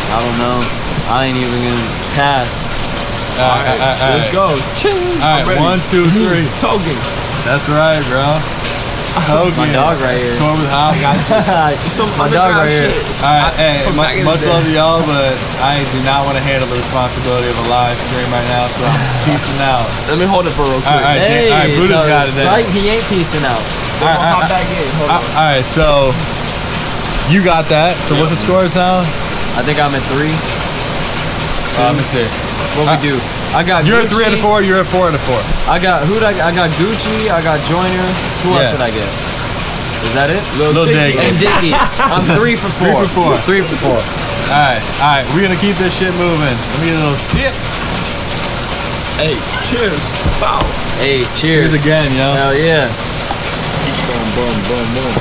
I don't know. I ain't even gonna pass.
All right, all right, all
Let's
right.
go. Ching.
All right, one, two, three.
Token.
That's right, bro. Hogan.
My dog right here.
Tour with Hop.
Some
My dog
underground
right here.
shit.
All right, hey,
From
mu-
back in the
much
day.
love to y'all, but I do not want to handle the responsibility of a live stream right now, so I'm peacing out.
Let me hold it for real
All
quick.
right,
Hey,
all right, Buddha's
so
got it.
it's
then.
Like he ain't piecing out.
Then I'll hop back in. Hold
Uh, all right, so you got that. So what's the scores now?
I think I'm at three.
Uh, let me see.
What
Uh,
we do? I got
You're at
Gucci,
three out of four. You're at four out of four.
I got who? Did I, I got Gucci. I got Joyner. Who
Yeah.
else did I get? Is that it?
Little dig.
And Dicky. I'm three for
Three
four.
for four.
Three for four.
All right, all right. We're gonna keep this shit moving. Let me get a little sip.
Hey, cheers. Wow.
Hey,
Here's
cheers.
again, yo.
Hell yeah.
Boom, boom, boom, boom.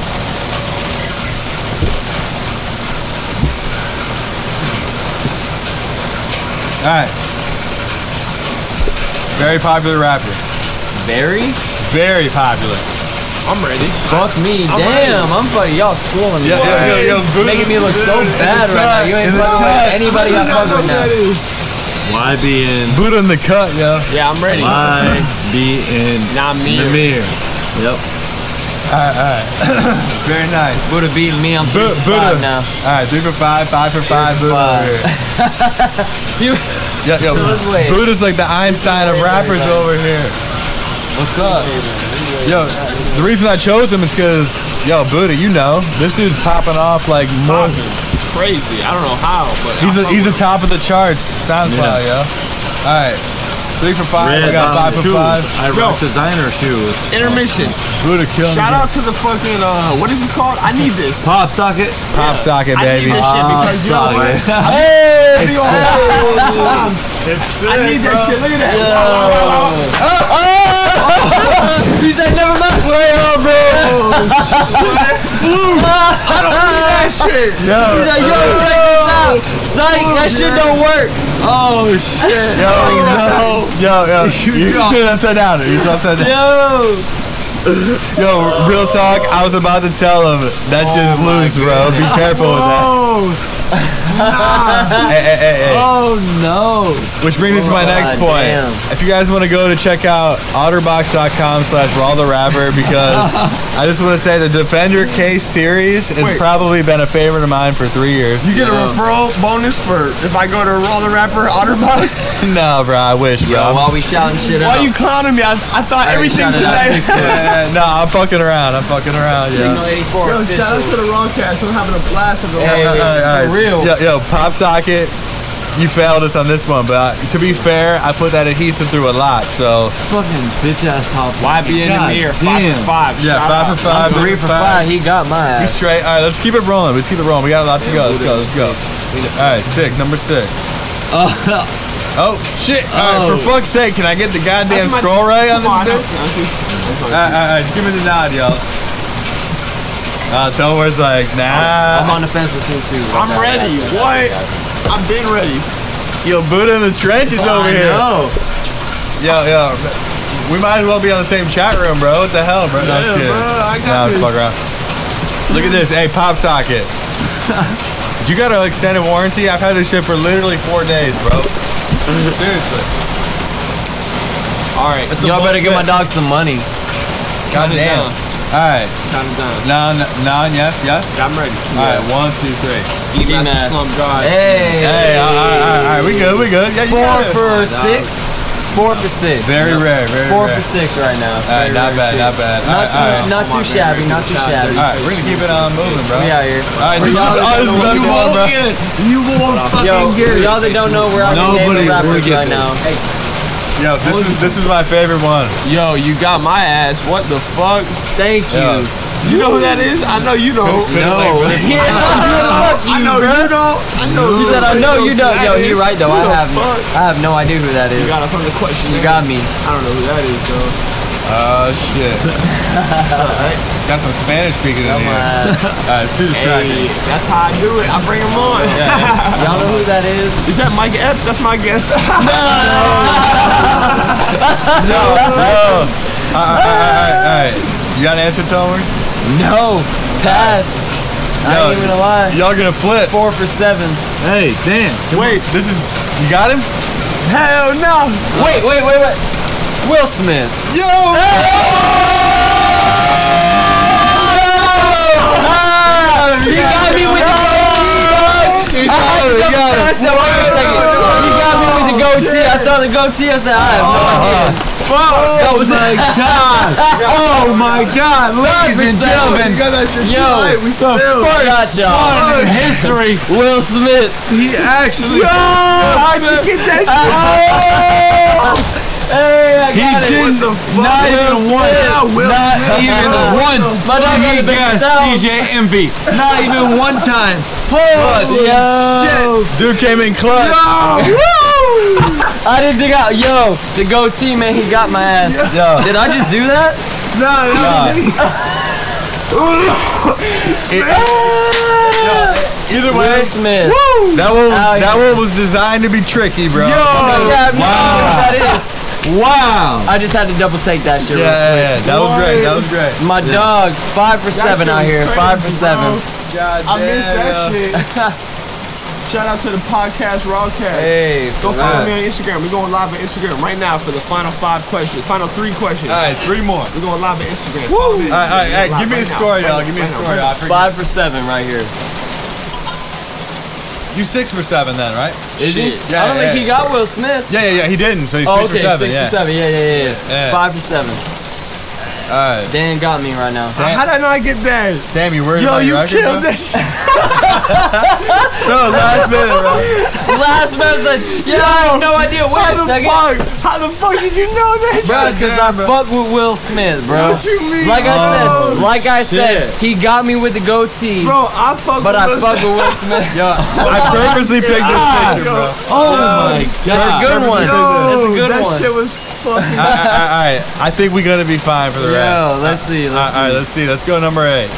All right. Very popular rapper.
Barry?
Very popular.
I'm ready.
Fuck me. Damn. I'm fucking y'all schooling me.
Yeah,
bro.
yeah, yeah, yeah, good.
Making me look so bad right now. You ain't
It's
fucking
not.
with anybody I fuck with now.
Why be in?
Buddha in the cut, yo.
Yeah, I'm ready.
Why be in?
Not me.
The mirror. Yep.
All right, all right. Very nice.
Buddha beating me. I'm three
Bu-
for
Buddha.
five now.
All right, three for five, five for five.
for
Buddha
five.
over here.
You-
yo, yo,
Buddha's way.
Buddha's like the Einstein of rappers over here. What's up? Yo, the reason I chose him is because, yo, Buddha, you know, this dude's popping off like more.
Crazy. I don't know how, but
He's
I
a,
fuck
he's the
with
top of the charts, SoundCloud, yo. All right, three for five. I
Red
got five
bottom
for
um, shoes.
five.
I
Yo.
rock designer shoes.
him. intermission.
Buddha killing it.
Shout out to the fucking uh, what is this called? I need this.
Pop socket.
Pop socket,
I need
baby. Ah,
this shit because you know what?
Hey!
Yo, I need that shit. Look at that.
He said, never mind.
Yo.
He's like, yo, check this out. Psych, that shit don't work. Oh, shit.
Yo, yo, yo, you- you're upside down. You're upside down.
Yo.
Yo, real talk. I was about to tell him that shit's loose, bro. Be careful with that. Hey, hey, hey, hey.
Oh, no.
Which brings me to my
Oh,
God
next point.
damn.
If you guys want to go to check out otterbox.com slash raw the rapper because I just want to say the Defender Case series has
Wait.
probably been a favorite of mine for three years.
You get a referral bonus for if I go to Raw the Rapper Otterbox.
no, bro, I wish,
Yo,
bro.
while we shouting shit
Why
out.
you clowning me? I, I thought
Hey,
everything
shout it out.
today.
Yeah, no, I'm fucking around. I'm fucking around, yeah.
Signal 84 official.
the Raw Cast. I'm having a blast of the
Hey,
All right, all right.
for real.
Yo, yo, Pop Socket, you failed us on this one, but to be fair, I put that adhesive through a lot. So
Fucking bitch ass pop.
Why be in the
God
mirror? Five
damn.
for five.
yeah,
Shout out.
five for five,
Three for five, he got my
We
ass.
straight. All right, let's keep it rolling. Let's keep it rolling. We got a lot to go. Let's go. Let's go. All right, sick. Number six. Oh shit! All right,
Oh.
for fuck's sake, can I get the goddamn
That's my-
scroll right on
Come on,
this bitch?
I'm-
All right, all right, give me the nod, y'all. Uh, Tower's like,
I'm
Oh,
nah.
on the fence between two.
I'm ready. What? I've been ready.
Yo, Buddha in the trenches over
I
here.
know.
Yo, yo, we might as well be on the same chat room, bro. What the hell, bro? No, I'm just
Yeah,
kidding.
bro, I got
Nah, I'm
this.
fuck around. Look at this. Hey, pop socket. you got an extended warranty? I've had this shit for literally four days, bro. Seriously.
All right.
Y'all better give my dog some money.
God
it
damn.
down.
All right.
Time is down.
Nine, nine, yes, yes.
I'm ready.
All right, one, two, three.
Ski Master Slum God.
Hey.
Hey, all right, all right, all right. We good, we good. Yeah, you
Four
got it.
for six. Four for six.
Very rare, very
Four
rare.
for six right now.
All right,
Very
not bad,
rare shit.
not bad. All
Not
right, all
too,
right.
not too shabby, not too shabby.
All right, we're gonna keep it on moving, bro.
We out here.
All right, this is,
Y'all
oh, this is the best one, bro.
You won't fucking
Yo, y'all that don't know, we're out here
Nobody
naming
will
rappers
get
right
this.
now.
Yo, this is this is my favorite one.
Yo, you got my ass. What the fuck?
Thank you.
Yeah.
You know who that is? I know you know.
No. Yeah,
I know you know. I know
He said, I know you don't. Yo, he right though.
Who
I
the
have,
fuck?
I have no idea who that
You
is.
got us on the question.
You got me.
I don't know who that is, though.
Oh shit. Got some Spanish speaking in here.
Uh,
All right, it's too distracting.
Hey, that's how I do it. I bring him on.
y'all know who that is?
Is that Mike Epps? That's my guess.
No. All right, all right, all right. You got an answer, Tomer?
No. Pass. I
Yo.
ain't even gonna lie.
Y'all gonna flip?
Four for seven.
Hey, damn.
Wait, this is you got him?
Hell no.
Wait, wait, wait, wait. Will Smith.
Yo.
He got me with the
He
goatee. I had
got
to
it, he
double
got
check.
it.
I said, wait a second.
Oh,
He got me with the goatee. I saw the goatee. I said, I have no idea.
Oh my god. Oh my god, ladies and gentlemen.
You got that shit.
Yo,
we still.
forgot y'all.
In history,
Will Smith.
he actually
How'd you get that?
he didn't not even once, not even once.
My dog
did
got
he
the big
guessed
sound.
DJ Envy, not even one time.
Clutch.
Yo.
Oh,
Dude came in clutch.
I didn't dig out. Yo, the goatee, man, he got my ass.
Yo.
Did I just do that?
Either way,
Will Smith.
that one
Oh,
Out
that one was designed to be tricky, bro.
Oh, yeah, I have no idea
Wow.
what that is.
Wow.
I just had to double take that shit.
Yeah,
real
yeah, yeah. That was great. That was great.
quick. My dog, five for seven out here. Five for seven.
God
I missed
damn,
that
yo.
shit. Shout out to the podcast Rawcast.
Hey,
Go
for
follow
real.
me on Instagram. We're going live on Instagram right now for the final five questions. Final three questions.
All right, three more. All
We're going live on Instagram. Follow me
right,
on
all right,
Instagram.
all
We're
right. Give me a
live right
score,
now.
y'all.
Right
Give me a
now.
score. I forget-
Five for seven right here.
You six for seven then, right?
Shit.
Yeah,
I don't
yeah,
think he got Will Smith.
Yeah, yeah, yeah. He didn't, so he's
Oh,
six
okay,
for seven.
six
yeah.
for seven. Yeah, yeah, yeah,
Yeah.
yeah. Five for seven.
All right,
Dan got me right now.
Sam,
How did I not get that?
Sammy, where
Yo,
about
you
your record,
killed
bro?
that shit.
No, last minute, bro.
Last message. Yeah, I have no idea.
How
Wait a
the
second.
fuck? How the fuck did you know that?
God
Because I
damn, bro.
fuck with Will Smith, bro.
What you mean?
Like I
Oh,
said, like I said,
shit.
he got me with the goatee,
Bro, I fuck
but I
with
fuck with Will Smith.
Yo, I purposely picked
Ah,
this picture, bro.
Oh my
That's a
god.
good one.
Yo,
That's a good
that
one.
shit was
All
fucking.
right, all right, all right. I think we're gonna be fine for the rest.
Yo, let's see.
All right,
Let's
all right,
see.
let's see. Let's go number eight.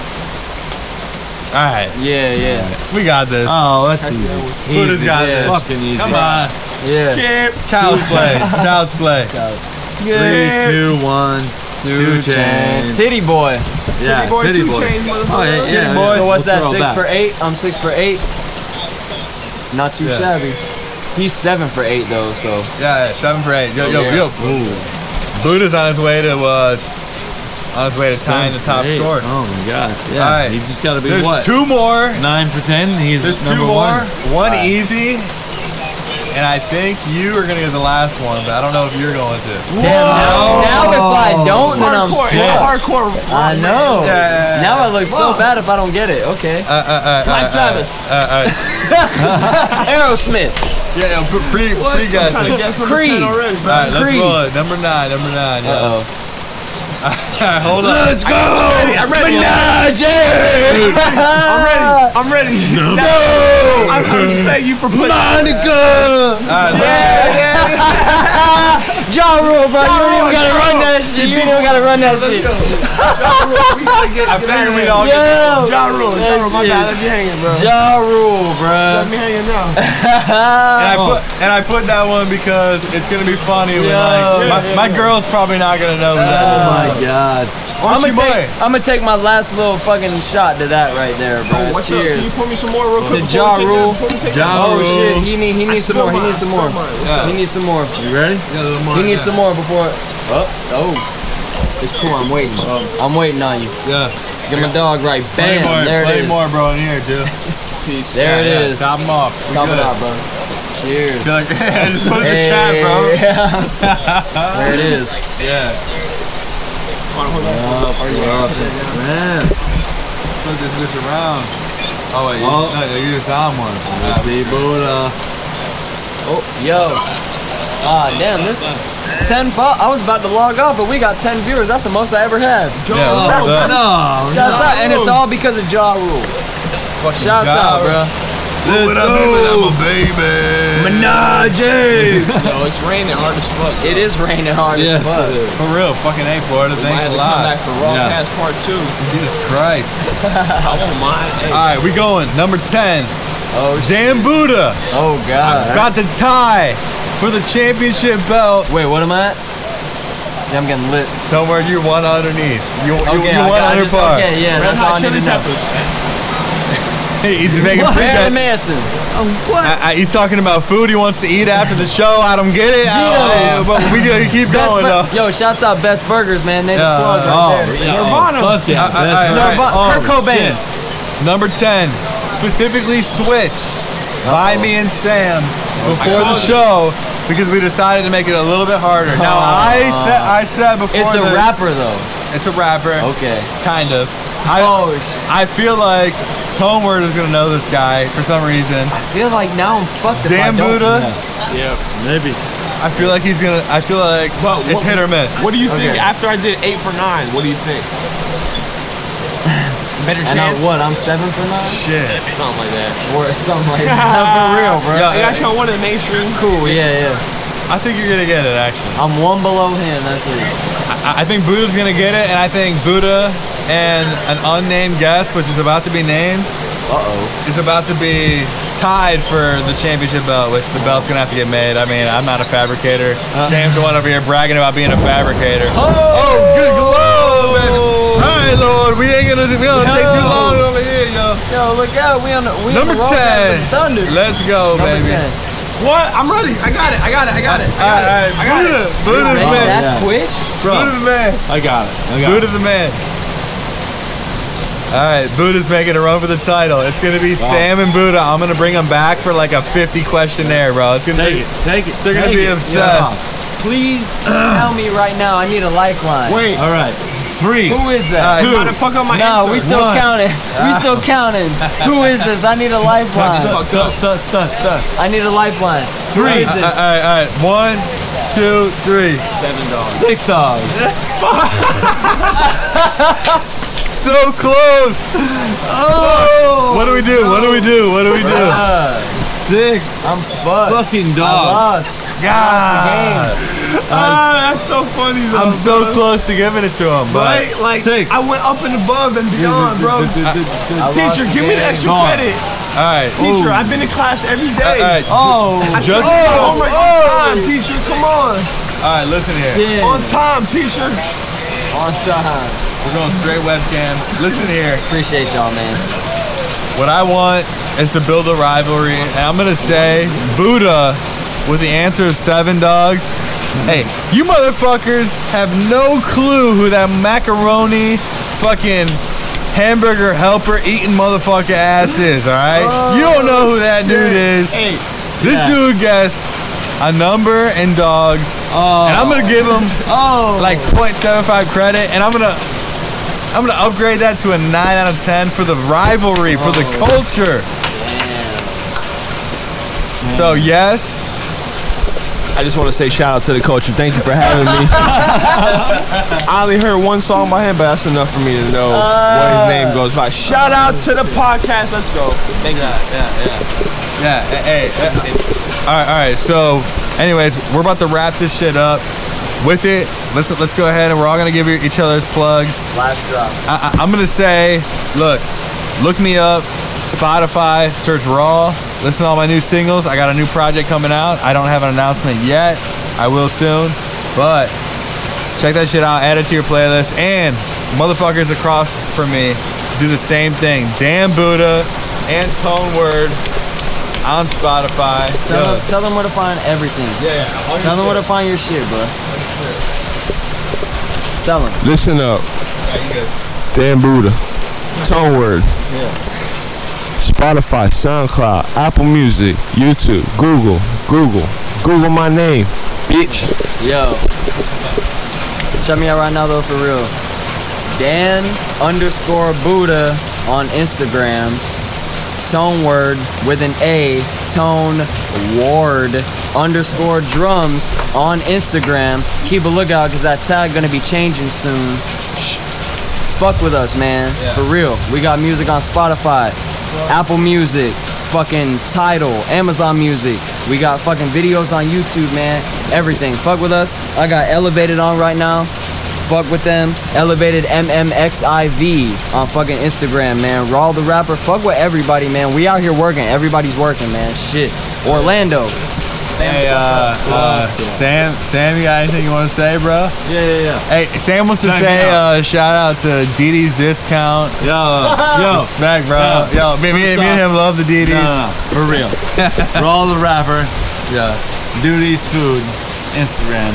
All right,
Yeah, yeah,
we got this.
Oh, that's easy.
Buddha's got this.
yeah.
Fucking easy.
Come on,
yeah.
Skip.
child's play, child's play.
Three, two, one, two,
And
chains.
titty boy.
Yeah,
Titty boy,
titty
two
boy.
chains, motherfucker.
Oh, yeah, yeah.
boy.
So what's
We'll
that?
throw
Six
back.
for eight. I'm six for eight. Not too
Yeah.
shabby. He's seven for eight though. So
Yeah, yeah, seven for eight. Yo, yo,
Yeah.
yo. Buddha's on his way to uh, on his way to tying the top
Eight.
score.
Oh my god. Yeah.
All right.
He just gotta be
There's
what?
two more.
Nine for ten. He's
There's two
number
more. One,
one.
easy. And I think you are gonna get the last one, but I don't know if you're going to.
damn. Now, now if I don't, then I'm
Hardcore,
fucked.
hardcore.
I know.
Yeah.
Now I look so bad if I don't get it. Okay.
Uh, uh, uh, uh,
Black Sabbath.
Uh, uh,
Aerosmith.
Yeah, yeah, pre, pre guys.
trying to
All
guess number
Creed.
10 already. bro.
right, let's
Creed.
roll it. Number nine, number nine. Yeah.
Uh
All right, hold on.
Let's go! I'm ready.
I'm ready. I'm ready. No. I respect you for putting
All right,
Ja Rule, bro. You don't even gotta run that shit. You don't even gotta run that shit.
I figured we'd all get
Yo!
Ja Rule. Ja Rule, my bad. Let
That
me hanging, bro.
Ja Rule,
Let
bro.
me hanging now.
and I put and I put that one because it's gonna be funny. When,
Yo.
like, my, my girl's probably not gonna know.
Oh
that. Oh,
my god.
Aren't
I'm
you
gonna,
mine?
take, I'm gonna take my last little fucking shot to that right there, bro.
Oh, what's up? Can
Cheers.
you pour me some more real quick?
To
before we
Ja
take
Rule.
that- before we take
Ja
that?
Oh
Rule.
shit, he need he needs some
spilled
more. He
mine,
needs
I
some more.
spilled mine.
He needs some more.
You ready?
He needs some more before. Oh, oh. It's cool. I'm waiting. I'm waiting on you.
Yeah.
Get my dog right.
Play
Bam.
more,
There
play
it is.
more, bro, in here, too.
There it
Yeah,
is.
Top them off. We
Top
good.
it out, bro. Cheers.
Be like, yeah, just put it in the chat, bro.
Hey. there it is.
Yeah.
Man.
Flip this bitch around. Oh wait, you,
Oh.
no, you just on one. Alright.
The Buddha.
Oh, Yo. Ah, damn, this 10 fo- I was about to log off, but we got 10 viewers. That's the most I ever had.
Yeah, what's up?
No.
Shouts out, and it's all because of Jaw Rule. Shouts
Ja
out,
Rule.
bro.
Let's go.
Yo, it's raining hard as fuck.
It is raining hard
Yes,
as fuck.
For real, fucking A Florida,
I
thanks
had
a
to come
lot.
back for Raw
Yeah.
Cast Part 2.
Jesus Christ.
I want mine. Hey,
Alright, we going. Number 10.
Oh, shit.
Damn Buddha
Oh, God.
got the tie for the championship belt.
Wait, what am I at? Yeah, I'm getting lit.
Somewhere you one underneath. You, you,
Okay,
you
I
one
got- I
under
just-
par.
okay, yeah, that's all I need to know.
Hey, he's making free
Barry
bets.
Manson.
I, I, he's talking about food he wants to eat after the show. I don't get it. I don't-
Gio.
but we gotta keep
Best
going though.
Bur- Yo, shouts out Best Burgers, man. They
Yeah.
the plug right there.
Nirvana.
Fuck yeah.
I- I-
That's-
I-
Nirvana-
Oh,
Kurt Cobain.
Number 10, specifically Switch by me and Sam
Oh,
before the show because we decided to make it a little bit harder. Now, I th- I said before
Uh-huh. It's a
the-
rapper, though.
It's a rapper,
Okay.
kind of. I,
Oh, sh-
I feel like Tone Word is going to know this guy for some reason.
I feel like now I'm fucked if
Damn
I don't
Buddha.
know.
Maybe.
I feel like he's going to, I feel like
But
it's
what-
hit or miss.
What do you think after I did eight for nine? What do you think? Better
And I,
chance.
what, I'm seven for nine?
Shit.
Something like that.
Or something like that. For real, bro.
Yeah,
I got you on one of the mainstream.
Cool, yeah, yeah.
I think you're going to get it, actually.
I'm one below him, that's it.
I I think Buddha's gonna get it, and I think Buddha and an unnamed guest, which is about to be named,
Uh-oh.
is about to be tied for the championship belt, which the belt's gonna have to get made. I mean, I'm not a fabricator. Sam's the one over here bragging about being a fabricator. Oh, good lord! All right, Lord, we ain't gonna, we don't take too long over here, yo.
Yo, look out, we on the we
Number
on the wrong side of
10.
the thunder.
Let's go,
Number
baby.
10.
What? I'm ready. I got it. I got it. I got it. I
All right,
got it.
all
I
right.
got
Buddha,
it.
Buddha's
Wow,
man.
that quick?
Buddha's man.
I got it. I got
Buddha's the man. All right, Buddha's making a run for the title. It's gonna be Sam and Buddha. I'm gonna bring them back for like a 50 questionnaire, bro. It's gonna be,
Take it. Take it.
They're gonna
take
be
it.
obsessed.
Please tell me right now I need a lifeline.
Wait. All right. Three.
Who is
All
that?
right,
I'm about to fuck up my
no,
answer.
we still
One.
counting. We still counting. Who is this? I need a lifeline.
fucked up.
Th- th- th-
I need a lifeline. Who
three.
is
All
this?
right, all right. One, two, three.
Six dogs.
So close. Oh. What do we do? What do we do? What do we do?
Six
I'm fucked. I
fucking dogs.
lost.
God.
Ah, that's so funny though.
I'm so close to giving it to him, but
Like, like
Six.
I went up and above and beyond, bro.
I
Teacher,
lost
give me the
game.
extra
Gone.
credit.
all right.
Teacher, I've been in class every
All
day.
right,
Oh.
just-
I just
Oh,
homework on time, teacher. Come on,
all right. Listen here.
on time, teacher.
On time.
We're going straight webcam. Listen here.
Appreciate y'all, man.
What I want is to build a rivalry, and I'm gonna say Buddha with the answer of seven dogs. Hey, you motherfuckers have no clue who that macaroni fucking hamburger helper eating motherfucker ass is, alright? you don't know who that dude is. this
Oh, Yeah.
dude guessed a number and dogs.
Oh.
And I'm gonna give him
Oh.
like 0.75 credit, and I'm gonna I'm gonna upgrade that to a nine out
Oh.
of ten for the rivalry, for the culture. So yes,
I just want to say shout out to the culture. Thank you for having me. I only heard one song by him, but that's enough for me to know what his name goes by. Shout out to the podcast. Let's go. Thank you.
yeah. Hey, all right, all right. So, anyways, we're about to wrap this shit up. With it, let's let's go ahead and we're all gonna give each other's plugs.
Flash drop.
I, I, I'm gonna say, look, look me up, Spotify, search Raw, listen to all my new singles. I got a new project coming out. I don't have an announcement yet. I will soon, but check that shit out. Add it to your playlist. And motherfuckers across from me do the same thing. Damn Buddha and Tone Word on Spotify.
Tell,
Yo,
them, tell them where to find everything.
yeah, yeah, all your
Tell
shit.
them where to find your shit, bro. Tell them.
Listen up.
Yeah, you good.
Dan Buddha. Tone Word. Spotify, SoundCloud, Apple Music, YouTube, Google, Google, Google my name, bitch.
Yo. Check me out right now though for real. Dan underscore Buddha on Instagram. Tone word with an A, tone ward underscore drums on Instagram. Keep a lookout because that tag gonna be changing soon. Shh. Fuck with us, man. For real. We got music on Spotify, Apple Music, fucking Tidal, Amazon Music. We got fucking videos on YouTube, man. Everything. Fuck with us. I got Elevated on right now. Fuck with them. Elevated MMXIV on fucking Instagram, man. Raw the rapper. Fuck with everybody, man. We out here working. Everybody's working, man. Shit. Orlando.
Hey, uh, uh, Sam, Sam, you got anything you want to say, bro?
Yeah, yeah, yeah.
Hey, Sam wants to
Check
say
it
uh, shout out to Dee Dee's Discount.
Yo, yo.
Respect, bro. Yo, me, me, me and him love the Dee Dee's.
No, no, no, for real. Raw the rapper,
Yeah.
Duties Food, Instagram.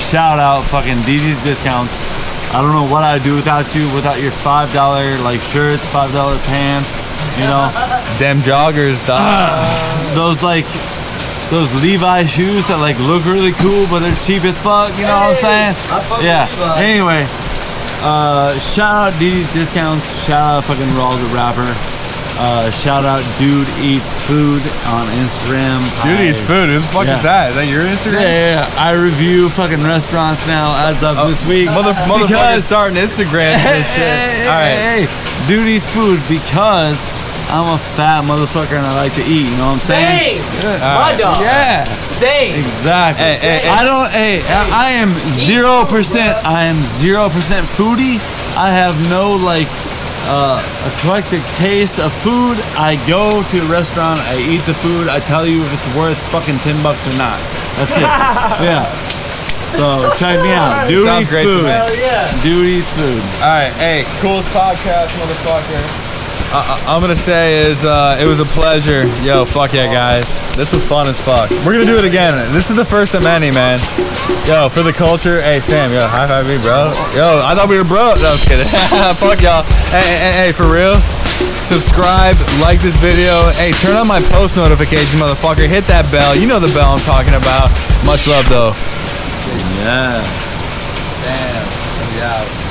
Shout out fucking DD's discounts. I don't know what I'd do without you, without your five dollar like shirts, five dollar pants, you know.
Them joggers,
Ah.
dog.
those like those Levi shoes that like look really cool but they're cheap as fuck, you know what I'm saying? yeah. Anyway, uh, shout out DD's discounts, shout out fucking Raw the rapper. Uh, shout out Dude Eats Food on Instagram.
Dude eats
I-
food. Who the fuck
Yeah.
is that? Is that your Instagram?
Yeah, yeah, yeah. I review fucking restaurants now as of this week.
Mother, motherfuckers
Because-
starting Instagram and
Hey,
this shit.
hey,
All right.
hey, hey. Dude eats food because I'm a fat motherfucker and I like to eat. You know what I'm saying?
My
dog.
Yeah.
Same.
Exactly.
Hey, hey, hey.
I don't. Hey, I, I am zero percent. I am zero percent foodie. I have no like uh, eclectic taste of food. I go to a restaurant. I eat the food. I tell you if it's worth fucking ten bucks or not. That's it. yeah. So check me out. Dude
Sounds
eats
great to
food.
me.
Dude eats food.
All right, hey, coolest podcast, motherfucker. Uh, I'm gonna say is uh, it was a pleasure. Yo, fuck yeah, guys. This was fun as fuck. We're gonna do it again. This is the first of many, man. Yo, for the culture. Hey, Sam. Yo, high five me, bro. Yo, I thought we were bro. No, I'm kidding. fuck y'all. Hey, hey, hey, hey, for real. Subscribe, like this video. Hey, turn on my post notification, motherfucker. Hit that bell. You know the bell I'm talking about. Much love, though.
Yeah.
Damn. Yeah.